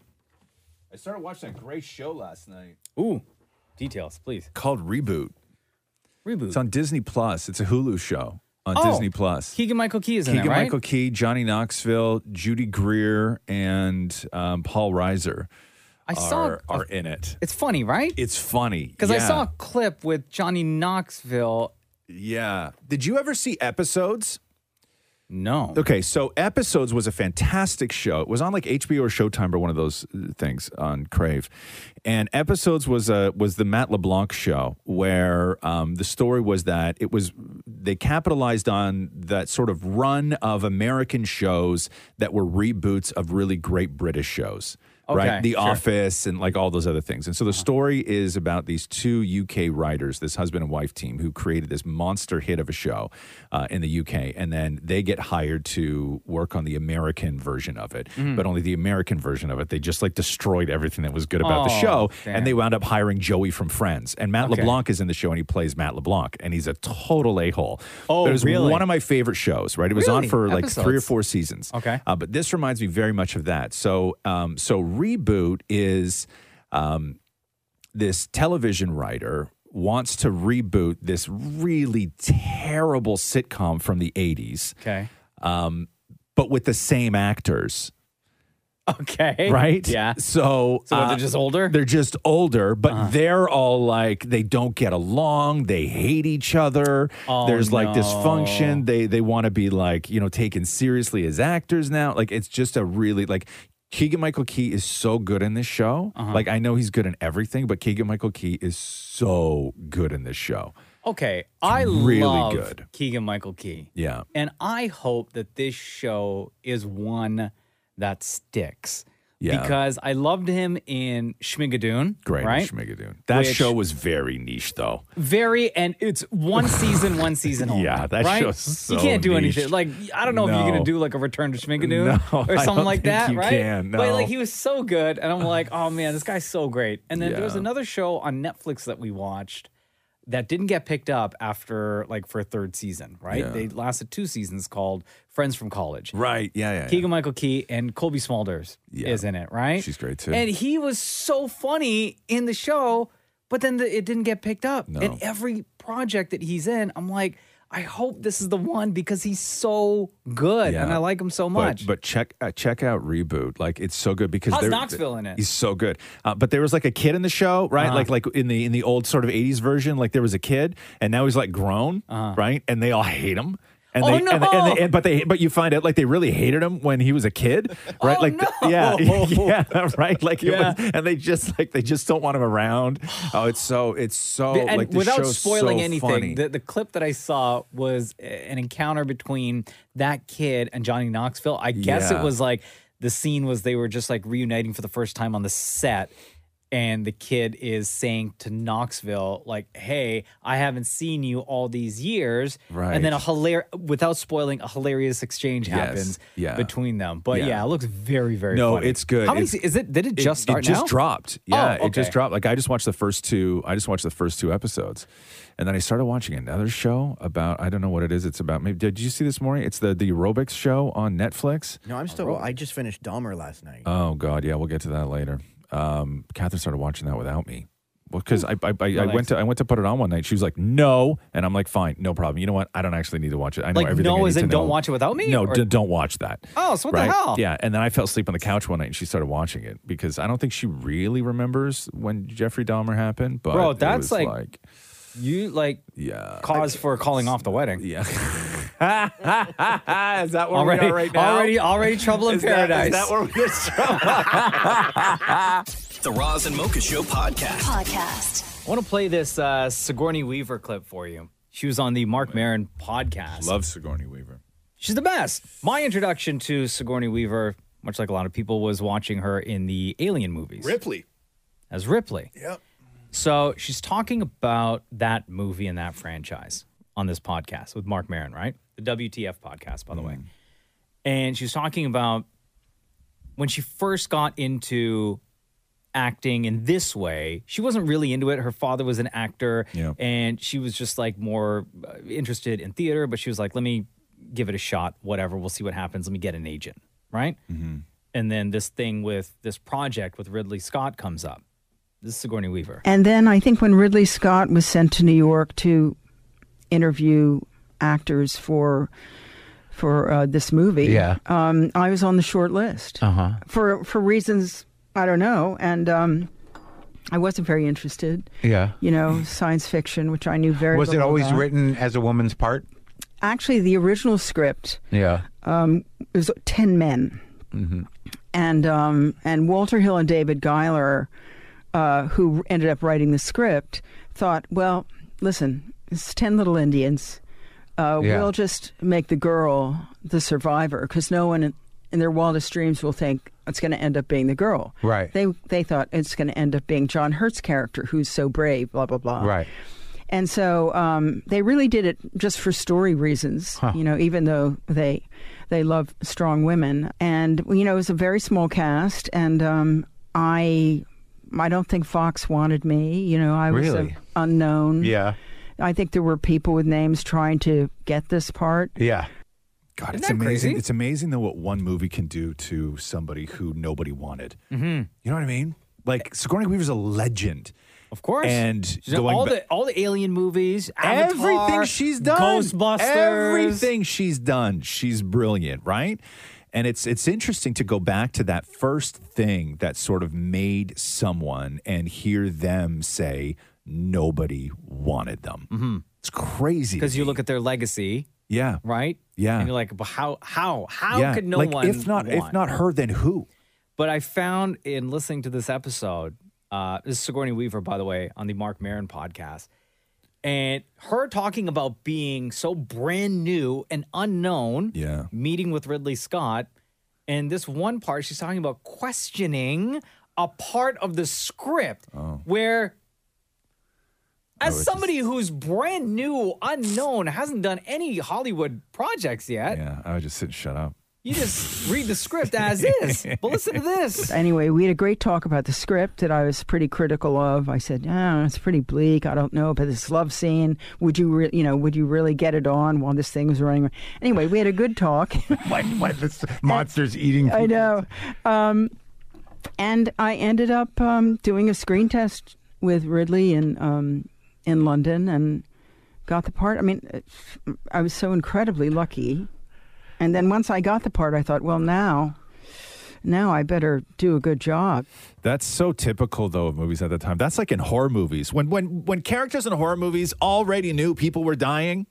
Speaker 5: I started watching a great show last night.
Speaker 4: Ooh, details, please.
Speaker 5: Called Reboot.
Speaker 4: Reboot.
Speaker 5: It's on Disney Plus. It's a Hulu show on
Speaker 4: Oh,
Speaker 5: Disney Plus.
Speaker 4: Keegan Michael Key is in
Speaker 5: Keegan
Speaker 4: it, right?
Speaker 5: Michael Key, Johnny Knoxville, Judy Greer, and um, Paul Reiser
Speaker 4: I
Speaker 5: are,
Speaker 4: saw a-
Speaker 5: are in it.
Speaker 4: It's funny, right?
Speaker 5: It's funny.
Speaker 4: Because I
Speaker 5: yeah.
Speaker 4: saw a clip with Johnny Knoxville.
Speaker 5: Yeah. Did you ever see episodes?
Speaker 4: No.
Speaker 5: Okay, so Episodes was a fantastic show. It was on like HBO or Showtime or one of those uh, things on Crave. And Episodes was a was the Matt LeBlanc show where um, the story was that it was they capitalized on that sort of run of American shows that were reboots of really great British shows.
Speaker 10: Okay,
Speaker 5: right? The
Speaker 10: sure. Uh-huh.
Speaker 5: Office and like all those other things. And so the story is about these two UK writers, this husband and wife team, who created this monster hit of a show uh, in the UK. And then they get hired to work on the American version of it,
Speaker 10: Mhm.
Speaker 5: but only the American version of it. They just like destroyed everything that was good about the
Speaker 10: Oh,
Speaker 5: show.
Speaker 10: damn.
Speaker 5: And they wound up hiring Joey from Friends. And Matt
Speaker 10: Okay.
Speaker 5: LeBlanc is in the show and he plays Matt LeBlanc. And he's a total a hole.
Speaker 10: Oh,
Speaker 5: it was
Speaker 10: really?
Speaker 5: one of my favorite shows, right? It was
Speaker 10: Really?
Speaker 5: on for like three or
Speaker 10: Episodes?
Speaker 5: four seasons.
Speaker 10: Okay.
Speaker 5: Uh, but this reminds me very much of that. So, um, so reboot is um, this television writer wants to reboot this really terrible sitcom from the '80s,
Speaker 4: Okay.
Speaker 5: um, but with the same actors.
Speaker 4: Okay.
Speaker 5: Right?
Speaker 4: Yeah.
Speaker 5: So,
Speaker 4: So what, they're just Uh-huh.
Speaker 5: older? They're just older, but they're all like they don't get along, they hate each other.
Speaker 4: Oh,
Speaker 5: There's like
Speaker 4: no.
Speaker 5: dysfunction. They they want to be like, you know, taken seriously as actors now. Like it's just a really like Keegan Michael Key is so good in this show.
Speaker 4: Uh-huh.
Speaker 5: Like I know he's good in everything, but Keegan Michael Key is so good in this show.
Speaker 4: Okay, I
Speaker 5: really
Speaker 4: love
Speaker 5: good.
Speaker 4: Keegan Michael Key.
Speaker 5: Yeah.
Speaker 4: And I hope that this show is one that sticks.
Speaker 5: Yeah.
Speaker 4: Because I loved him in Schmigadoon.
Speaker 5: Great in
Speaker 4: right?
Speaker 5: Schmigadoon. That
Speaker 4: Which-
Speaker 5: show was very niche though.
Speaker 4: Very, and it's one season, one season only.
Speaker 5: Yeah, that
Speaker 4: right?
Speaker 5: show's so
Speaker 4: You can't do
Speaker 5: niche.
Speaker 4: anything. Like, I don't know if you're going
Speaker 5: No.
Speaker 4: to do like a return to Schmigadoon
Speaker 5: No,
Speaker 4: or
Speaker 5: I
Speaker 4: something
Speaker 5: don't
Speaker 4: like
Speaker 5: think
Speaker 4: that,
Speaker 5: you
Speaker 4: right?
Speaker 5: can,
Speaker 4: But
Speaker 5: no.
Speaker 4: like, he was so good. And I'm like, oh man, this guy's so great. And then there was
Speaker 5: Yeah.
Speaker 4: another show on Netflix that we watched that didn't get picked up after like for a third season, right?
Speaker 5: Yeah.
Speaker 4: They lasted two seasons called Friends from College.
Speaker 5: Right. Yeah. yeah,
Speaker 4: Keegan Michael Key and Colby Smulders is in it, right?
Speaker 5: She's great too.
Speaker 4: And he was so funny in the show, but then the, it didn't get picked up.
Speaker 5: No.
Speaker 4: And every project that he's in, I'm like, I hope this is the one because he's so good and
Speaker 5: Yeah.
Speaker 4: I like him so
Speaker 5: But-
Speaker 4: much.
Speaker 5: But, check uh, check out reboot. Like it's so good because
Speaker 4: How's
Speaker 5: there-
Speaker 4: Knoxville in it?
Speaker 5: He's so good. Uh, but there was like a kid in the show, right?
Speaker 4: Uh-huh.
Speaker 5: Like like in the in the old sort of '80s version, like there was a kid, and now he's like grown, right? And they all hate him. And
Speaker 4: Uh-huh.
Speaker 5: they,
Speaker 4: Oh,
Speaker 5: and,
Speaker 4: no!
Speaker 5: and they, and, but they, but you find out like they really hated him when he was a kid, right? like, the- yeah, yeah, right. Like, it
Speaker 4: Oh, Yeah.
Speaker 5: was- and they just like they just don't want him around. Oh, it's so, it's so.
Speaker 4: The- and
Speaker 5: like, this
Speaker 4: without
Speaker 5: show's
Speaker 4: spoiling
Speaker 5: so funny.
Speaker 4: anything, the, the clip that I saw was a- an encounter between that kid and Johnny Knoxville. I guess
Speaker 5: Yeah.
Speaker 4: it was like the scene was they were just like reuniting for the first time on the set. And the kid is saying to Knoxville, like, hey, I haven't seen you all these years.
Speaker 5: Right.
Speaker 4: And then a hilarious, without spoiling, a hilarious exchange
Speaker 5: Yes.
Speaker 4: happens
Speaker 5: Yeah.
Speaker 4: between them. But yeah,
Speaker 5: Yeah.
Speaker 4: it looks very, very
Speaker 5: no,
Speaker 4: funny.
Speaker 5: it's good.
Speaker 4: How many,
Speaker 5: It's-
Speaker 4: se- is it, did it just start
Speaker 5: It just
Speaker 4: now?
Speaker 5: dropped. Yeah,
Speaker 4: Oh,
Speaker 5: it just
Speaker 4: okay.
Speaker 5: dropped. Like I just watched the first two. I just watched the first two episodes, and then I started watching another show about I don't know what it is. It's about maybe. Did you see this morning? It's the the aerobics show on Netflix.
Speaker 15: No, I'm still. I just finished Dahmer last night.
Speaker 5: Oh God, yeah, we'll get to that later. Um, Catherine started watching that without me. Well, because I I, I, I
Speaker 4: Relax.
Speaker 5: went to I went to put it on one night. She was like, "No," and I'm like, "Fine, no problem." You know what? I don't actually need to watch it. I know
Speaker 4: Like,
Speaker 5: everything. I
Speaker 4: no
Speaker 5: need
Speaker 4: as
Speaker 5: to
Speaker 4: in don't
Speaker 5: know.
Speaker 4: watch it without me,
Speaker 5: No,
Speaker 4: or-
Speaker 5: d- don't watch that.
Speaker 4: Oh, so what
Speaker 5: Right?
Speaker 4: the hell?
Speaker 5: Yeah, and then I fell asleep on the couch one night, and she started watching it because I don't think she really remembers when Jeffrey Dahmer happened. But
Speaker 4: Bro,
Speaker 5: it was
Speaker 4: that's like- You like
Speaker 5: yeah
Speaker 4: cause for calling off the wedding.
Speaker 5: Yeah. is that where
Speaker 4: already,
Speaker 5: we are right now?
Speaker 4: Already, already trouble in
Speaker 5: Is that-
Speaker 4: paradise.
Speaker 5: is that where we
Speaker 1: The Roz and Mocha Show podcast.
Speaker 12: Podcast.
Speaker 4: I want to play this uh, Sigourney Weaver clip for you. She was on the Mark Marin podcast.
Speaker 5: Love Sigourney Weaver.
Speaker 4: She's the best. My introduction to Sigourney Weaver, much like a lot of people, was watching her in the Alien movies.
Speaker 18: Ripley.
Speaker 4: As Ripley.
Speaker 18: Yep.
Speaker 4: So she's talking about that movie and that franchise on this podcast with Mark Marin, right? The WTF podcast, by the way. And she was talking about when she first got into acting in this way, she wasn't really into it. Her father was an actor
Speaker 5: Yeah.
Speaker 4: and she was just like more uh, interested in theater, but she was like, let me give it a shot, whatever, we'll see what happens. Let me get an agent, right?
Speaker 5: Mm-hmm.
Speaker 4: And then this thing with this project with Ridley Scott comes up. This is Sigourney Weaver.
Speaker 6: And then I think when Ridley Scott was sent to New York to interview actors for for uh, this movie,
Speaker 13: Yeah.
Speaker 6: um, I was on the short list
Speaker 13: Uh huh.
Speaker 6: for for reasons I don't know, and um, I wasn't very interested.
Speaker 13: Yeah.
Speaker 6: You know, science fiction, which I knew very.
Speaker 13: Was it
Speaker 6: little
Speaker 13: always
Speaker 6: about.
Speaker 13: written as a woman's part?
Speaker 6: Actually, the original script
Speaker 13: Yeah.
Speaker 6: um, was ten men.
Speaker 5: Mm-hmm.
Speaker 13: hmm
Speaker 6: and um, and Walter Hill and David Giler, uh, who ended up writing the script, thought, well, listen, it's ten little Indians. Uh,
Speaker 13: Yeah.
Speaker 6: We'll just make the girl the survivor because no one in, in their wildest dreams will think it's going to end up being the girl.
Speaker 13: Right.
Speaker 6: They they thought it's going to end up being John Hurt's character, who's so brave, blah blah blah.
Speaker 13: Right.
Speaker 6: And so um, they really did it just for story reasons, you know. Even though they they love strong women, and you know, it was a very small cast, and um, I I don't think Fox wanted me. You know, I was a
Speaker 13: Really?
Speaker 6: unknown.
Speaker 13: Yeah.
Speaker 6: I think there were people with names trying to get this part.
Speaker 13: Yeah.
Speaker 5: God,
Speaker 6: Isn't
Speaker 5: it's
Speaker 6: that
Speaker 5: amazing.
Speaker 6: crazy?
Speaker 5: It's amazing though what one movie can do to somebody who nobody wanted.
Speaker 4: Mhm.
Speaker 5: You know what I mean? Like Sigourney Weaver's a legend.
Speaker 4: Of course.
Speaker 5: And
Speaker 4: She's done
Speaker 5: going
Speaker 4: all
Speaker 5: ba-
Speaker 4: the all the alien movies, Avatar,
Speaker 5: everything she's done,
Speaker 4: Ghostbusters,
Speaker 5: everything she's done, she's brilliant, right? And it's it's interesting to go back to that first thing that sort of made someone and hear them say nobody wanted them.
Speaker 4: Mm-hmm.
Speaker 5: It's crazy.
Speaker 4: Because you look at their legacy,
Speaker 5: Yeah.
Speaker 4: right?
Speaker 5: Yeah.
Speaker 4: And you're like, but how how how
Speaker 5: Yeah.
Speaker 4: could no
Speaker 5: Like,
Speaker 4: one
Speaker 5: if not- if
Speaker 4: want?
Speaker 5: not her, then who?
Speaker 4: But I found in listening to this episode, uh, this is Sigourney Weaver, by the way, on the Mark Marin podcast, and her talking about being so brand new and unknown,
Speaker 5: yeah,
Speaker 4: meeting with Ridley Scott, and this one part she's talking about questioning a part of the script
Speaker 5: Oh.
Speaker 4: where as somebody who's brand new, unknown, hasn't done any Hollywood projects yet,
Speaker 5: Yeah, I would just sit and shut up.
Speaker 4: you just read the script as is. But listen to this.
Speaker 6: Anyway, we had a great talk about the script that I was pretty critical of. I said, "Yeah, it's pretty bleak. I don't know, but this love scene, would you, re- you know, would you really get it on while this thing was running?" Anyway, we had a good talk.
Speaker 13: Like, like this monster's eating.
Speaker 6: I know. Um, and I ended up um, doing a screen test with Ridley in um, in London and got the part. I mean, uh, I was so incredibly lucky. And then once I got the part, I thought, well, now, now I better do a good job.
Speaker 5: That's so typical though of movies at the time. That's like in horror movies. When when when characters in horror movies already knew people were dying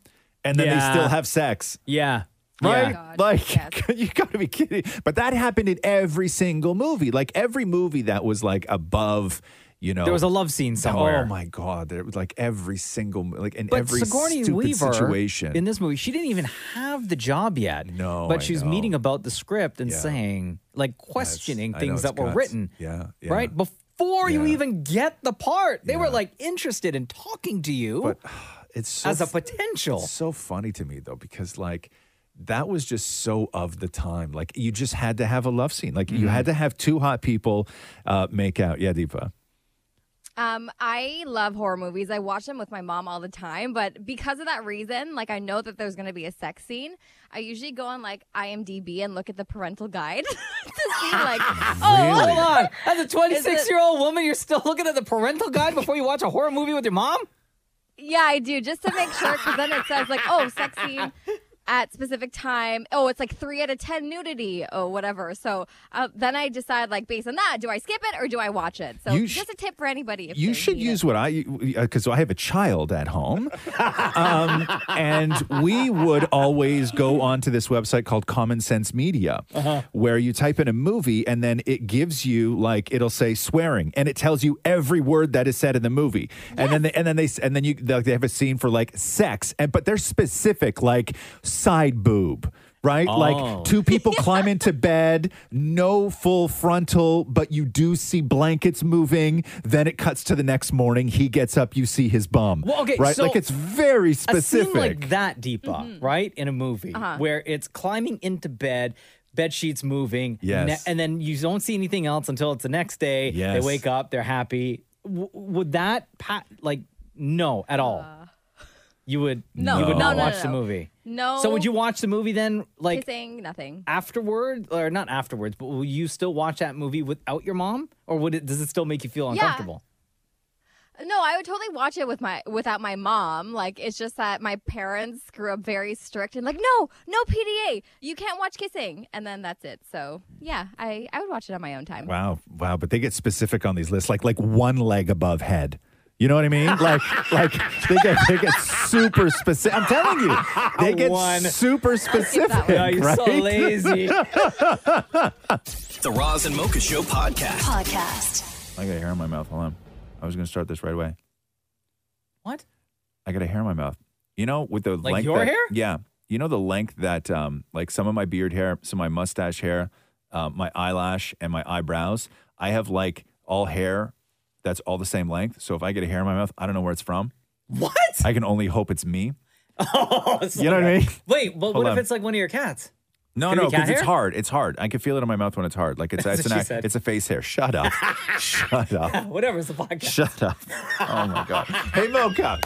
Speaker 5: and then
Speaker 4: Yeah.
Speaker 5: they still have sex.
Speaker 4: Yeah.
Speaker 5: Right?
Speaker 4: Yeah.
Speaker 5: like you got to be kidding. But that happened in every single movie. Like every movie that was like above, you know.
Speaker 4: There was a love scene somewhere.
Speaker 5: Oh my god, there was like every single like in
Speaker 4: but
Speaker 5: every
Speaker 4: Sigourney
Speaker 5: stupid
Speaker 4: Weaver
Speaker 5: situation.
Speaker 4: in this movie, she didn't even have the job yet. No, but
Speaker 5: Oh, I
Speaker 4: she's
Speaker 5: know.
Speaker 4: meeting about the script and
Speaker 5: Yeah.
Speaker 4: saying, like, questioning
Speaker 5: I know,
Speaker 4: things
Speaker 5: it's
Speaker 4: that were
Speaker 5: nuts.
Speaker 4: written.
Speaker 5: Yeah, yeah.
Speaker 4: Right before you even get the part, they were like interested in talking to you.
Speaker 5: it's so
Speaker 4: as a
Speaker 5: f-
Speaker 4: potential.
Speaker 5: It's so funny to me though because like that was just so of the time. Like you just had to have a love scene. Like you
Speaker 4: Mm-hmm.
Speaker 5: had to have two hot people uh, make out. Yeah, Deepa.
Speaker 24: Um, I love horror movies. I watch them with my mom all the time, but because of that reason, like I know that there's going to be a sex scene, I usually go on like IMDb and look at the parental guide to see like, oh,
Speaker 4: hold on. As
Speaker 24: Is
Speaker 4: a
Speaker 24: it-
Speaker 4: 26 year old woman, you're still looking at the parental guide before you watch a horror movie with your mom?
Speaker 24: Yeah, I do, just to make sure, because then it says like, oh, sex scene at specific time. Oh, it's like three out of ten nudity, oh, whatever. So uh, then I decide like based on that, do I skip it or do I watch it? So
Speaker 5: You sh-
Speaker 24: just a tip for anybody. If
Speaker 5: you
Speaker 24: they
Speaker 5: should
Speaker 24: need it.
Speaker 5: use what I because I have a child at home, um, and we would always go onto this website called Common Sense Media,
Speaker 4: Uh-huh.
Speaker 5: where you type in a movie and then it gives you like it'll say swearing and it tells you every word that is said in the movie, and then they, and then they and then you they they have a scene for like sex and but they're specific like side boob. Right?
Speaker 4: Oh.
Speaker 5: Like two people climb into bed, no full frontal, but you do see blankets moving. Then it cuts to the next morning. He gets up, you see his bum.
Speaker 4: Well, okay,
Speaker 5: right?
Speaker 4: so
Speaker 5: like it's very
Speaker 4: A
Speaker 5: specific.
Speaker 4: scene like that, Deepa, right? In a movie
Speaker 24: Mm-hmm. Uh-huh.
Speaker 4: where it's climbing into bed, bed sheets moving,
Speaker 5: Yes.
Speaker 4: and then you don't see anything else until it's the next day.
Speaker 5: Yes.
Speaker 4: They wake up, they're happy. W- would that pat like no at all? you would
Speaker 24: Uh. No,
Speaker 4: you would
Speaker 24: no,
Speaker 4: not
Speaker 24: no,
Speaker 4: watch
Speaker 24: no,
Speaker 4: the
Speaker 24: no.
Speaker 4: movie.
Speaker 24: No.
Speaker 4: So would you watch the movie then, like
Speaker 24: kissing nothing?
Speaker 4: afterward or not afterwards? But will you still watch that movie without your mom, or would it? Does it still make you feel
Speaker 24: Yeah.
Speaker 4: uncomfortable?
Speaker 24: No, I would totally watch it with my without my mom. Like it's just that my parents grew up very strict and like, no, no PDA. You can't watch kissing. And then that's it. So yeah, I, I would watch it on my own time.
Speaker 5: Wow, wow, but they get specific on these lists, like like one leg above head. You know what I mean? Like like they get they get super specific. I'm telling you, they get
Speaker 1: One.
Speaker 5: super specific.
Speaker 1: Yeah, you're so
Speaker 5: right?
Speaker 1: lazy. The Roz and Mocha Show podcast.
Speaker 12: Podcast.
Speaker 5: I got a hair in my mouth. Hold on. I was going to start this right away.
Speaker 4: What?
Speaker 5: I got a hair in my mouth. You know, with the
Speaker 4: Like
Speaker 5: length
Speaker 4: your
Speaker 5: that-
Speaker 4: hair?
Speaker 5: Yeah. You know the length that um like some of my beard hair, some of my mustache hair, uh, my eyelash and my eyebrows, I have like all hair that's all the same length. So if I get a hair in my mouth, I don't know where it's from.
Speaker 4: What?
Speaker 5: I can only hope it's me.
Speaker 4: Oh, it's
Speaker 5: You know
Speaker 4: like
Speaker 5: what I
Speaker 4: a-
Speaker 5: mean?
Speaker 4: Wait, but
Speaker 5: Hold
Speaker 4: what
Speaker 5: on.
Speaker 4: if it's like one of your cats?
Speaker 5: No,
Speaker 4: Could it
Speaker 5: no,
Speaker 4: be cat
Speaker 5: because it's
Speaker 4: hair?
Speaker 5: hard. It's hard. I can feel it in my mouth when it's hard. Like it's
Speaker 4: That's
Speaker 5: it's
Speaker 4: what
Speaker 5: an
Speaker 4: she
Speaker 5: a-
Speaker 4: said.
Speaker 5: it's a face hair. Shut up. Shut up.
Speaker 4: Whatever, it's a podcast.
Speaker 5: Shut up. Oh my god. Hey Mocha.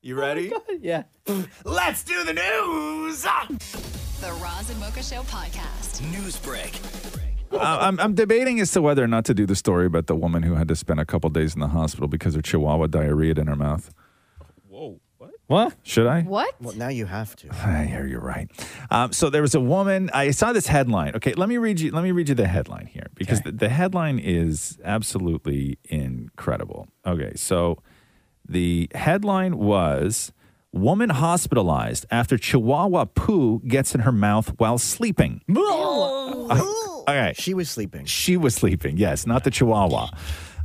Speaker 5: You ready?
Speaker 4: Oh, yeah.
Speaker 5: Let's do the news.
Speaker 12: The Roz and Mocha Show podcast.
Speaker 1: News break.
Speaker 10: I- I'm, I'm debating as to whether or not to do the story about the woman who had to spend a couple days in the hospital because her chihuahua diarrhea in her mouth.
Speaker 5: Whoa. What? Should I?
Speaker 24: What?
Speaker 15: Well, now you have to.
Speaker 5: I hear you're right. Um, so there was a woman. I saw this headline. Okay, let me read you. Let me read you the headline here because the, the headline is absolutely incredible. Okay, so the headline was: Woman hospitalized after Chihuahua poo gets in her mouth while sleeping. Okay,
Speaker 15: she was sleeping.
Speaker 5: She was sleeping. Yes, not the Chihuahua.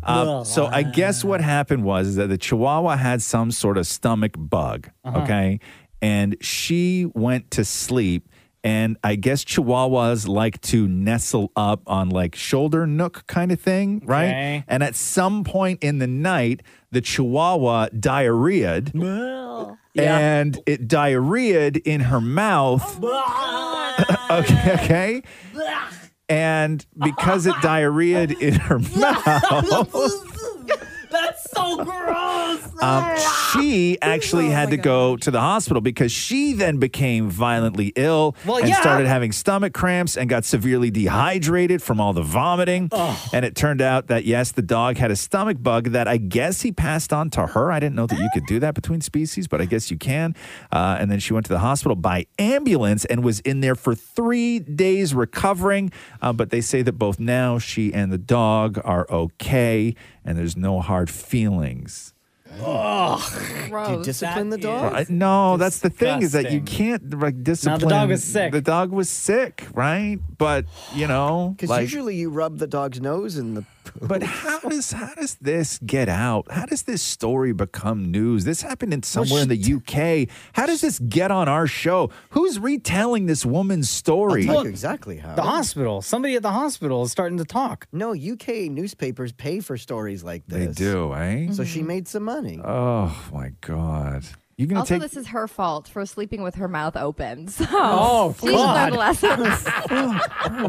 Speaker 5: Um, so I
Speaker 14: uh,
Speaker 5: guess what happened was that the Chihuahua had some sort of stomach bug,
Speaker 14: Uh-huh.
Speaker 5: okay, and she went to sleep. And I guess Chihuahuas like to nestle up on like shoulder nook kind of thing, right?
Speaker 14: Okay.
Speaker 5: And at some point in the night, the Chihuahua diarrheaed, and it diarrheaed in her
Speaker 14: Oh,
Speaker 5: mouth. okay, okay. And because it diarrheaed in her mouth,
Speaker 14: That's so gross.
Speaker 5: um, she actually
Speaker 14: Oh
Speaker 5: had to go to the hospital because she then became violently ill
Speaker 14: Well,
Speaker 5: and
Speaker 14: yeah.
Speaker 5: started having stomach cramps and got severely dehydrated from all the vomiting.
Speaker 14: Ugh.
Speaker 5: And it turned out that, yes, the dog had a stomach bug that I guess he passed on to her. I didn't know that you could do that between species, but I guess you can. Uh, and then she went to the hospital by ambulance and was in there for three days recovering. Uh, but they say that both now she and the dog are okay and there's no hard feelings.
Speaker 14: Gross.
Speaker 15: you discipline the dog?
Speaker 5: Right. No, that's the thing is that you
Speaker 15: disgusting.
Speaker 5: can't like discipline.
Speaker 15: dog was sick.
Speaker 5: The dog was sick, right? But you know,
Speaker 15: Because
Speaker 5: like,
Speaker 15: usually you rub the dog's nose in the poo.
Speaker 5: But how does how does this get out? How does this story become news? This happened in somewhere in the UK. How does this get on our show? Who's retelling this woman's story?
Speaker 15: I'll tell you exactly how.
Speaker 5: the
Speaker 4: hospital. Somebody at the hospital is starting to talk.
Speaker 15: No, UK newspapers pay for stories like
Speaker 5: They
Speaker 15: this.
Speaker 5: do, eh?
Speaker 15: So she made some money.
Speaker 5: Oh my god! You're gonna
Speaker 24: Also,
Speaker 5: take
Speaker 24: this is her fault for sleeping with her mouth open. So
Speaker 5: Oh,
Speaker 24: she should learn
Speaker 5: God. Oh,
Speaker 24: a lesson.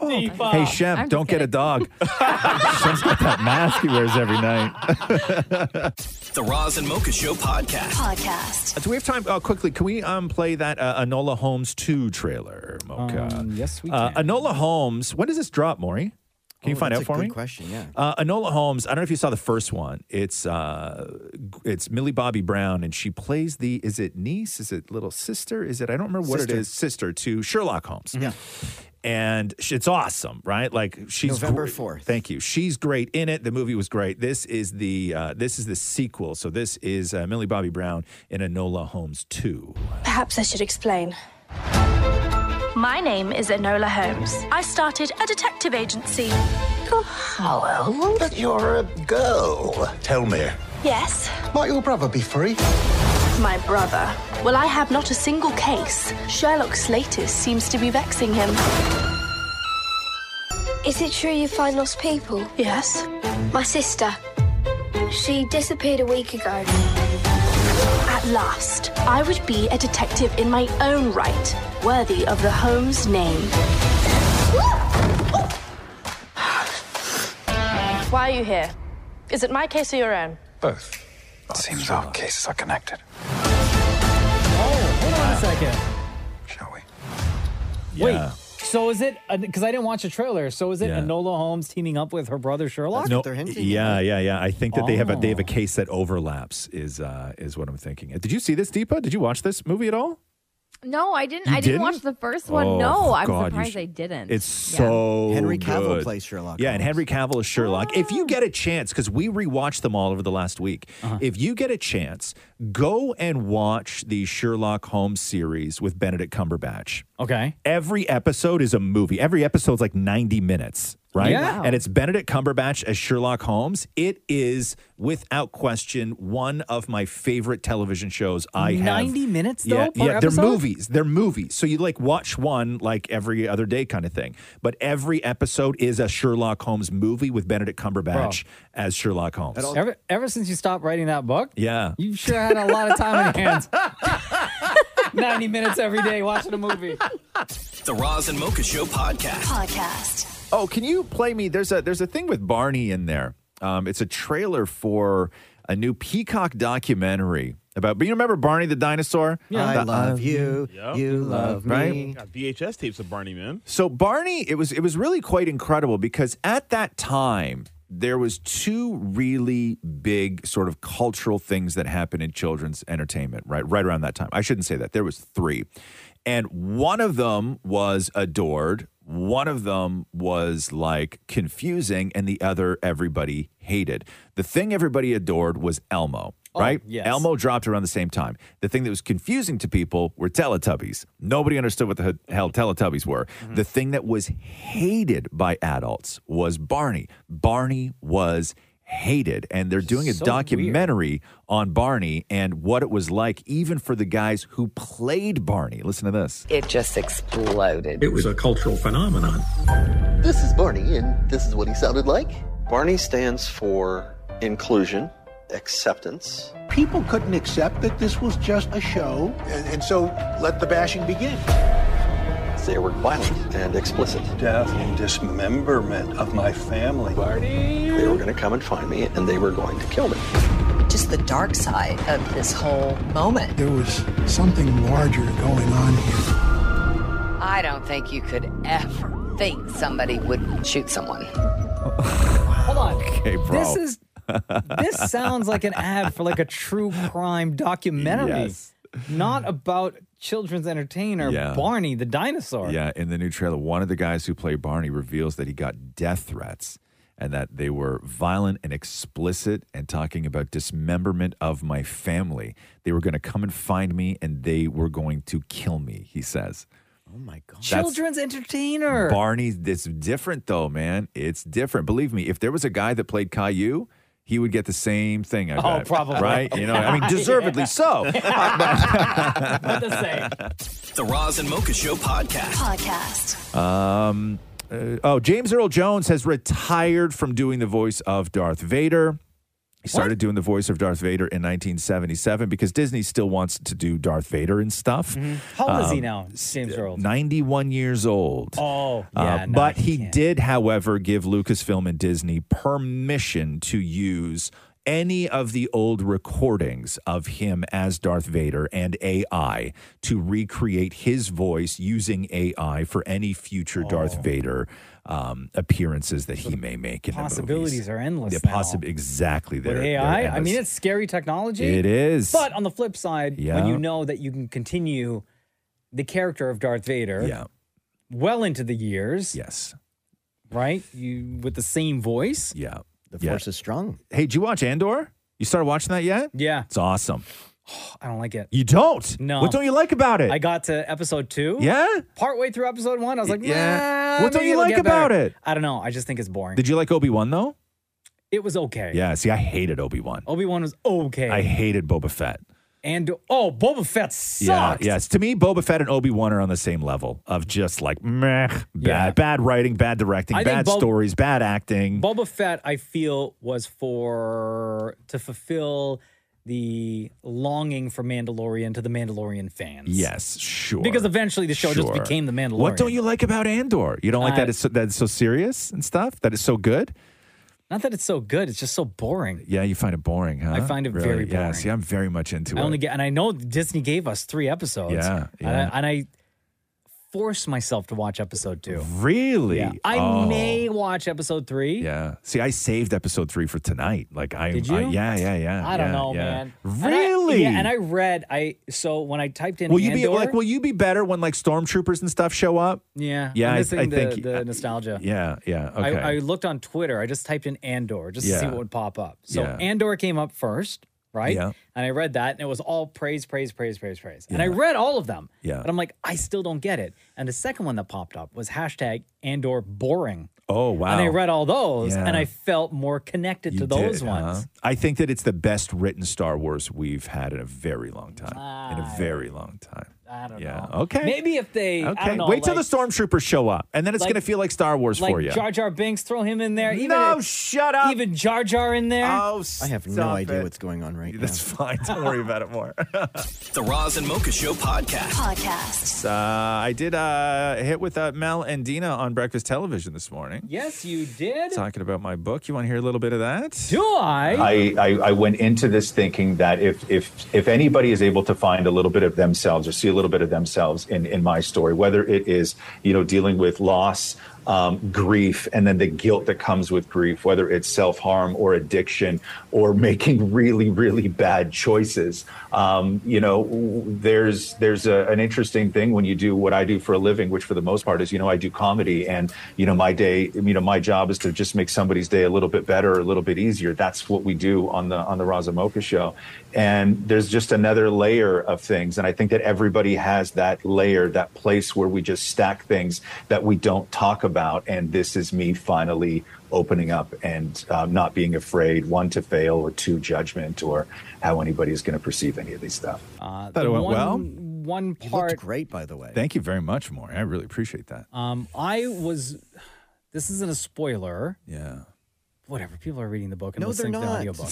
Speaker 5: Hey, Shemp,
Speaker 24: I'm
Speaker 5: don't
Speaker 24: just
Speaker 5: get a dog. Shemp's got that mask he wears every night.
Speaker 1: The Roz and Mocha Show podcast.
Speaker 12: Podcast.
Speaker 5: Do we have time? Uh, quickly, can we um, play that uh, Anola Holmes 2 trailer, Mocha?
Speaker 15: Um,
Speaker 5: yes, we can. Uh, Anola Holmes, when does this drop, Maury? Can you
Speaker 15: Oh,
Speaker 5: find
Speaker 15: that's
Speaker 5: out for
Speaker 15: a good
Speaker 5: me?
Speaker 15: question, yeah.
Speaker 5: Uh, Anola Holmes. I don't know if you saw the first one. It's uh, g- it's Millie Bobby Brown, and she plays the is it niece? Is it little sister? Is it I don't remember what
Speaker 15: Sister.
Speaker 5: it is. Sister to Sherlock Holmes.
Speaker 15: Yeah.
Speaker 5: And sh- it's awesome, right? Like she's
Speaker 15: November
Speaker 5: gr-
Speaker 15: 4th.
Speaker 5: Thank you. She's great in it. The movie was great. This is the uh, this is the sequel. So this is uh, Millie Bobby Brown in Enola Holmes two.
Speaker 12: Perhaps I should explain. My name is Enola Holmes. I started a detective agency.
Speaker 16: Hello, but you're a girl. Tell me,
Speaker 12: Yes,
Speaker 16: might your brother be free?
Speaker 12: my brother. Well, I have not a single case. Sherlock's latest seems to be vexing him.
Speaker 17: Is it true you find lost people? Yes. My sister. She disappeared a week ago.
Speaker 12: At last, I would be a detective in my own right, worthy of the Holmes name. Why are you here? Is it my case or your own?
Speaker 16: Both. Seems our cases are connected.
Speaker 10: Oh,
Speaker 4: Hold on a second.
Speaker 5: Yeah.
Speaker 4: Wait. So is it because I didn't watch the trailer? So is it
Speaker 5: Yeah.
Speaker 4: Enola Holmes teaming up with her brother Sherlock?
Speaker 5: yeah, yeah, yeah. I think that they have a
Speaker 15: Oh.
Speaker 5: they have a case that overlaps. Is uh, is what I'm thinking. Did you see this, Deepa? Did you watch this movie at all?
Speaker 24: No, I didn't.
Speaker 5: You
Speaker 24: I didn't,
Speaker 5: didn't?
Speaker 24: watch the first one.
Speaker 5: Oh,
Speaker 24: no, I'm
Speaker 5: God, you
Speaker 24: surprised
Speaker 5: should-
Speaker 24: I didn't.
Speaker 5: It's
Speaker 24: Yeah.
Speaker 5: so
Speaker 15: Henry Cavill
Speaker 5: good.
Speaker 15: plays Sherlock
Speaker 5: Yeah, and Henry Cavill is Sherlock. If you get a chance, because we rewatched them all over the last week, if you get a chance, go and watch the Sherlock Holmes series with Benedict Cumberbatch.
Speaker 4: Okay.
Speaker 5: Every episode is a movie. E-, Every episode's like 90 minutes, right?
Speaker 4: Yeah. Wow.
Speaker 5: And it's Benedict Cumberbatch as Sherlock Holmes. It is without question one of my favorite television shows I have.
Speaker 4: 90 minutes, though,
Speaker 5: Yeah,
Speaker 4: per
Speaker 5: yeah,
Speaker 4: episode?
Speaker 5: they're movies. They're movies. So you like watch one like every other day kind of thing. But every episode is a Sherlock Holmes movie with Benedict Cumberbatch as Sherlock Holmes.
Speaker 4: Ever, ever since you stopped writing that book,
Speaker 5: yeah.
Speaker 4: you sure had a lot of time in your hands. 90 minutes every day watching a movie.
Speaker 1: The Roz and Mocha Show podcast.
Speaker 12: Podcast.
Speaker 5: Oh, can you play me? There's a there's a thing with Barney in there. Um, it's a trailer for a new Peacock documentary about. But you remember Barney the dinosaur?
Speaker 15: I
Speaker 5: The
Speaker 15: love you. You love me.
Speaker 5: right?
Speaker 28: Got VHS
Speaker 5: Mm-hmm.
Speaker 28: tapes of Barney, man.
Speaker 5: So Barney, it was it was really quite incredible because at that time, there was two really big sort of cultural things that happened in children's entertainment right right around that time i shouldn't say that there was three and one of them was adored one of them was like confusing and the other everybody hated the thing everybody adored was elmo right
Speaker 4: yes.
Speaker 5: elmo dropped around the same time the thing that was confusing to people were teletubbies nobody understood what the he- hell teletubbies were
Speaker 4: Mm-hmm.
Speaker 5: the thing that was hated by adults was barney barney was hated and they're doing a
Speaker 20: so
Speaker 5: documentary on barney and what it was like even for the guys who played barney listen to this
Speaker 20: It just exploded.
Speaker 5: was a cultural phenomenon
Speaker 20: This is Barney, and this is what he sounded like. Barney stands for inclusion, acceptance.
Speaker 31: People couldn't accept that this was just a show, and, and so let the bashing begin.
Speaker 20: They were violent and explicit.
Speaker 31: Death and dismemberment of my family.
Speaker 20: They were going to come and find me, and they were going to kill me.
Speaker 22: Just the dark side of this whole moment.
Speaker 31: There was something larger going on here.
Speaker 22: I don't think you could ever think somebody would shoot someone.
Speaker 4: Hold on.
Speaker 5: okay bro
Speaker 4: This is this sounds like an ad for like a true crime documentary,
Speaker 5: Yes.
Speaker 4: not about children's entertainer
Speaker 5: Yeah.
Speaker 4: Barney the dinosaur.
Speaker 5: Yeah, in the new trailer, one of the guys who played Barney reveals that he got death threats and that they were violent and explicit and talking about dismemberment of my family. They were going to come and find me and they were going to kill me, he says. Oh my God.
Speaker 4: Children's entertainer.
Speaker 5: Barney, it's different though, man. It's different. Believe me, if there was a guy that played Caillou, he would get the same thing. I
Speaker 4: Oh,
Speaker 5: bet,
Speaker 4: probably.
Speaker 5: Right? You know, I mean,
Speaker 1: Yeah.
Speaker 5: deservedly so.
Speaker 1: Not the same. The Roz and Mocha Show podcast.
Speaker 12: Podcast.
Speaker 5: Um, uh, oh, James Earl Jones has retired from doing the voice of Darth Vader. He started doing the voice of Darth Vader in 1977 because Disney still wants to do Darth Vader and stuff.
Speaker 4: Mm-hmm. How old is he
Speaker 5: Um,
Speaker 4: now, James Earl?
Speaker 5: 91 years old.
Speaker 4: Oh,
Speaker 5: Uh,
Speaker 4: yeah. no,
Speaker 5: but he did, however, give Lucasfilm and Disney permission to use any of the old recordings of him as Darth Vader and AI to recreate his voice using AI for any future
Speaker 4: Oh.
Speaker 5: Darth Vader um, appearances that he may make in
Speaker 4: possibilities
Speaker 5: the movies.
Speaker 4: are endless
Speaker 5: The possi- exactly.
Speaker 4: with
Speaker 5: They're, they're
Speaker 4: AI. I
Speaker 5: endless.
Speaker 4: mean, it's scary technology.
Speaker 5: It is.
Speaker 4: But on the flip side,
Speaker 5: Yeah.
Speaker 4: when you know that you can continue the character of Darth Vader,
Speaker 5: Yeah.
Speaker 4: well into the years,
Speaker 5: yes,
Speaker 4: right, you with the same voice,
Speaker 5: yeah,
Speaker 4: the
Speaker 5: Yeah. force
Speaker 4: is strong.
Speaker 5: Hey, did you watch Andor? You started watching that yet?
Speaker 4: Yeah,
Speaker 5: It's awesome.
Speaker 4: I don't like it.
Speaker 5: You don't?
Speaker 4: No.
Speaker 5: What don't you like about it?
Speaker 4: I got to episode two.
Speaker 5: Yeah?
Speaker 4: Partway through episode one, I was like,
Speaker 5: Yeah.
Speaker 4: "Nah,
Speaker 5: What don't
Speaker 4: maybe
Speaker 5: you
Speaker 4: it'll
Speaker 5: like
Speaker 4: get better."
Speaker 5: about it?
Speaker 4: I don't know. I just think it's boring.
Speaker 5: Did you like Obi Wan though?
Speaker 4: it was okay.
Speaker 5: Yeah. See, I hated Obi Wan.
Speaker 4: Obi Wan was okay.
Speaker 5: I hated Boba Fett.
Speaker 4: and oh, Boba Fett
Speaker 5: Yeah.
Speaker 4: sucked.
Speaker 5: Yes. To me, Boba Fett and Obi Wan are on the same level of just like meh, bad, bad writing, bad directing,
Speaker 4: I think
Speaker 5: bad
Speaker 4: Bo-
Speaker 5: stories, bad acting.
Speaker 4: Boba Fett, I feel, was for to fulfill the longing for Mandalorian to the Mandalorian fans.
Speaker 5: yes. Sure.
Speaker 4: Because eventually the show just
Speaker 5: Sure.
Speaker 4: became the Mandalorian.
Speaker 5: What don't you like about Andor? You don't like
Speaker 4: Uh,
Speaker 5: that it's so, that it's so serious and stuff. That it's so good.
Speaker 4: Not that it's so good; it's just so boring.
Speaker 5: Yeah, you find it boring, huh?
Speaker 4: I find it
Speaker 5: Really?
Speaker 4: very
Speaker 5: Yeah.
Speaker 4: boring.
Speaker 5: See, I'm very much into
Speaker 4: I
Speaker 5: it.
Speaker 4: only get, and I know Disney gave us three episodes.
Speaker 5: Yeah,
Speaker 4: and
Speaker 5: yeah.
Speaker 4: I, and I forced myself to watch episode two.
Speaker 5: really?
Speaker 4: Yeah. I
Speaker 5: Oh.
Speaker 4: may watch episode three.
Speaker 5: Yeah. See, I saved episode three for tonight. Like I,
Speaker 4: Did you?
Speaker 5: I- yeah, yeah, yeah.
Speaker 4: I don't
Speaker 5: yeah,
Speaker 4: know,
Speaker 5: yeah.
Speaker 4: man. And I-
Speaker 5: Really?
Speaker 4: yeah, and I read I so when I typed in
Speaker 5: will you be
Speaker 4: Andor-
Speaker 5: like? Will you be better when like stormtroopers and stuff show up?
Speaker 4: Yeah.
Speaker 5: Yeah,
Speaker 4: I'm
Speaker 5: I-
Speaker 4: missing
Speaker 5: I
Speaker 4: the,
Speaker 5: think-
Speaker 4: the nostalgia.
Speaker 5: Yeah, yeah. Okay.
Speaker 4: I, I looked on Twitter. I just typed in Andor just to see
Speaker 5: Yeah.
Speaker 4: what would pop up. So
Speaker 5: Yeah.
Speaker 4: Andor came up first, right?
Speaker 5: Yeah.
Speaker 4: And I read that, and it was all praise, praise, praise, praise, praise. And I
Speaker 5: Yeah.
Speaker 4: read all of them.
Speaker 5: Yeah.
Speaker 4: But I'm like, I still don't get it. And the second one that popped up was hashtag Andor boring.
Speaker 5: oh wow.
Speaker 4: And I read all those, and
Speaker 5: Yeah.
Speaker 4: I felt more connected to
Speaker 5: You
Speaker 4: those
Speaker 5: did,
Speaker 4: ones.
Speaker 5: huh? I think that it's the best written Star Wars we've had in a very long time. in a very long time.
Speaker 4: I don't
Speaker 5: yeah. know. Okay.
Speaker 4: Maybe if they I
Speaker 5: Okay.
Speaker 4: don't know,
Speaker 5: Wait till
Speaker 4: like-
Speaker 5: the stormtroopers show up, and then it's
Speaker 4: like-
Speaker 5: gonna feel like Star Wars
Speaker 4: like
Speaker 5: for you.
Speaker 4: Jar Jar Binks, throw him in there. Even
Speaker 5: No,
Speaker 4: if-
Speaker 5: shut up.
Speaker 4: Even Jar Jar in there.
Speaker 5: Oh,
Speaker 15: I have no idea what's going on right
Speaker 5: That's fine. Don't worry about it more.
Speaker 1: The Roz and Mocha Show podcast.
Speaker 12: Podcast.
Speaker 5: Uh, I did uh, hit with uh, Mel and Dina on breakfast television this morning.
Speaker 4: Yes, you did.
Speaker 5: Talking about my book. You want to hear a little bit of that?
Speaker 4: Do I?
Speaker 5: I, I went into this thinking that if, if, if anybody is able to find a little bit of themselves or see a little bit of themselves in, in my story, whether it is, you know, dealing with loss, um, grief and then the guilt that comes with grief, whether it's self harm or addiction or making really, really bad choices. Um, you know, w- there's there's a, an interesting thing when you do what I do for a living, which for the most part is, you know, I do comedy and, you know, my day, you know, my job is to just make somebody's day a little bit better, a little bit easier. That's what we do on the on the Razamoka show. And there's just another layer of things. And I think that everybody has that layer, that place where we just stack things that we don't talk about. And this is me finally opening up and um, not being afraid, one, to fail, or two, judgment, or how anybody's going to perceive any of these stuff.
Speaker 4: Uh,
Speaker 5: Thought it went
Speaker 4: one,
Speaker 5: well.
Speaker 4: One part.
Speaker 15: great, by the way.
Speaker 5: Thank you very much, Maury. I really appreciate that.
Speaker 4: Um, I was. This isn't a spoiler.
Speaker 5: Yeah.
Speaker 4: Whatever. People are reading the book and
Speaker 5: No, they're
Speaker 4: listening to the
Speaker 5: not.
Speaker 4: audiobook.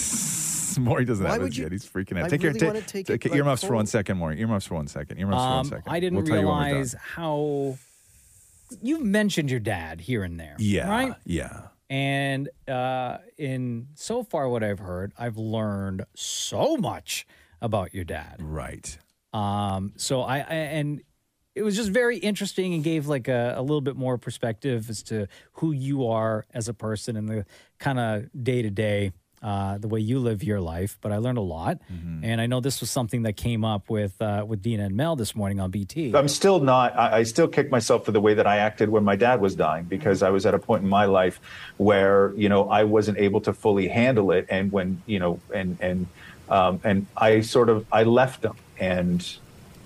Speaker 5: Maury doesn't
Speaker 4: Why
Speaker 5: have
Speaker 4: would
Speaker 5: it
Speaker 4: you-
Speaker 5: yet. He's freaking
Speaker 4: I
Speaker 5: out. Take your
Speaker 4: really
Speaker 5: take-
Speaker 4: wanna take it
Speaker 5: take-
Speaker 4: like
Speaker 5: earmuffs for one
Speaker 4: cold.
Speaker 5: second, Maury. Earmuffs for one second. Earmuffs for one
Speaker 4: Um,
Speaker 5: second.
Speaker 4: I didn't
Speaker 5: We'll tell you when we're done.
Speaker 4: realize how. You've mentioned your dad here and there.
Speaker 5: Yeah.
Speaker 4: Right?
Speaker 5: Yeah.
Speaker 4: And uh, in so far, what I've heard, I've learned so much about your dad.
Speaker 5: Right.
Speaker 4: Um. So I, I and it was just very interesting and gave like a, a little bit more perspective as to who you are as a person and the kind of day to day. Uh, the way you live your life, but I learned a lot, and I know this was something that came up with uh, with Dina and Mel this morning on BT.
Speaker 5: I'm still not, I, I still kick myself for the way that I acted when my dad was dying because I was at a point in my life where, you know, I wasn't able to fully handle it. And when, you know, and, and, um, and I sort of, I left him and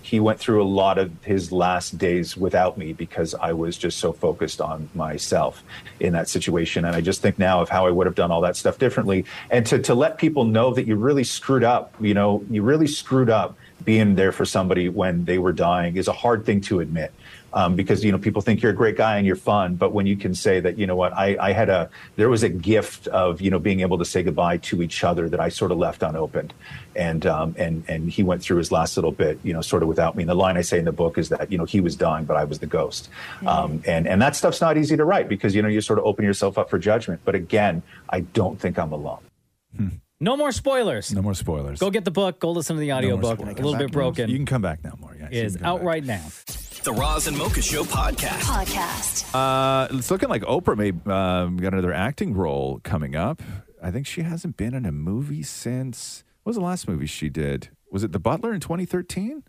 Speaker 5: he went through a lot of his last days without me because I was just so focused on myself in that situation. And I just think now of how I would have done all that stuff differently. And to, to let people know that you really screwed up, you know, you really screwed up being there for somebody when they were dying is a hard thing to admit um, because you know people think you're a great guy and you're fun but when you can say that you know what I, I had a there was a gift of you know being able to say goodbye to each other that i sort of left unopened and um, and and he went through his last little bit you know sort of without me and the line i say in the book is that you know he was dying but i was the ghost um, and and that stuff's not easy to write because you know you sort of open yourself up for judgment but again i don't think i'm alone
Speaker 4: No more spoilers. No
Speaker 5: more spoilers.
Speaker 4: Go get the book. Go listen to the audiobook. a little bit broken.
Speaker 5: you can come back now more yeah
Speaker 4: is out right now.
Speaker 1: The Roz and Mocha Show podcast.
Speaker 12: Podcast.
Speaker 5: Uh, it's looking like Oprah may um, got another acting role coming up. I think she hasn't been in a movie since. What was the last movie she did? Was it The Butler in 2013?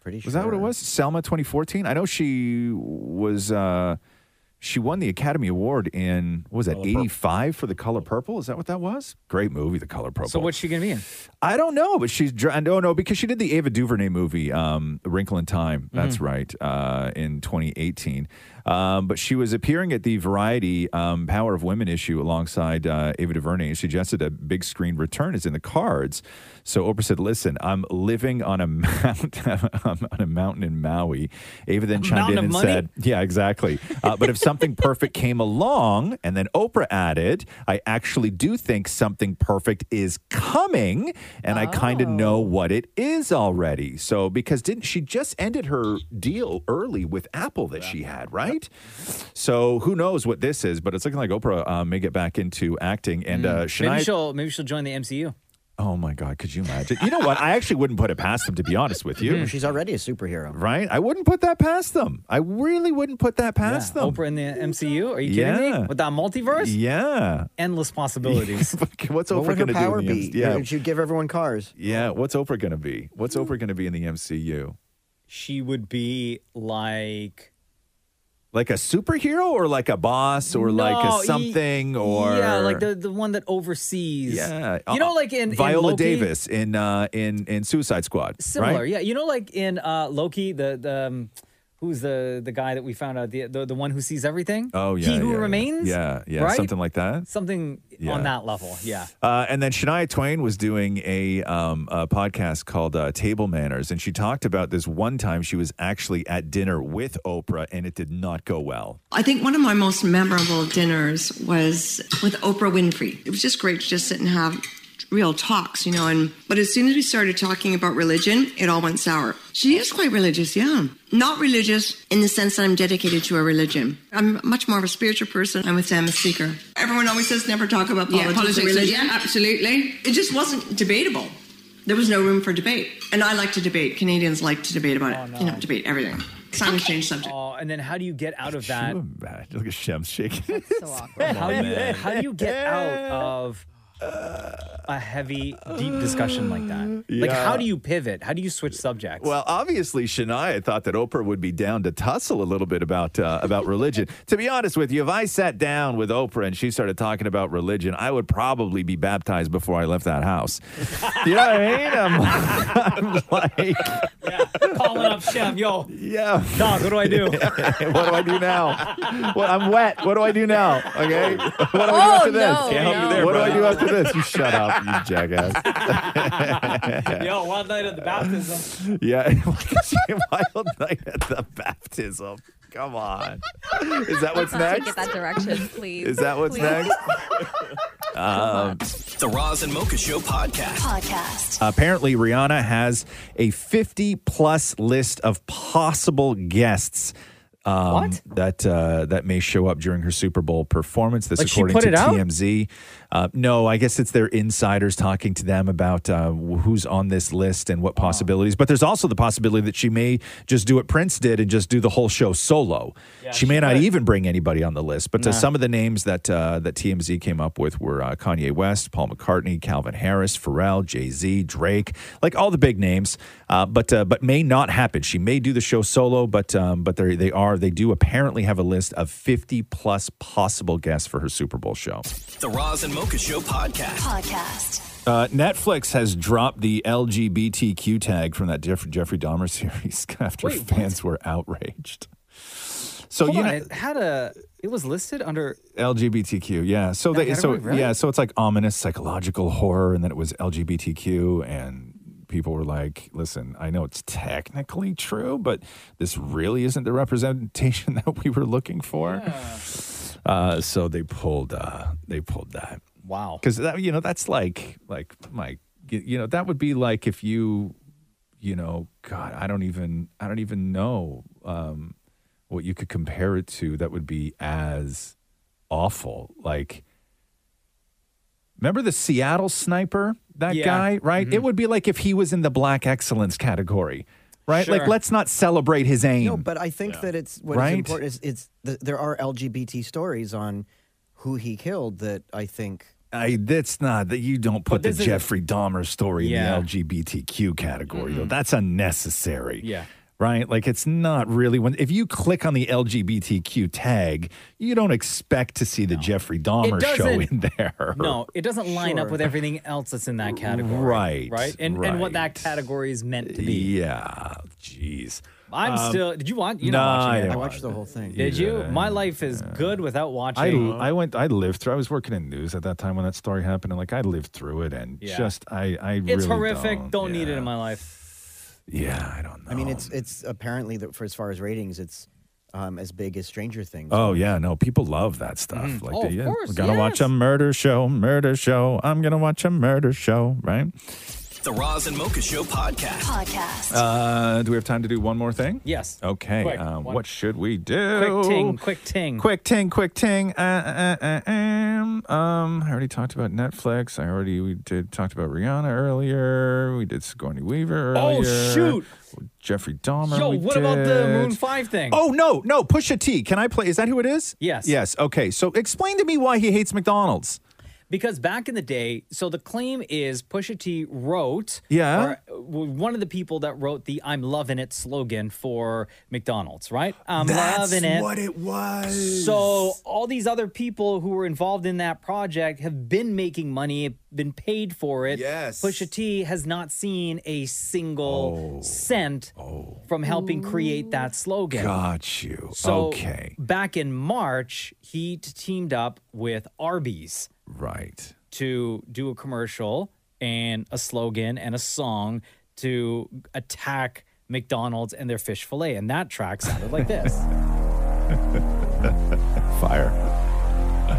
Speaker 15: Pretty
Speaker 5: Was that what it was? Selma 2014. I know she was. Uh, she won the Academy Award in what was that 85 for The Color Purple? Is that what that was? Great movie, The Color Purple.
Speaker 4: So what's she gonna be in?
Speaker 5: I don't know, but she's dr- oh, no, no, because she did the Ava DuVernay movie, um, Wrinkle in Time. That's
Speaker 4: Mhm.
Speaker 5: right, uh, in 2018. Um, but she was appearing at the Variety um, Power of Women issue alongside uh, Ava DuVernay, and suggested a big screen return is in the cards. So Oprah said, "Listen, I'm living on a mountain, on a mountain in Maui." Ava then chimed
Speaker 4: mountain
Speaker 5: in
Speaker 4: of
Speaker 5: and
Speaker 4: money?
Speaker 5: said, yeah, exactly. Uh, but if something perfect came along, and then Oprah added, I actually do think something perfect is coming, and I kind of know what it is already. So, because didn't she just ended her deal early with Apple that she had, right? So, who knows what this is, but it's looking like Oprah uh, may get back into acting. And uh,
Speaker 4: Maybe
Speaker 5: Shania.
Speaker 4: she'll maybe she'll join the MCU.
Speaker 5: Oh my God, could you imagine? You know what? I actually wouldn't put it past them, to be honest with
Speaker 4: Mm,
Speaker 5: you.
Speaker 15: Mm, She's already a superhero.
Speaker 5: Right? I wouldn't put that past them. I really wouldn't put that past them.
Speaker 4: Oprah in the MCU? Are you kidding
Speaker 5: Yeah.
Speaker 4: me? With that multiverse?
Speaker 5: Yeah.
Speaker 4: Endless possibilities.
Speaker 5: What's
Speaker 15: what would
Speaker 5: Oprah
Speaker 15: her
Speaker 5: gonna do in
Speaker 15: power
Speaker 5: the
Speaker 15: be?
Speaker 5: MC? Yeah.
Speaker 15: She'd give everyone cars.
Speaker 5: Yeah, what's Oprah going to be? What's
Speaker 4: Hmm.
Speaker 5: Oprah going to be in the MCU?
Speaker 4: She would be like
Speaker 5: Like a superhero or like a boss or like
Speaker 4: No,
Speaker 5: a
Speaker 4: y-
Speaker 5: something or
Speaker 4: Yeah, like the, the one that oversees.
Speaker 5: Yeah. uh,
Speaker 4: You know, like in in
Speaker 5: Viola
Speaker 4: Loki-
Speaker 5: Davis in uh in in Suicide Squad,
Speaker 4: Similar,
Speaker 5: right?
Speaker 4: yeah. You know, like in uh, Loki, the the um, who's the the guy that we found out the the, the one who sees everything.
Speaker 5: Oh yeah.
Speaker 4: He who
Speaker 5: yeah, yeah.
Speaker 4: remains.
Speaker 5: Yeah, yeah,
Speaker 4: right?
Speaker 5: something like that.
Speaker 4: Something
Speaker 5: Yeah.
Speaker 4: on that level. Yeah.
Speaker 5: Uh, and then Shania Twain was doing a, um, a podcast called uh, Table Manners, and she talked about this one time she was actually at dinner with Oprah, and it did not go well.
Speaker 2: I think one of my most memorable dinners was with Oprah Winfrey. It was just great to just sit and have real talks, you know. And but as soon as we started talking about religion, it all went sour. She is quite religious, yeah. Not religious in the sense that I'm dedicated to a religion. I'm much more of a spiritual person. I'm a Sabbath seeker. Everyone always says never talk about
Speaker 3: Yeah,
Speaker 2: politics, or
Speaker 3: politics,
Speaker 2: religion.
Speaker 3: yeah,
Speaker 2: absolutely. It just wasn't debatable. There was no room for debate, and I like to debate. Canadians like to debate about it. You know, debate everything. Silence change subject.
Speaker 4: Oh, and then how do you get out of that?
Speaker 5: Bad. Look at Shem's shaking.
Speaker 4: so awkward. How do you how do you get out of a heavy, deep discussion like that? Like
Speaker 5: Yeah.
Speaker 4: how do you pivot? How do you switch subjects?
Speaker 5: Well, obviously, Shania thought that Oprah would be down to tussle a little bit about uh, about religion. to be honest with you, if I sat down with Oprah and she started talking about religion, I would probably be baptized before I left that house. you know what I mean? I'm, I'm like,
Speaker 4: Calling up Shem, yo.
Speaker 5: Yeah.
Speaker 4: Doc, what do I do?
Speaker 5: what do I do now? Well, I'm wet. What do I do now? Okay. What do I do
Speaker 4: Oh,
Speaker 5: after this?
Speaker 4: no, Can't help you no. there,
Speaker 5: what do I
Speaker 4: brother.
Speaker 5: do after this? You shut up, you jackass.
Speaker 4: Yo, wild night at the baptism.
Speaker 5: Yeah, wild night at the baptism. Come on, is that what's
Speaker 24: Let's
Speaker 5: next?
Speaker 24: Take it that direction, please.
Speaker 5: Is that what's
Speaker 24: Please.
Speaker 5: next? Um,
Speaker 1: The Roz and Mocha Show podcast.
Speaker 12: Podcast.
Speaker 5: apparently, Rihanna has a fifty-plus list of possible guests. Um,
Speaker 4: What?
Speaker 5: That uh, that may show up during her Super Bowl performance. This
Speaker 4: Like, she
Speaker 5: according
Speaker 4: put
Speaker 5: to
Speaker 4: it out?
Speaker 5: TMZ. Uh, no, I guess it's their insiders talking to them about uh, wh- who's on this list and what possibilities. But there's also the possibility that she may just do what Prince did and just do the whole show solo. she may not even bring anybody on the list. But uh,
Speaker 4: Nah.
Speaker 5: some of the names that uh, that TMZ came up with were uh, Kanye West, Paul McCartney, Calvin Harris, Pharrell, Jay Z, Drake, like all the big names. Uh, but uh, but may not happen. She may do the show solo. But um, but they they are they do apparently have a list of 50 plus possible guests for her Super Bowl show.
Speaker 1: The Roz and Mocha Show podcast.
Speaker 12: Podcast.
Speaker 5: Uh, Netflix has dropped the LGBTQ tag from that Jeff- Jeffrey Dahmer series after
Speaker 4: Wait, what?
Speaker 5: fans were outraged. So
Speaker 4: Hold
Speaker 5: you
Speaker 4: on,
Speaker 5: know,
Speaker 4: it had a it was listed under
Speaker 5: LGBTQ, yeah. So
Speaker 4: That
Speaker 5: they, so
Speaker 4: category, really?
Speaker 5: yeah, so it's like ominous psychological horror, and then it was LGBTQ, and people were like, "Listen, I know it's technically true, but this really isn't the representation that we were looking for." Uh, so they pulled, uh, they pulled that.
Speaker 4: Wow,
Speaker 5: because that you know that's like like my you know that would be like if you you know God I don't even I don't even know um, what you could compare it to that would be as awful like remember the Seattle sniper that
Speaker 4: Yeah.
Speaker 5: guy right
Speaker 15: Mm-hmm.
Speaker 5: it would be like if he was in the black excellence category right like
Speaker 15: Sure.
Speaker 5: let's not celebrate his aim
Speaker 15: No, but I think that it's what's
Speaker 5: Right?
Speaker 15: important is it's th- there are LGBT stories on who he killed that I think
Speaker 5: I that's not that you don't put the
Speaker 15: this is-
Speaker 5: Jeffrey Dahmer story
Speaker 15: Yeah.
Speaker 5: in the LGBTQ category though. That's unnecessary.
Speaker 4: Yeah.
Speaker 5: Right? Like it's not really when if you click on the LGBTQ tag, you don't expect to see the Jeffrey Dahmer show
Speaker 4: doesn't-
Speaker 5: in there.
Speaker 4: No, it doesn't line up
Speaker 5: Sure.
Speaker 4: with everything else that's in that category.
Speaker 5: Right,
Speaker 4: Right. And and what that category is meant to be.
Speaker 5: Yeah. Jeez.
Speaker 4: I'm
Speaker 5: Um,
Speaker 4: still did you want you
Speaker 5: nah,
Speaker 4: not
Speaker 5: I
Speaker 4: watching it?
Speaker 5: didn't I watched watch
Speaker 15: the whole thing.
Speaker 4: Did you?
Speaker 5: Yeah.
Speaker 4: My life is good without
Speaker 5: I,
Speaker 4: watching.
Speaker 5: I went I lived through I was working in news at that time when that story happened and like I lived through it and
Speaker 4: Yeah.
Speaker 5: just I I really
Speaker 4: it's horrific.
Speaker 5: don't-
Speaker 4: Don't, need it in my life.
Speaker 5: Yeah, I don't
Speaker 15: I mean, it's it's apparently that for as far as ratings, it's um, as big as Stranger Things.
Speaker 5: Oh yeah, no, people love that stuff. Like,
Speaker 15: Oh,
Speaker 5: they,
Speaker 15: of
Speaker 5: yeah,
Speaker 15: course,
Speaker 5: we're gonna watch a murder show, murder show. I'm gonna watch a murder show, right?
Speaker 1: The Roz and Mocha Show podcast.
Speaker 12: Podcast.
Speaker 5: Uh, do we have time to do one more thing?
Speaker 4: Yes.
Speaker 5: Okay.
Speaker 4: Quick,
Speaker 5: uh,
Speaker 4: one-
Speaker 5: what should we do?
Speaker 4: Quick ting, quick ting.
Speaker 5: Quick ting, quick ting. Uh, uh, uh, um, um, I already talked about Netflix. I already we did talked about Rihanna earlier. We did Sigourney Weaver
Speaker 4: Oh,
Speaker 5: earlier.
Speaker 4: shoot.
Speaker 5: Jeffrey Dahmer.
Speaker 4: Yo,
Speaker 5: we
Speaker 4: what about the Moon
Speaker 5: did.
Speaker 4: Five thing?
Speaker 5: Oh no, no, Pusha T. Can I play? Is that who it is?
Speaker 4: Yes.
Speaker 5: Yes. Okay. So explain to me why he hates McDonald's.
Speaker 4: Because back in the day, so the claim is Pusha T wrote,
Speaker 5: Yeah.
Speaker 4: or, uh, one of the people that wrote the "I'm loving it" slogan for McDonald's, right? I'm
Speaker 5: That's
Speaker 4: loving it.
Speaker 5: what it was.
Speaker 4: So all these other people who were involved in that project have been making money, been paid for it. Yes. Pusha T has not seen a
Speaker 5: Oh.
Speaker 4: single cent from helping create that slogan.
Speaker 5: Got you.
Speaker 4: So
Speaker 5: okay.
Speaker 4: back in March, he t- teamed up with Arby's.
Speaker 5: Right.
Speaker 4: To do a commercial and a slogan and a song to attack McDonald's and their fish fillet. And that track sounded like this.
Speaker 5: Fire.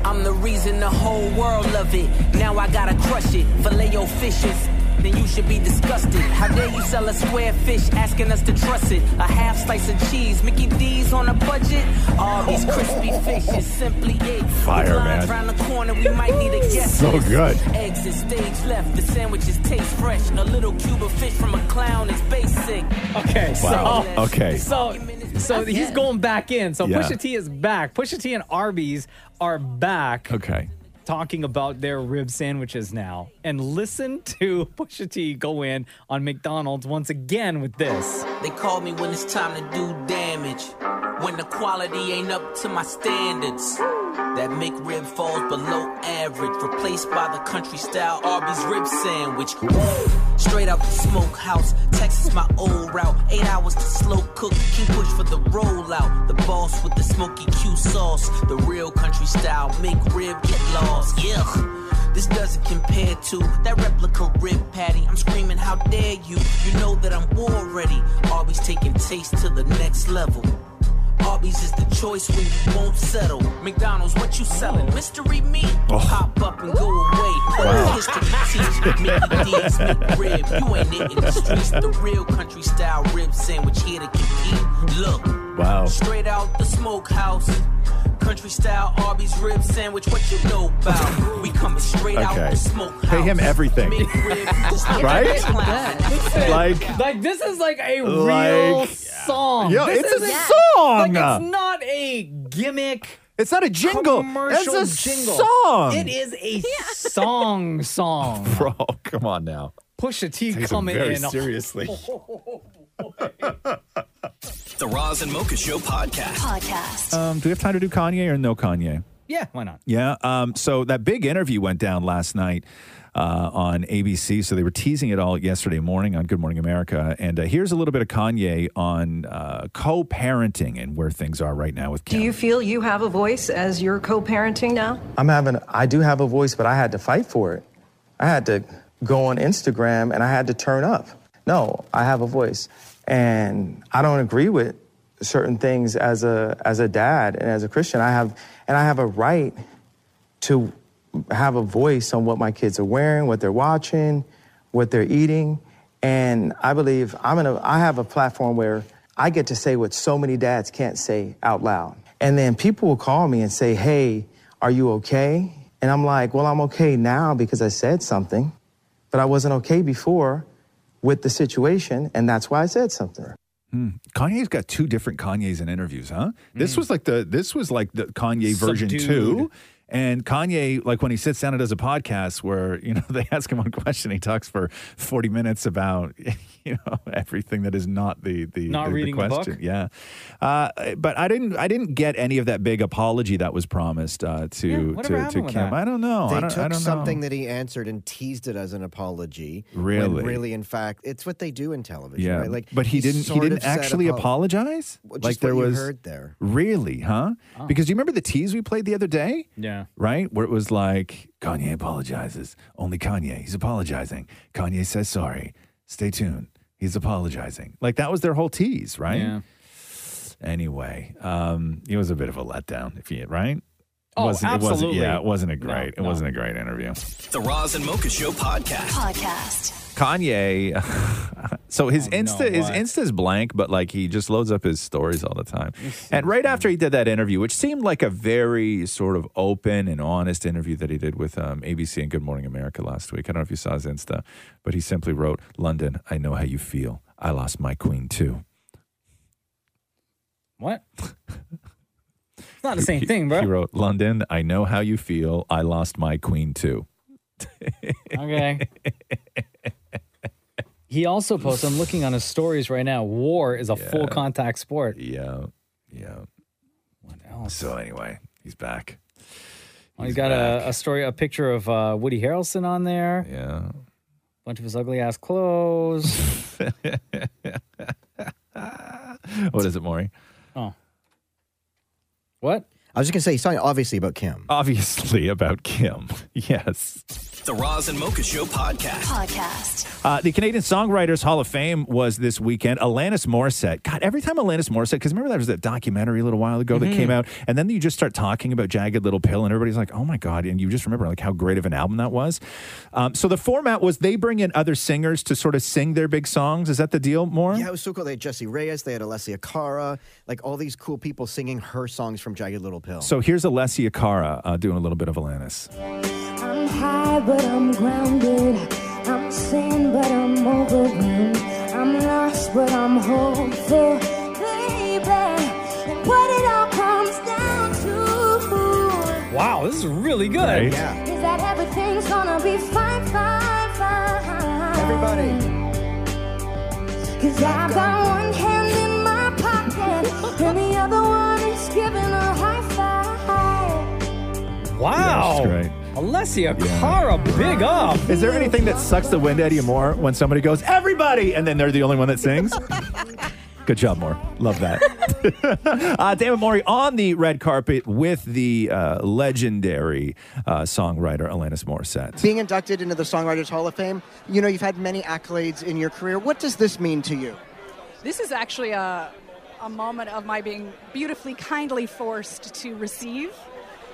Speaker 3: I'm the reason the whole world love it. Now I gotta crush it. Filet your fishes. Then you should be disgusted. How dare you sell a square fish asking us to trust it? A half slice of cheese, Mickey D's on a budget. All these crispy fish is simply it.
Speaker 5: Fire,
Speaker 3: With lines
Speaker 5: man.
Speaker 3: Around the corner, we might need a guest.
Speaker 5: So
Speaker 3: list.
Speaker 5: good.
Speaker 3: Eggs is stage left. The sandwiches taste fresh. A little cube of fish from a clown is basic.
Speaker 4: Okay,
Speaker 5: Wow. okay.
Speaker 3: So
Speaker 4: So
Speaker 2: That's
Speaker 4: he's
Speaker 2: it.
Speaker 4: going back in. So
Speaker 5: Yeah.
Speaker 4: Pusha T is back. Pusha T and Arby's are back.
Speaker 5: Okay.
Speaker 4: Talking about their rib sandwiches now. And listen to Pusha T go in on McDonald's once again with this.
Speaker 32: They call me when it's time to do damage. When the quality ain't up to my standards. That McRib falls below average, replaced by the country style Arby's rib sandwich. Straight out the smokehouse, Texas my old route. Eight hours to slow cook, keep push for the rollout. The boss with the smoky Q sauce, the real country style McRib get lost. Yeah. This doesn't compare to that replica rib patty. I'm screaming, how dare you? You know that I'm war ready. Always taking taste to the next level. Arby's is the choice when you won't settle. McDonald's, what you selling? Mystery meat? Pop up and go away.
Speaker 2: Wow.
Speaker 32: History teach. Mickey D's McRib. You ain't it in the streets. The real country style rib sandwich here to compete. Look.
Speaker 5: Wow.
Speaker 32: Straight out the smokehouse. Country style Arby's rib sandwich, what you know about? We coming straight out
Speaker 5: Okay.
Speaker 32: the smoke.
Speaker 5: Pay him everything. Right? Like-
Speaker 4: like this is like a real
Speaker 5: Like-
Speaker 4: song.
Speaker 5: Yo,
Speaker 4: This
Speaker 5: it's a
Speaker 4: isn't-
Speaker 5: song!
Speaker 4: Like, it's not a gimmick.
Speaker 5: It's not a jingle.
Speaker 4: commercial
Speaker 5: It's a
Speaker 4: jingle.
Speaker 5: song.
Speaker 4: It is a song. Song.
Speaker 5: Bro, come on now.
Speaker 4: Pusha T
Speaker 5: Takes it
Speaker 4: coming
Speaker 5: very
Speaker 4: in
Speaker 5: seriously.
Speaker 1: The Roz and Mocha Show podcast. Podcast.
Speaker 5: Um, do we have time to do Kanye or no Kanye?
Speaker 4: Yeah, why not?
Speaker 5: Yeah. Um, so that big interview went down last night uh, on ABC. So they were teasing it all yesterday morning on Good Morning America. And uh, here's a little bit of Kanye on uh, co parenting and where things are right now with
Speaker 10: Do you feel you have a voice as you're co parenting now?
Speaker 19: I'm having, I do have a voice, but I had to fight for it. I had to go on Instagram and I had to turn up. No, I have a voice. And I don't agree with certain things as a, as a dad and as a Christian. I have, and I have a right to have a voice on what my kids are wearing, what they're watching, what they're eating. And I believe I'm in a, I have a platform where I get to say what so many dads can't say out loud. And then people will call me and say, hey, are you okay? And I'm like, well, I'm okay now because I said something, but I wasn't okay before with the situation. And that's why I said something.
Speaker 5: Hmm. Kanye's got two different Kanyes in interviews, huh? This was like the this was like the Kanye version
Speaker 33: Subdued.
Speaker 5: two. And Kanye, like when he sits down and does a podcast where, you know, they ask him one question, he talks for 40 minutes about, you know, everything that is not the the,
Speaker 4: Not
Speaker 5: the- the
Speaker 4: reading the book?
Speaker 5: question. Yeah. Uh, but I didn't I didn't get any of that big apology that was promised uh, to
Speaker 15: whatever
Speaker 5: to, to
Speaker 15: happened
Speaker 5: Kim.
Speaker 15: with that?
Speaker 5: I don't know.
Speaker 15: They
Speaker 5: I don't,
Speaker 15: took
Speaker 5: I don't
Speaker 15: something
Speaker 5: know.
Speaker 15: that he answered and teased it as an apology. when
Speaker 5: Really?
Speaker 15: really, in fact, it's what they do in television.
Speaker 5: Yeah.
Speaker 15: right? Like,
Speaker 5: but he didn't he
Speaker 15: sort
Speaker 5: didn't
Speaker 15: of said
Speaker 5: actually
Speaker 15: apo-
Speaker 5: apologize?
Speaker 15: Well, just
Speaker 5: like there
Speaker 15: what you
Speaker 5: was
Speaker 15: heard there.
Speaker 5: Really, huh? Because do you remember the tease we played the other day?
Speaker 4: Yeah.
Speaker 5: right? Where it was like, Kanye apologizes. Only Kanye. He's apologizing. Kanye says sorry. Stay tuned. He's apologizing. Like that was their whole tease, right?
Speaker 4: Yeah.
Speaker 5: Anyway, um, it was a bit of a letdown, if you right?
Speaker 1: Oh,
Speaker 5: wasn't, It
Speaker 1: absolutely.
Speaker 5: wasn't, yeah, it wasn't a great. It wasn't a great interview.
Speaker 1: The Roz and Mocha Show podcast. Podcast.
Speaker 5: Kanye. so
Speaker 4: Oh,
Speaker 5: his Insta, his
Speaker 1: what?
Speaker 5: Insta's blank, but like he just loads up his stories all the time. And right after he did that interview, which seemed like a very sort of open and honest interview that he did with um, ABC and Good Morning America last week. I don't know if you saw his Insta, but he simply wrote, "London, I know how you feel. I lost my queen too."
Speaker 4: What? It's not the same thing,
Speaker 5: He
Speaker 4: bro.
Speaker 5: wrote, "London, I know how you feel. I lost my queen too."
Speaker 4: Okay. He also posts, I'm looking on his stories right now. War is a full contact sport.
Speaker 5: Yeah. Yeah.
Speaker 4: What else?
Speaker 5: So anyway, he's back.
Speaker 4: He's got a, a story, a picture of uh, Woody Harrelson on there.
Speaker 5: Yeah.
Speaker 4: Bunch of his ugly ass clothes.
Speaker 5: What is it, Maury?
Speaker 4: oh. What?
Speaker 15: I was just gonna say something obviously about Kim.
Speaker 5: Obviously about Kim. Yes.
Speaker 1: The Roz and Mocha Show podcast. Podcast.
Speaker 5: Uh, the Canadian Songwriters Hall of Fame was this weekend. Alanis Morissette. God, every time Alanis Morissette, because remember there was that documentary a little while ago
Speaker 33: Mhm.
Speaker 5: that came out, and then you just start talking about Jagged Little Pill, and everybody's like, "Oh my god!" And you just remember like how great of an album that was. Um, so the format was they bring in other singers to sort of sing their big songs. Is that the deal, more?
Speaker 15: Yeah, it was so cool. They had Jesse Reyes, they had Alessia Cara, like all these cool people singing her songs from Jagged Little Pill.
Speaker 5: So here's Alessia Cara uh, doing a little bit of Alanis.
Speaker 2: I'm high, but I'm grounded. I'm sane, but I'm overwhelmed. I'm lost, but I'm hopeful. Baby,
Speaker 4: this is really good.
Speaker 5: Right?
Speaker 4: Yeah.
Speaker 2: Is that everything's gonna be fine, fine, fine? Everybody. Cause I've got one hand in my pocket and the other one is giving a high five.
Speaker 4: Wow. Alessia Cara, big up.
Speaker 5: Is there anything that sucks the wind out of you more when somebody goes, everybody, and then they're the only one that sings? Good job, Moore. Love that. uh, David Morey on the red carpet with the uh, legendary uh, songwriter Alanis Morissette.
Speaker 15: Being inducted into the Songwriters Hall of Fame, you know, you've had many accolades in your career. What does this mean to you?
Speaker 34: This is actually a, a moment of my being beautifully, kindly forced to receive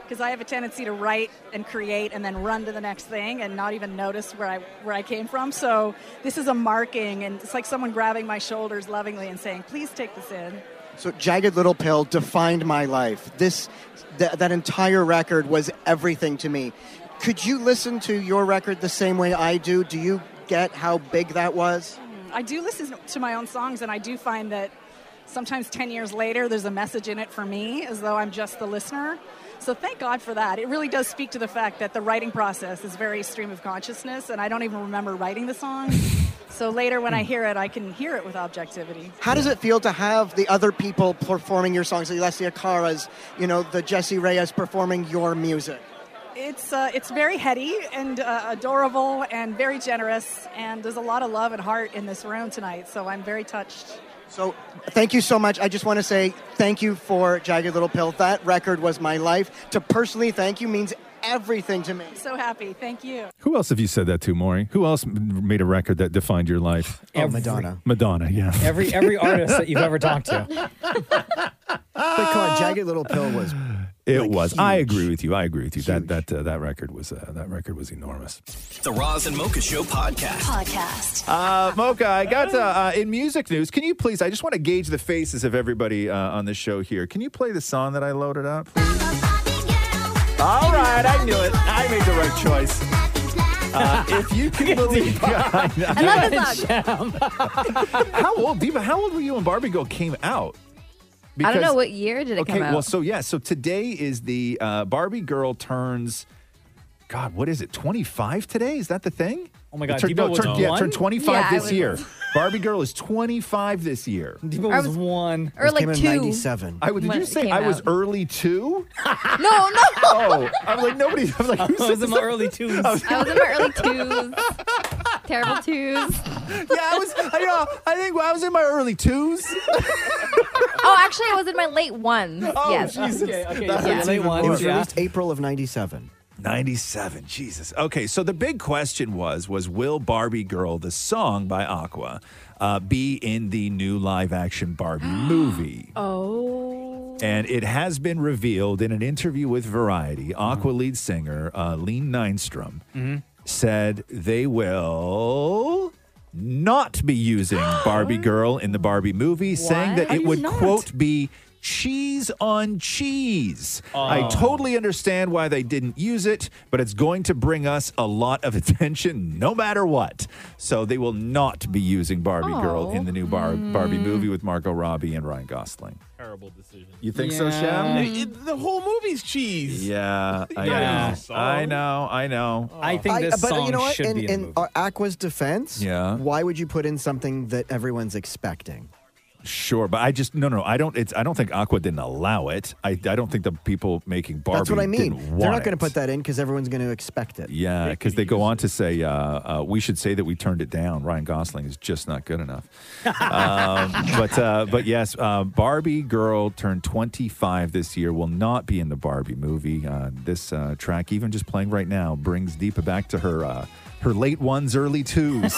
Speaker 34: because I have a tendency to write and create and then run to the next thing and not even notice where I where I came from. So this is a marking, and it's like someone grabbing my shoulders lovingly and saying, "Please take this in."
Speaker 15: So, Jagged Little Pill defined my life. This, th- that entire record was everything to me. Could you listen to your record the same way I do? Do you get how big that was?
Speaker 34: I do listen to my own songs, and I do find that sometimes 10 years later, there's a message in it for me as though I'm just the listener. So thank God for that. It really does speak to the fact that the writing process is very stream of consciousness, and I don't even remember writing the song. so later when I hear it, I can hear it with objectivity.
Speaker 15: How does it feel to have the other people performing your songs, the Alessia Caras, you know, the Jesse Reyes performing your music?
Speaker 34: It's uh, it's very heady and uh, adorable and very generous, and there's a lot of love and heart in this room tonight. So I'm very touched.
Speaker 15: So thank you so much. I just want to say thank you for Jagged Little Pill. That record was my life. To personally thank you means everything to me.
Speaker 34: So happy. Thank you.
Speaker 5: Who else have you said that to, Maury? Who else m- made a record that defined your life?
Speaker 4: Oh, Madonna.
Speaker 5: Madonna, yeah.
Speaker 4: Every every artist that you've ever talked to.
Speaker 24: Oh,
Speaker 10: But come on, Jagged Little Pill was
Speaker 5: It was. I agree with you. I agree with you. That that uh, that record was uh, that record was enormous.
Speaker 1: The Roz and Mocha Show podcast.
Speaker 35: Podcast.
Speaker 5: Uh, Mocha, I got uh, uh, in music news. Can you please? I just want to gauge the faces of everybody uh, on this show here. Can you play the song that I loaded up? All right, I knew it. I made the right choice. Uh, if you can believe, I
Speaker 24: love this
Speaker 5: how old, Diva? How old were you when Barbie Girl came out?
Speaker 24: I don't know what year did it
Speaker 5: okay,
Speaker 24: come out.
Speaker 5: well, so yeah, so today is the uh, Barbie Girl turns. God, what is it? Twenty five today? Is that the thing?
Speaker 4: Oh my God,
Speaker 5: It turned,
Speaker 4: Debo
Speaker 5: no, it
Speaker 4: was
Speaker 5: turned, yeah, it
Speaker 4: one?
Speaker 5: turned twenty five
Speaker 24: Yeah, I
Speaker 5: this
Speaker 24: was-
Speaker 5: year. Barbie Girl is twenty five this year.
Speaker 4: Debo
Speaker 24: I
Speaker 4: was,
Speaker 24: was-
Speaker 4: one.
Speaker 24: or This like came in two. 97.
Speaker 5: I would. Did
Speaker 24: when
Speaker 5: you
Speaker 24: it
Speaker 5: say
Speaker 24: came
Speaker 5: I was
Speaker 24: out.
Speaker 5: early two?
Speaker 24: no, no.
Speaker 5: Oh, I'm like nobody. I'm like who
Speaker 4: I was
Speaker 5: says
Speaker 4: in my
Speaker 5: that?
Speaker 4: early twos.
Speaker 24: I was in my early twos. Terrible twos.
Speaker 5: Yeah, I was. I, uh, I think I was in my early twos.
Speaker 24: Oh, actually, I was in my late ones.
Speaker 5: Oh,
Speaker 24: yes.
Speaker 5: Jesus. Okay, okay,
Speaker 24: That's
Speaker 5: yeah.
Speaker 24: even
Speaker 10: It
Speaker 5: worse.
Speaker 10: was released April of '97.
Speaker 5: 97 jesus okay so the big question was was will barbie girl the song by aqua uh, be in the new live action barbie movie
Speaker 24: Oh.
Speaker 5: and it has been revealed in an interview with variety aqua lead singer uh, lean nystrom
Speaker 10: Mm-hmm.
Speaker 5: said they will not be using Barbie Girl in the Barbie movie, saying that
Speaker 36: How
Speaker 5: it
Speaker 36: do
Speaker 5: would,
Speaker 36: you not?
Speaker 5: quote, be cheese on cheese. I
Speaker 36: Oh.
Speaker 5: totally understand why they didn't use it, but it's going to bring us a lot of attention no matter what. So they will not be using Barbie Girl in the new Bar-
Speaker 10: Oh.
Speaker 5: Barbie
Speaker 10: Hmm.
Speaker 5: movie with Margot Robbie and Ryan Gosling.
Speaker 23: Terrible decision.
Speaker 5: You think so, Shem?
Speaker 23: It- it- the whole movie's cheese.
Speaker 5: Yeah, I
Speaker 23: Not even
Speaker 5: know.
Speaker 23: the song.
Speaker 5: I know. I know.
Speaker 4: Oh.
Speaker 10: but you know what? In, in uh, Aqua's defense,
Speaker 5: Yeah.
Speaker 10: why would you put in something that everyone's expecting?
Speaker 5: Sure, but I just no, no. I don't. It's. I don't think Aqua didn't allow it. I. I don't think the people making Barbie.
Speaker 10: That's what I mean.
Speaker 5: Didn't want
Speaker 10: They're not
Speaker 5: it.
Speaker 10: going to put that in because everyone's going to expect it.
Speaker 5: Yeah, because they go on to say, uh, uh, "We should say that we turned it down." Ryan Gosling is just not good enough. um, but uh, but yes, uh, Barbie girl turned 25 this year will not be in the Barbie movie. Uh, this uh, track, even just playing right now, brings Deepa back to her uh, her late ones, early twos.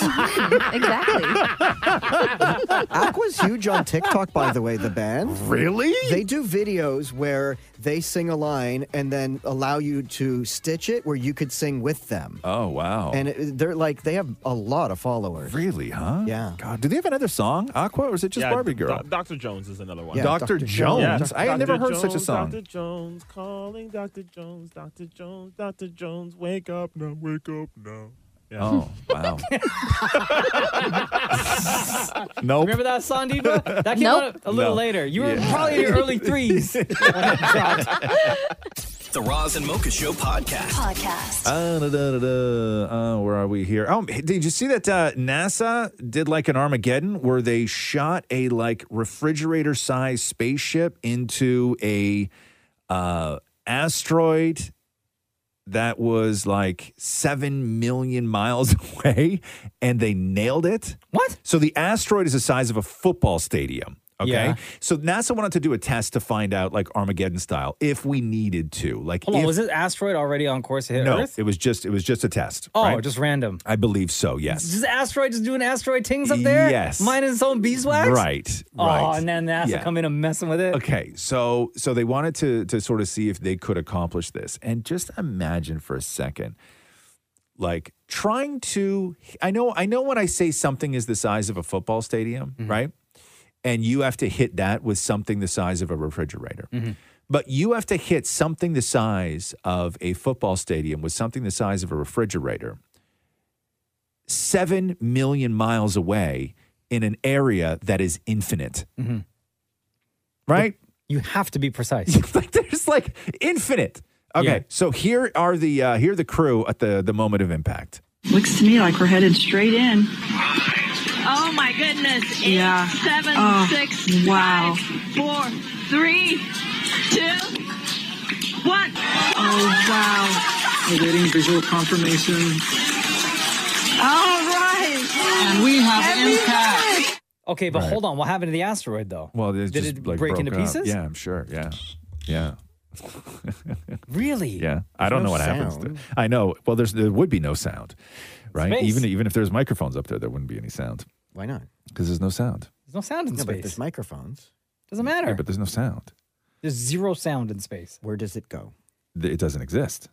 Speaker 10: Aqua's huge on TikTok, by the way, the band.
Speaker 5: Really?
Speaker 10: They do videos where they sing a line and then allow you to stitch it where you could sing with them.
Speaker 5: oh wow!
Speaker 10: And it, they're like, they have a lot of followers.
Speaker 5: Really, huh?
Speaker 10: Yeah.
Speaker 5: God, do they have another song, Aqua, or is it just
Speaker 23: Yeah,
Speaker 5: Barbie girl?
Speaker 23: Doc- Dr. Jones is another one.
Speaker 5: Yeah, Dr. Dr. Jones. I had never heard such a song.
Speaker 23: Dr. Jones calling Dr. Jones, Dr. Jones, Dr. Jones, wake up now, wake up now.
Speaker 5: Oh, wow. nope.
Speaker 4: Remember that song, Diva? That came
Speaker 1: Nope.
Speaker 4: out a little
Speaker 1: No.
Speaker 4: later. You were
Speaker 1: Yeah.
Speaker 4: probably in your early threes. when it dropped.
Speaker 1: The Roz and Mocha Show podcast.
Speaker 12: Podcast.
Speaker 5: Uh, da, da, da, da. Uh, where are we here? Oh, hey, did you see that uh, NASA did like an Armageddon where they shot a like refrigerator sized spaceship into a uh, asteroid that was like seven million miles away, and they nailed it.
Speaker 4: What?
Speaker 5: So the asteroid is the size of a football stadium. Okay.
Speaker 4: Yeah.
Speaker 5: So NASA wanted to do a test to find out, like Armageddon style, if we needed to. Like,
Speaker 4: Hold on,
Speaker 5: if-
Speaker 4: was this asteroid already on course to hit
Speaker 5: no,
Speaker 4: Earth?
Speaker 5: it was just it was just a test.
Speaker 4: Oh,
Speaker 5: right?
Speaker 4: just random.
Speaker 5: I believe so. Yes.
Speaker 4: Does asteroid just doing asteroid things up there?
Speaker 5: Yes.
Speaker 4: Mine its own beeswax?
Speaker 5: Right.
Speaker 4: Oh,
Speaker 5: right.
Speaker 4: and then NASA
Speaker 5: Yeah.
Speaker 4: come in and messing with it.
Speaker 5: Okay, so so they wanted to to sort of see if they could accomplish this, and just imagine for a second, like trying to. I know I know when I say something is the size of a football stadium,
Speaker 4: Mm-hmm.
Speaker 5: right? And you have to hit that with something the size of a refrigerator. But you have to hit something the size of a football stadium with something the size of a refrigerator, seven million miles away in an area that is infinite
Speaker 4: Mhm.
Speaker 5: Mm-hmm. right?
Speaker 4: You have to be precise.
Speaker 5: like there's like infinite. Okay,
Speaker 4: Yeah.
Speaker 5: so here are the uh, here are the crew at the the moment of impact.
Speaker 6: Looks to me like we're headed straight in.
Speaker 14: Oh my goodness. Eight,
Speaker 6: Yeah.
Speaker 14: seven,
Speaker 6: Oh,
Speaker 14: six,
Speaker 6: wow.
Speaker 14: five, four, three, two, one. Oh wow.
Speaker 6: We're getting visual confirmation.
Speaker 14: All right.
Speaker 6: And we have impact.
Speaker 4: Okay, but
Speaker 5: Right.
Speaker 4: hold on. What happened to the asteroid, though?
Speaker 5: Well, it's
Speaker 4: Did
Speaker 5: just
Speaker 4: it
Speaker 5: like
Speaker 4: break
Speaker 5: broke
Speaker 4: into
Speaker 5: up.
Speaker 4: pieces?
Speaker 5: Yeah, I'm sure. Yeah, yeah,
Speaker 4: Really?
Speaker 5: yeah. I don't
Speaker 4: no
Speaker 5: know what happens. To, I know. Well, there's there would be no sound, right?
Speaker 4: Space.
Speaker 5: Even even if there's microphones up there, there wouldn't be any sound
Speaker 15: Why not?
Speaker 5: because there's no sound.
Speaker 4: There's no sound in
Speaker 15: No, but
Speaker 4: space.
Speaker 15: there's microphones.
Speaker 4: Doesn't matter.
Speaker 5: Yeah, but there's no sound.
Speaker 4: There's zero sound in space.
Speaker 15: Where does it go?
Speaker 5: Th- It doesn't exist.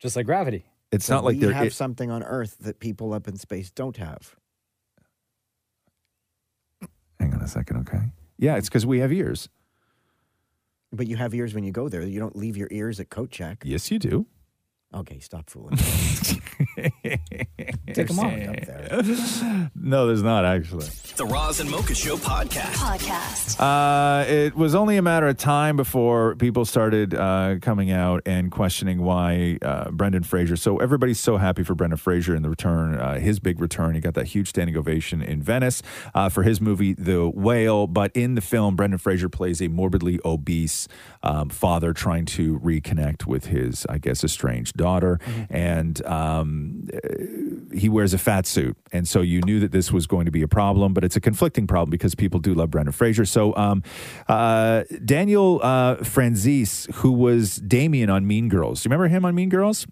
Speaker 4: Just like gravity.
Speaker 5: It's
Speaker 15: So
Speaker 5: not like
Speaker 15: we
Speaker 5: there.
Speaker 15: have
Speaker 5: it-
Speaker 15: something on Earth that people up in space don't have.
Speaker 5: hang on a second, okay? Yeah, it's because we have ears.
Speaker 15: But you have ears when you go there. You don't leave your ears at coat check.
Speaker 5: Yes, you do.
Speaker 15: Okay, stop fooling. Take 'em off. Up
Speaker 5: there. no, there's not actually.
Speaker 1: The Roz and Mocha Show podcast. Podcast.
Speaker 5: Uh, it was only a matter of time before people started uh, coming out and questioning why uh, Brendan Fraser. So everybody's so happy for Brendan Fraser in the return, uh, his big return. He got that huge standing ovation in Venice uh, for his movie The Whale. But in the film, Brendan Fraser plays a morbidly obese um, father trying to reconnect with his, I guess, estranged daughter, and um, he wears a fat suit, and so you knew that this was going to be a problem. But it's a conflicting problem because people do love Brendan Fraser. So um, uh, Daniel uh, Franzese, who was Damien on Mean Girls, do you remember him on Mean Girls?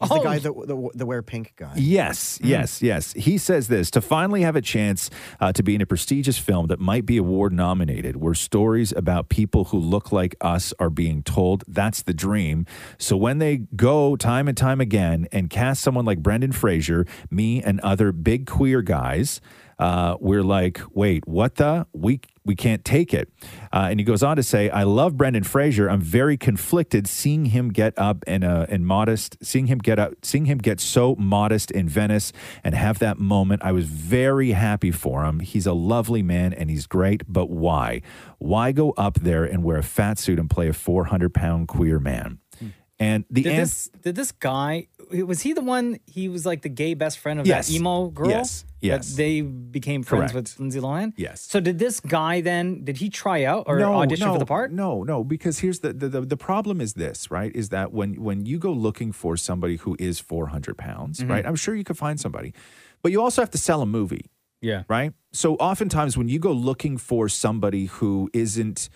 Speaker 15: He's the guy that the, the wear pink guy.
Speaker 5: Yes, yes, yes. He says this to finally have a chance uh, to be in a prestigious film that might be award nominated, where stories about people who look like us are being told. That's the dream. So when they go time and time again and cast someone like Brendan Fraser, me, and other big queer guys. Uh, we're like, wait, what the? We we can't take it. Uh, and he goes on to say, I love Brendan Fraser. I'm very conflicted seeing him get up and uh, and modest, seeing him get up, seeing him get so modest in Venice and have that moment. I was very happy for him. He's a lovely man and he's great, but why? Why go up there and wear a fat suit and play a 400 pound queer man? And the
Speaker 4: Hmm. did
Speaker 5: ans-
Speaker 4: this did this guy was he the one he was like the gay best friend of
Speaker 5: Yes.
Speaker 4: that emo girl?
Speaker 5: Yes. Yes.
Speaker 4: That they became friends
Speaker 5: Correct.
Speaker 4: with Lindsay Lohan?
Speaker 5: Yes.
Speaker 4: So did this guy then did he try out or audition for the part?
Speaker 5: No, no, because here's the the, the the problem is this, right? Is that when when you go looking for somebody who is 400 pounds,
Speaker 4: Mhm.
Speaker 5: right? I'm sure you could find somebody, but you also have to sell a movie,
Speaker 4: Yeah.
Speaker 5: right? So oftentimes when you go looking for somebody who isn't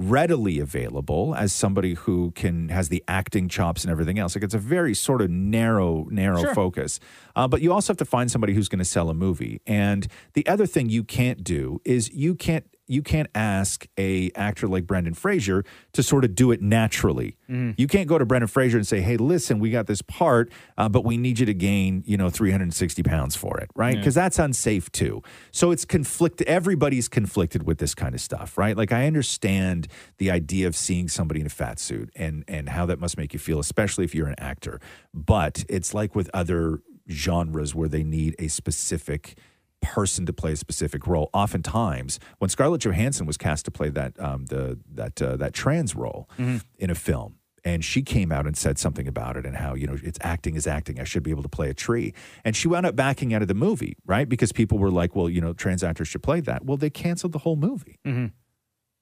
Speaker 5: readily available as somebody who can has the acting chops and everything else, like it's a very sort of narrow, narrow
Speaker 13: Sure.
Speaker 5: focus. Uh, but you also have to find somebody who's going to sell a movie. And the other thing you can't do is you can't you can't ask a actor like Brendan Fraser to sort of do it naturally.
Speaker 1: Mm-hmm.
Speaker 5: You can't go to Brendan Fraser and say, "Hey, listen, we got this part, uh, but we need you to gain, you know, 360 pounds for it," right?
Speaker 13: Yeah.
Speaker 5: Because that's unsafe too. So it's conflict. Everybody's conflicted with this kind of stuff, right? Like I understand the idea of seeing somebody in a fat suit and and how that must make you feel, especially if you're an actor. But it's like with other genres where they need a specific person to play a specific role. Oftentimes, when Scarlett Johansson was cast to play that um, the that uh, that trans role
Speaker 4: Mm-hmm.
Speaker 5: in a film, and she came out and said something about it and how you know it's acting is acting. I should be able to play a tree, and she wound up backing out of the movie, right? Because people were like, well, you know, trans actors should play that. Well, they canceled the whole movie
Speaker 4: Mm-hmm.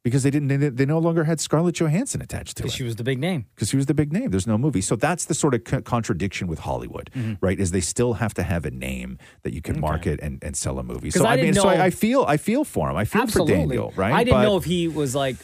Speaker 5: because they didn't. They, they no longer had Scarlett Johansson attached to it
Speaker 4: She was the big name.
Speaker 5: because he was the big name. There's no movie. So that's the sort of co- contradiction with Hollywood,
Speaker 4: Mhm.
Speaker 5: right? Is they still have to have a name that you can market and, and sell a movie.
Speaker 4: 'Cause
Speaker 5: So
Speaker 4: I
Speaker 5: I, mean,
Speaker 4: didn't
Speaker 5: so
Speaker 4: know-
Speaker 5: I, I feel I feel for him. I feel for Daniel, right?
Speaker 4: I didn't
Speaker 5: But
Speaker 4: know if he was like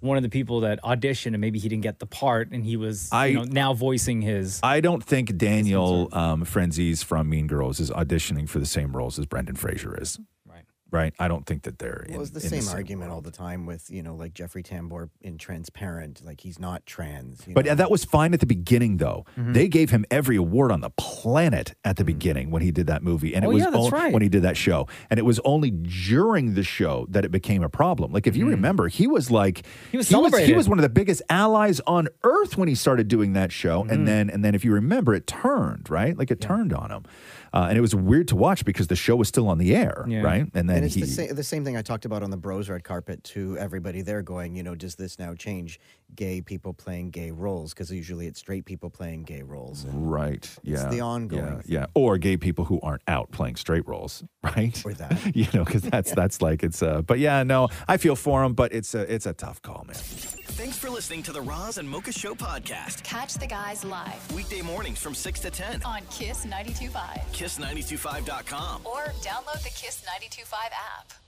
Speaker 4: one of the people that auditioned and maybe he didn't get the part and he was
Speaker 5: I-
Speaker 4: you know, now voicing his.
Speaker 5: I don't think Daniel um, Frenzies from Mean Girls is auditioning for the same roles as Brendan Fraser is. Right. Right. I don't think that they're.
Speaker 15: Well,
Speaker 5: in-
Speaker 15: it's the
Speaker 5: in
Speaker 15: same argument all the time with you know like Jeffrey Tambor in Transparent, like he's not trans. you
Speaker 5: But
Speaker 15: know?
Speaker 5: uh, that was fine at the beginning, though.
Speaker 4: Mm-hmm.
Speaker 15: Mhm.
Speaker 5: They gave him every award on the planet at the beginning when he did that movie, and
Speaker 4: Oh,
Speaker 5: it was
Speaker 4: yeah, that's
Speaker 5: on-
Speaker 4: right.
Speaker 5: when he did that show. And it was only during the show that it became a problem. Like if you remember, he was like
Speaker 4: Mm. He was
Speaker 5: He
Speaker 4: celebrated.
Speaker 5: was one of the biggest allies on earth when he started doing that show,
Speaker 4: Mm-hmm.
Speaker 5: and then and then if you remember, it turned right. Like it turned on him, uh, and it was weird to watch because the show was still on the air, right? And then
Speaker 15: it's
Speaker 5: he
Speaker 15: the, sa- the same thing I talked about on the Bros Red Carpet to everybody there going, you know, does this now change gay people playing gay roles? Because usually it's straight people playing gay roles. And
Speaker 5: Right. Yeah.
Speaker 15: It's the ongoing
Speaker 5: Yeah, yeah. Or gay people who aren't out playing straight roles, right? Or
Speaker 15: that.
Speaker 5: you know, because that's that's like it's uh. But yeah, no, I feel for him, but it's a it's a tough call, man.
Speaker 1: Thanks for listening to the Roz and Mocha Show podcast.
Speaker 17: Catch the guys live
Speaker 1: Weekday mornings from 6 to 10.
Speaker 17: on Kiss 92.5
Speaker 1: Kiss925.com.
Speaker 17: or download the Kiss 92.5 app.